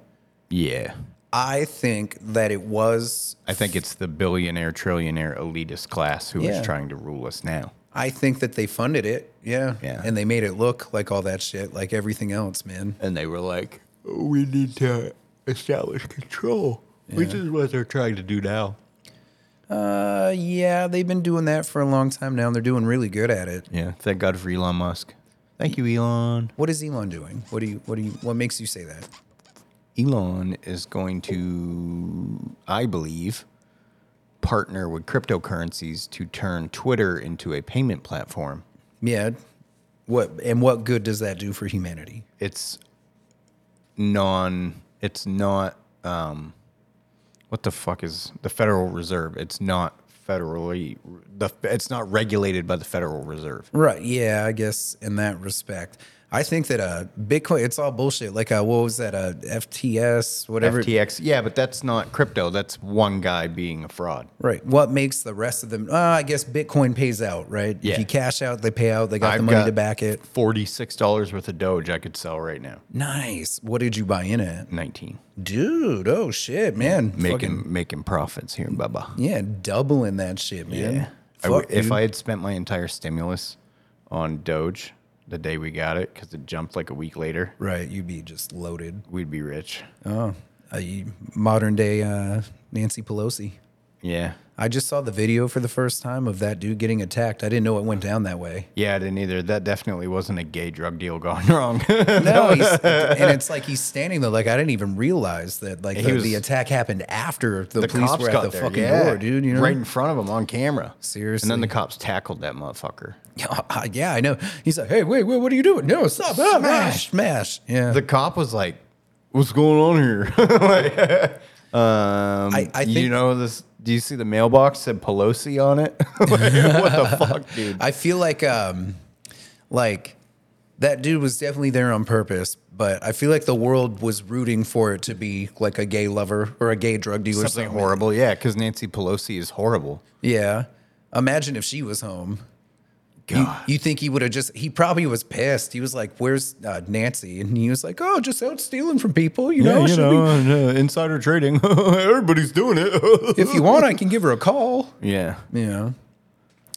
[SPEAKER 2] Yeah.
[SPEAKER 1] I think that it was
[SPEAKER 2] I think it's the billionaire, trillionaire, elitist class who is
[SPEAKER 1] Yeah.
[SPEAKER 2] trying to rule us now.
[SPEAKER 1] I think that they funded it. Yeah.
[SPEAKER 2] Yeah.
[SPEAKER 1] And they made it look like all that shit, like everything else, man.
[SPEAKER 2] And they were like, we need to establish control, which is what they're trying to do now.
[SPEAKER 1] Uh, yeah, they've been doing that for a long time now, and they're doing really good at it.
[SPEAKER 2] Yeah. Thank God for Elon Musk. Thank you, Elon.
[SPEAKER 1] What is Elon doing? What do you? What do you? What makes you say that?
[SPEAKER 2] Elon is going to, I believe, partner with cryptocurrencies to turn Twitter into a payment platform.
[SPEAKER 1] Yeah. What and what good does that do for humanity?
[SPEAKER 2] It's non, it's not, um, what the fuck is the Federal Reserve? It's not federally, the, it's not regulated by the Federal Reserve.
[SPEAKER 1] Right. Yeah, I guess in that respect, I think that uh, Bitcoin, it's all bullshit. Like, uh, what was that? Uh, FTS, whatever.
[SPEAKER 2] FTX. Yeah, but that's not crypto. That's one guy being a fraud.
[SPEAKER 1] Right. What makes the rest of them? Uh, I guess Bitcoin pays out, right?
[SPEAKER 2] Yeah.
[SPEAKER 1] If you cash out, they pay out. They got the money to back it.
[SPEAKER 2] Forty-six dollars worth of Doge I could sell right now.
[SPEAKER 1] Nice. What did you buy in it?
[SPEAKER 2] Nineteen.
[SPEAKER 1] Dude, oh shit, man.
[SPEAKER 2] Making
[SPEAKER 1] Fucking-
[SPEAKER 2] making profits here, Bubba.
[SPEAKER 1] yeah, doubling that shit, man.
[SPEAKER 2] Yeah. I
[SPEAKER 1] Fuck,
[SPEAKER 2] w- if
[SPEAKER 1] dude.
[SPEAKER 2] I had spent my entire stimulus on Doge the day we got it, because it jumped like a week later,
[SPEAKER 1] Right, you'd be just loaded.
[SPEAKER 2] we'd be rich.
[SPEAKER 1] Oh, a modern day uh, Nancy Pelosi.
[SPEAKER 2] Yeah.
[SPEAKER 1] I just saw the video for the first time of that dude getting attacked. I didn't know it went down that way.
[SPEAKER 2] Yeah, I didn't either. That definitely wasn't a gay drug deal gone wrong.
[SPEAKER 1] No, he's, and it's like he's standing there. Like I didn't even realize that like
[SPEAKER 2] He
[SPEAKER 1] the,
[SPEAKER 2] was-
[SPEAKER 1] the attack happened after the, police were at the
[SPEAKER 2] there,
[SPEAKER 1] fucking
[SPEAKER 2] yeah.
[SPEAKER 1] door, dude. You know,
[SPEAKER 2] right in front of him on camera.
[SPEAKER 1] Seriously.
[SPEAKER 2] And then the cops tackled that motherfucker.
[SPEAKER 1] Yeah, yeah, I know. He's like, hey, wait, wait, what are you doing? No, stop, ah, smash, smash. Yeah.
[SPEAKER 2] The cop was like, "What's going on here?" Like, um,
[SPEAKER 1] I- I
[SPEAKER 2] you
[SPEAKER 1] think-
[SPEAKER 2] know this. Do you see the mailbox said Pelosi on it? Like, what the fuck, dude?
[SPEAKER 1] I feel like um like that dude was definitely there on purpose, but I feel like the world was rooting for it to be like a gay lover or a gay drug dealer.
[SPEAKER 2] Something horrible, yeah. Because Nancy Pelosi is horrible.
[SPEAKER 1] Yeah. Imagine if she was home. You-
[SPEAKER 2] God.
[SPEAKER 1] You, think he would have just, he probably was pissed. He was like, Where's uh, Nancy? And he was like, Oh, just out stealing from people. You know, she'll be-
[SPEAKER 2] uh, insider trading. Everybody's doing it.
[SPEAKER 1] if you want, I can give her a call.
[SPEAKER 2] yeah,
[SPEAKER 1] Yeah.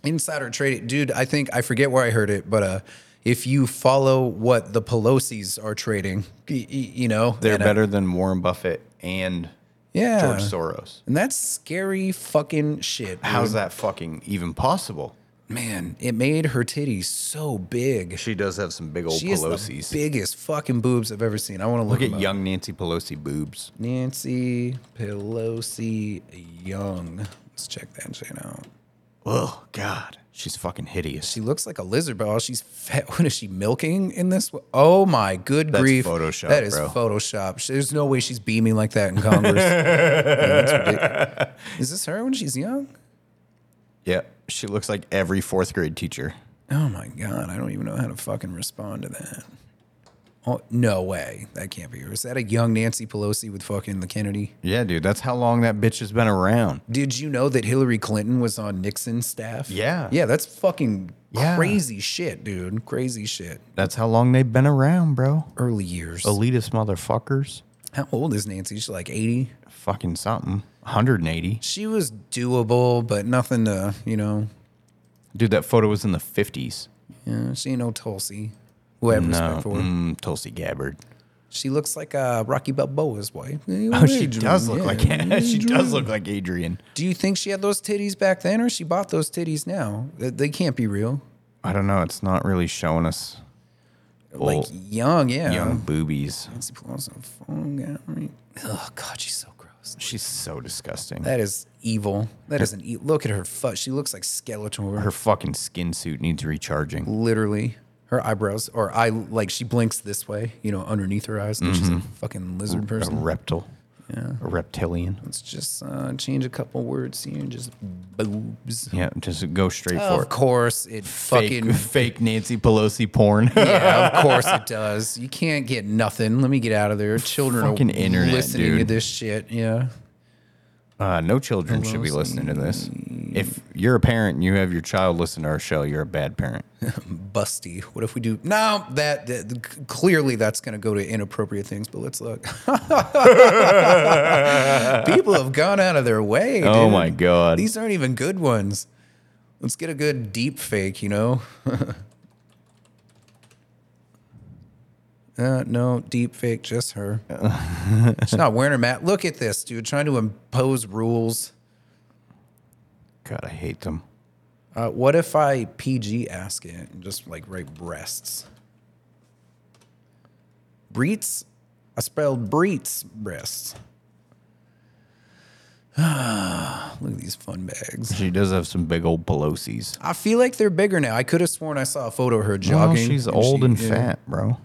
[SPEAKER 1] Insider trading. Dude, I think I forget where I heard it, but uh if you follow what the Pelosi's are trading, y- y- you know,
[SPEAKER 2] they're
[SPEAKER 1] and, uh,
[SPEAKER 2] better than Warren Buffett and
[SPEAKER 1] Yeah.
[SPEAKER 2] George Soros.
[SPEAKER 1] And that's scary fucking shit. dude.
[SPEAKER 2] How's that fucking even possible?
[SPEAKER 1] Man, it made her titties so big.
[SPEAKER 2] She does have some big old
[SPEAKER 1] She is
[SPEAKER 2] Oh, Pelosi's.
[SPEAKER 1] the biggest fucking boobs I've ever seen. I want to
[SPEAKER 2] Look
[SPEAKER 1] look,
[SPEAKER 2] at
[SPEAKER 1] them up.
[SPEAKER 2] young Nancy Pelosi boobs.
[SPEAKER 1] Nancy Pelosi Young. Let's check that shit out.
[SPEAKER 2] Oh God, she's fucking hideous.
[SPEAKER 1] She looks like a lizard, but all she's fat. What is she milking in this? Oh my good
[SPEAKER 2] That's
[SPEAKER 1] grief!
[SPEAKER 2] Photoshop,
[SPEAKER 1] That is
[SPEAKER 2] bro.
[SPEAKER 1] Photoshop. She- There's no way she's beaming like that in Congress. Yeah, that's ridiculous. is this her when she's young?
[SPEAKER 2] Yeah, she looks like every fourth grade teacher.
[SPEAKER 1] Oh my god! I don't even know how to fucking respond to that. Oh no way! That can't be her. Is that a young Nancy Pelosi with fucking the Kennedy?
[SPEAKER 2] Yeah, dude, that's how long that bitch has been around.
[SPEAKER 1] Did you know that Hillary Clinton was on Nixon's staff?
[SPEAKER 2] Yeah.
[SPEAKER 1] Yeah, that's fucking
[SPEAKER 2] Yeah.
[SPEAKER 1] crazy shit, dude. Crazy shit.
[SPEAKER 2] That's how long they've been around, bro.
[SPEAKER 1] Early years.
[SPEAKER 2] Elitist motherfuckers.
[SPEAKER 1] How old is Nancy? She's like 80.
[SPEAKER 2] Fucking something. 180.
[SPEAKER 1] She was doable, but nothing to, you know,
[SPEAKER 2] Dude, that photo was in the 50s.
[SPEAKER 1] yeah, she ain't no Tulsi. Who I have respect for.
[SPEAKER 2] mm, Tulsi Gabbard.
[SPEAKER 1] She looks like uh, Rocky Balboa's wife.
[SPEAKER 2] Oh, she does look like she does look like Adrian.
[SPEAKER 1] Do you think she had those titties back then or she bought those titties now? They, they can't be real.
[SPEAKER 2] I don't know. It's not really showing us
[SPEAKER 1] Like
[SPEAKER 2] old-
[SPEAKER 1] young, yeah.
[SPEAKER 2] young boobies.
[SPEAKER 1] Nancy Pelosi, phone gallery. Oh, God, she's so gross.
[SPEAKER 2] She's so disgusting.
[SPEAKER 1] That is evil. That is an e- look at her foot. She looks like Skeletor.
[SPEAKER 2] Her fucking skin suit needs recharging.
[SPEAKER 1] literally her eyebrows or eye like she blinks this way, you know, underneath her eyes. and She's a
[SPEAKER 2] Mm-hmm.
[SPEAKER 1] fucking lizard
[SPEAKER 2] A
[SPEAKER 1] person.
[SPEAKER 2] reptile. Yeah. A reptilian.
[SPEAKER 1] Let's just uh, change a couple words here and just boobs.
[SPEAKER 2] Yeah, just go straight for
[SPEAKER 1] Of
[SPEAKER 2] it.
[SPEAKER 1] course, it
[SPEAKER 2] Fake,
[SPEAKER 1] fucking
[SPEAKER 2] fake Nancy Pelosi porn.
[SPEAKER 1] yeah. Of course it does. You can't get nothing. Let me get out of there. Children are
[SPEAKER 2] Fucking internet,
[SPEAKER 1] listening to
[SPEAKER 2] dude.
[SPEAKER 1] this shit. Yeah.
[SPEAKER 2] Uh, no children should be listening to this. If you're a parent and you have your child listen to our show, you're a bad parent.
[SPEAKER 1] busty. What if we do no? That, that clearly that's going to go to inappropriate things. But let's look. People have gone out of their way.
[SPEAKER 2] Oh
[SPEAKER 1] dude.
[SPEAKER 2] my God.
[SPEAKER 1] these aren't even good ones. Let's get a good deep fake. You know. Uh, no, deep fake, just her. She's not wearing her mat. Look at this, dude, trying to impose rules.
[SPEAKER 2] God, I hate them.
[SPEAKER 1] Uh, what if I PG ask it and just like write breasts? Breets? I spelled breets breasts. Look at these fun bags.
[SPEAKER 2] She does have some big old Pelosi's.
[SPEAKER 1] I feel like they're bigger now. I could have sworn I saw a photo of her
[SPEAKER 2] Well,
[SPEAKER 1] jogging.
[SPEAKER 2] she's old
[SPEAKER 1] she-
[SPEAKER 2] and
[SPEAKER 1] yeah.
[SPEAKER 2] fat, bro.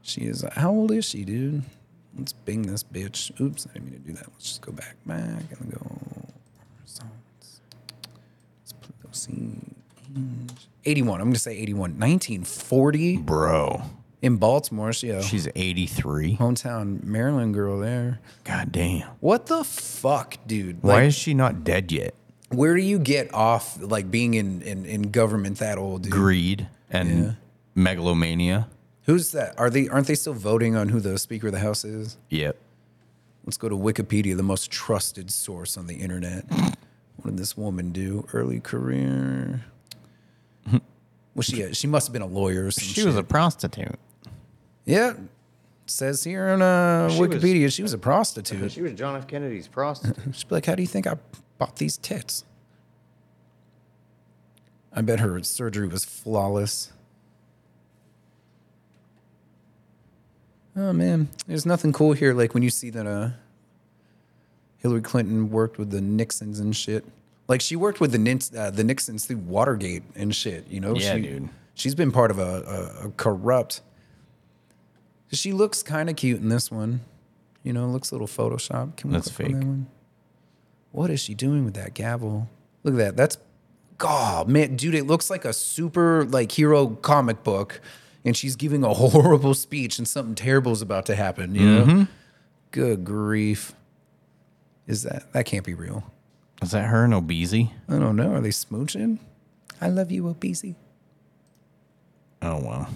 [SPEAKER 1] She is. How old is she, dude? Let's bing this bitch. Oops, I didn't mean to do that. Let's just go back, back, and go. Results. Let's put those in. 81. I'm going to say 81. 1940.
[SPEAKER 2] Bro.
[SPEAKER 1] in Baltimore. She, uh,
[SPEAKER 2] She's 83.
[SPEAKER 1] Hometown Maryland girl there.
[SPEAKER 2] God damn.
[SPEAKER 1] What the fuck, dude?
[SPEAKER 2] Why
[SPEAKER 1] Like,
[SPEAKER 2] is she not dead yet?
[SPEAKER 1] where do you get off like being in, in, in government that old? Dude?
[SPEAKER 2] Greed and megalomania.
[SPEAKER 1] Who's that? Are they aren't they still voting on who the Speaker of the House is?
[SPEAKER 2] Yep.
[SPEAKER 1] Let's go to Wikipedia, the most trusted source on the internet. What did this woman do? Early career. Well, she uh, she must have been a lawyer. Or some
[SPEAKER 2] She was a
[SPEAKER 1] shit.
[SPEAKER 2] prostitute.
[SPEAKER 1] yeah. Says here on uh,
[SPEAKER 2] She was-
[SPEAKER 1] Wikipedia, she was a prostitute.
[SPEAKER 2] was John F. Kennedy's prostitute.
[SPEAKER 1] She'd be like, "How do you think I bought these tits?" I bet her surgery was flawless. Oh man, there's nothing cool here. Like when you see that uh, Hillary Clinton worked with the Nixons and shit. Like she worked with the Nins- uh, the Nixons through Watergate and shit. You know,
[SPEAKER 2] Yeah,
[SPEAKER 1] she,
[SPEAKER 2] dude.
[SPEAKER 1] She's been part of a, a, a corrupt. She looks kind of cute in this one. You know, looks a little Photoshop. Can we
[SPEAKER 2] That's
[SPEAKER 1] click on that
[SPEAKER 2] fake.
[SPEAKER 1] one? What is she doing with that gavel? Look at that. That's God, man, dude. It looks like a super like hero comic book, and she's giving a horrible speech, and something terrible is about to happen. You know.
[SPEAKER 2] Mhm.
[SPEAKER 1] Good grief. Is that that can't be real?
[SPEAKER 2] Is that her and Obese?
[SPEAKER 1] I don't know. Are they smooching? I love you, Obese.
[SPEAKER 2] Oh wow.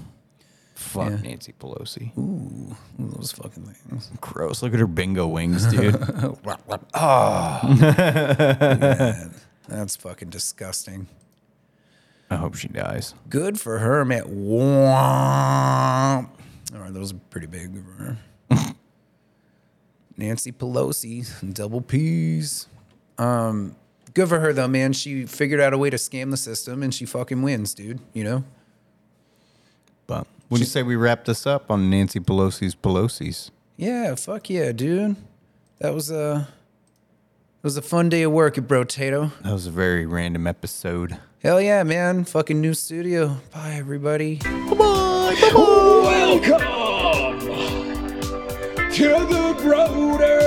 [SPEAKER 2] Fuck
[SPEAKER 1] Yeah.
[SPEAKER 2] Nancy Pelosi.
[SPEAKER 1] Ooh, those fucking things.
[SPEAKER 2] Gross. Look at her bingo wings, dude.
[SPEAKER 1] oh, man, that's fucking disgusting.
[SPEAKER 2] I hope she dies.
[SPEAKER 1] Good for her, man. Womp. All right, those are pretty big of her. Nancy Pelosi, double P's. Um, good for her though, man. She figured out a way to scam the system, and she fucking wins, dude. You know.
[SPEAKER 2] But would you say we wrap this up on Nancy Pelosi's Pelosi's?
[SPEAKER 1] Yeah, fuck yeah, dude. That was a it was a fun day of work at Brotato.
[SPEAKER 2] That was a very random episode.
[SPEAKER 1] Hell yeah, man. Fucking new studio. Bye everybody.
[SPEAKER 4] Welcome to the Broder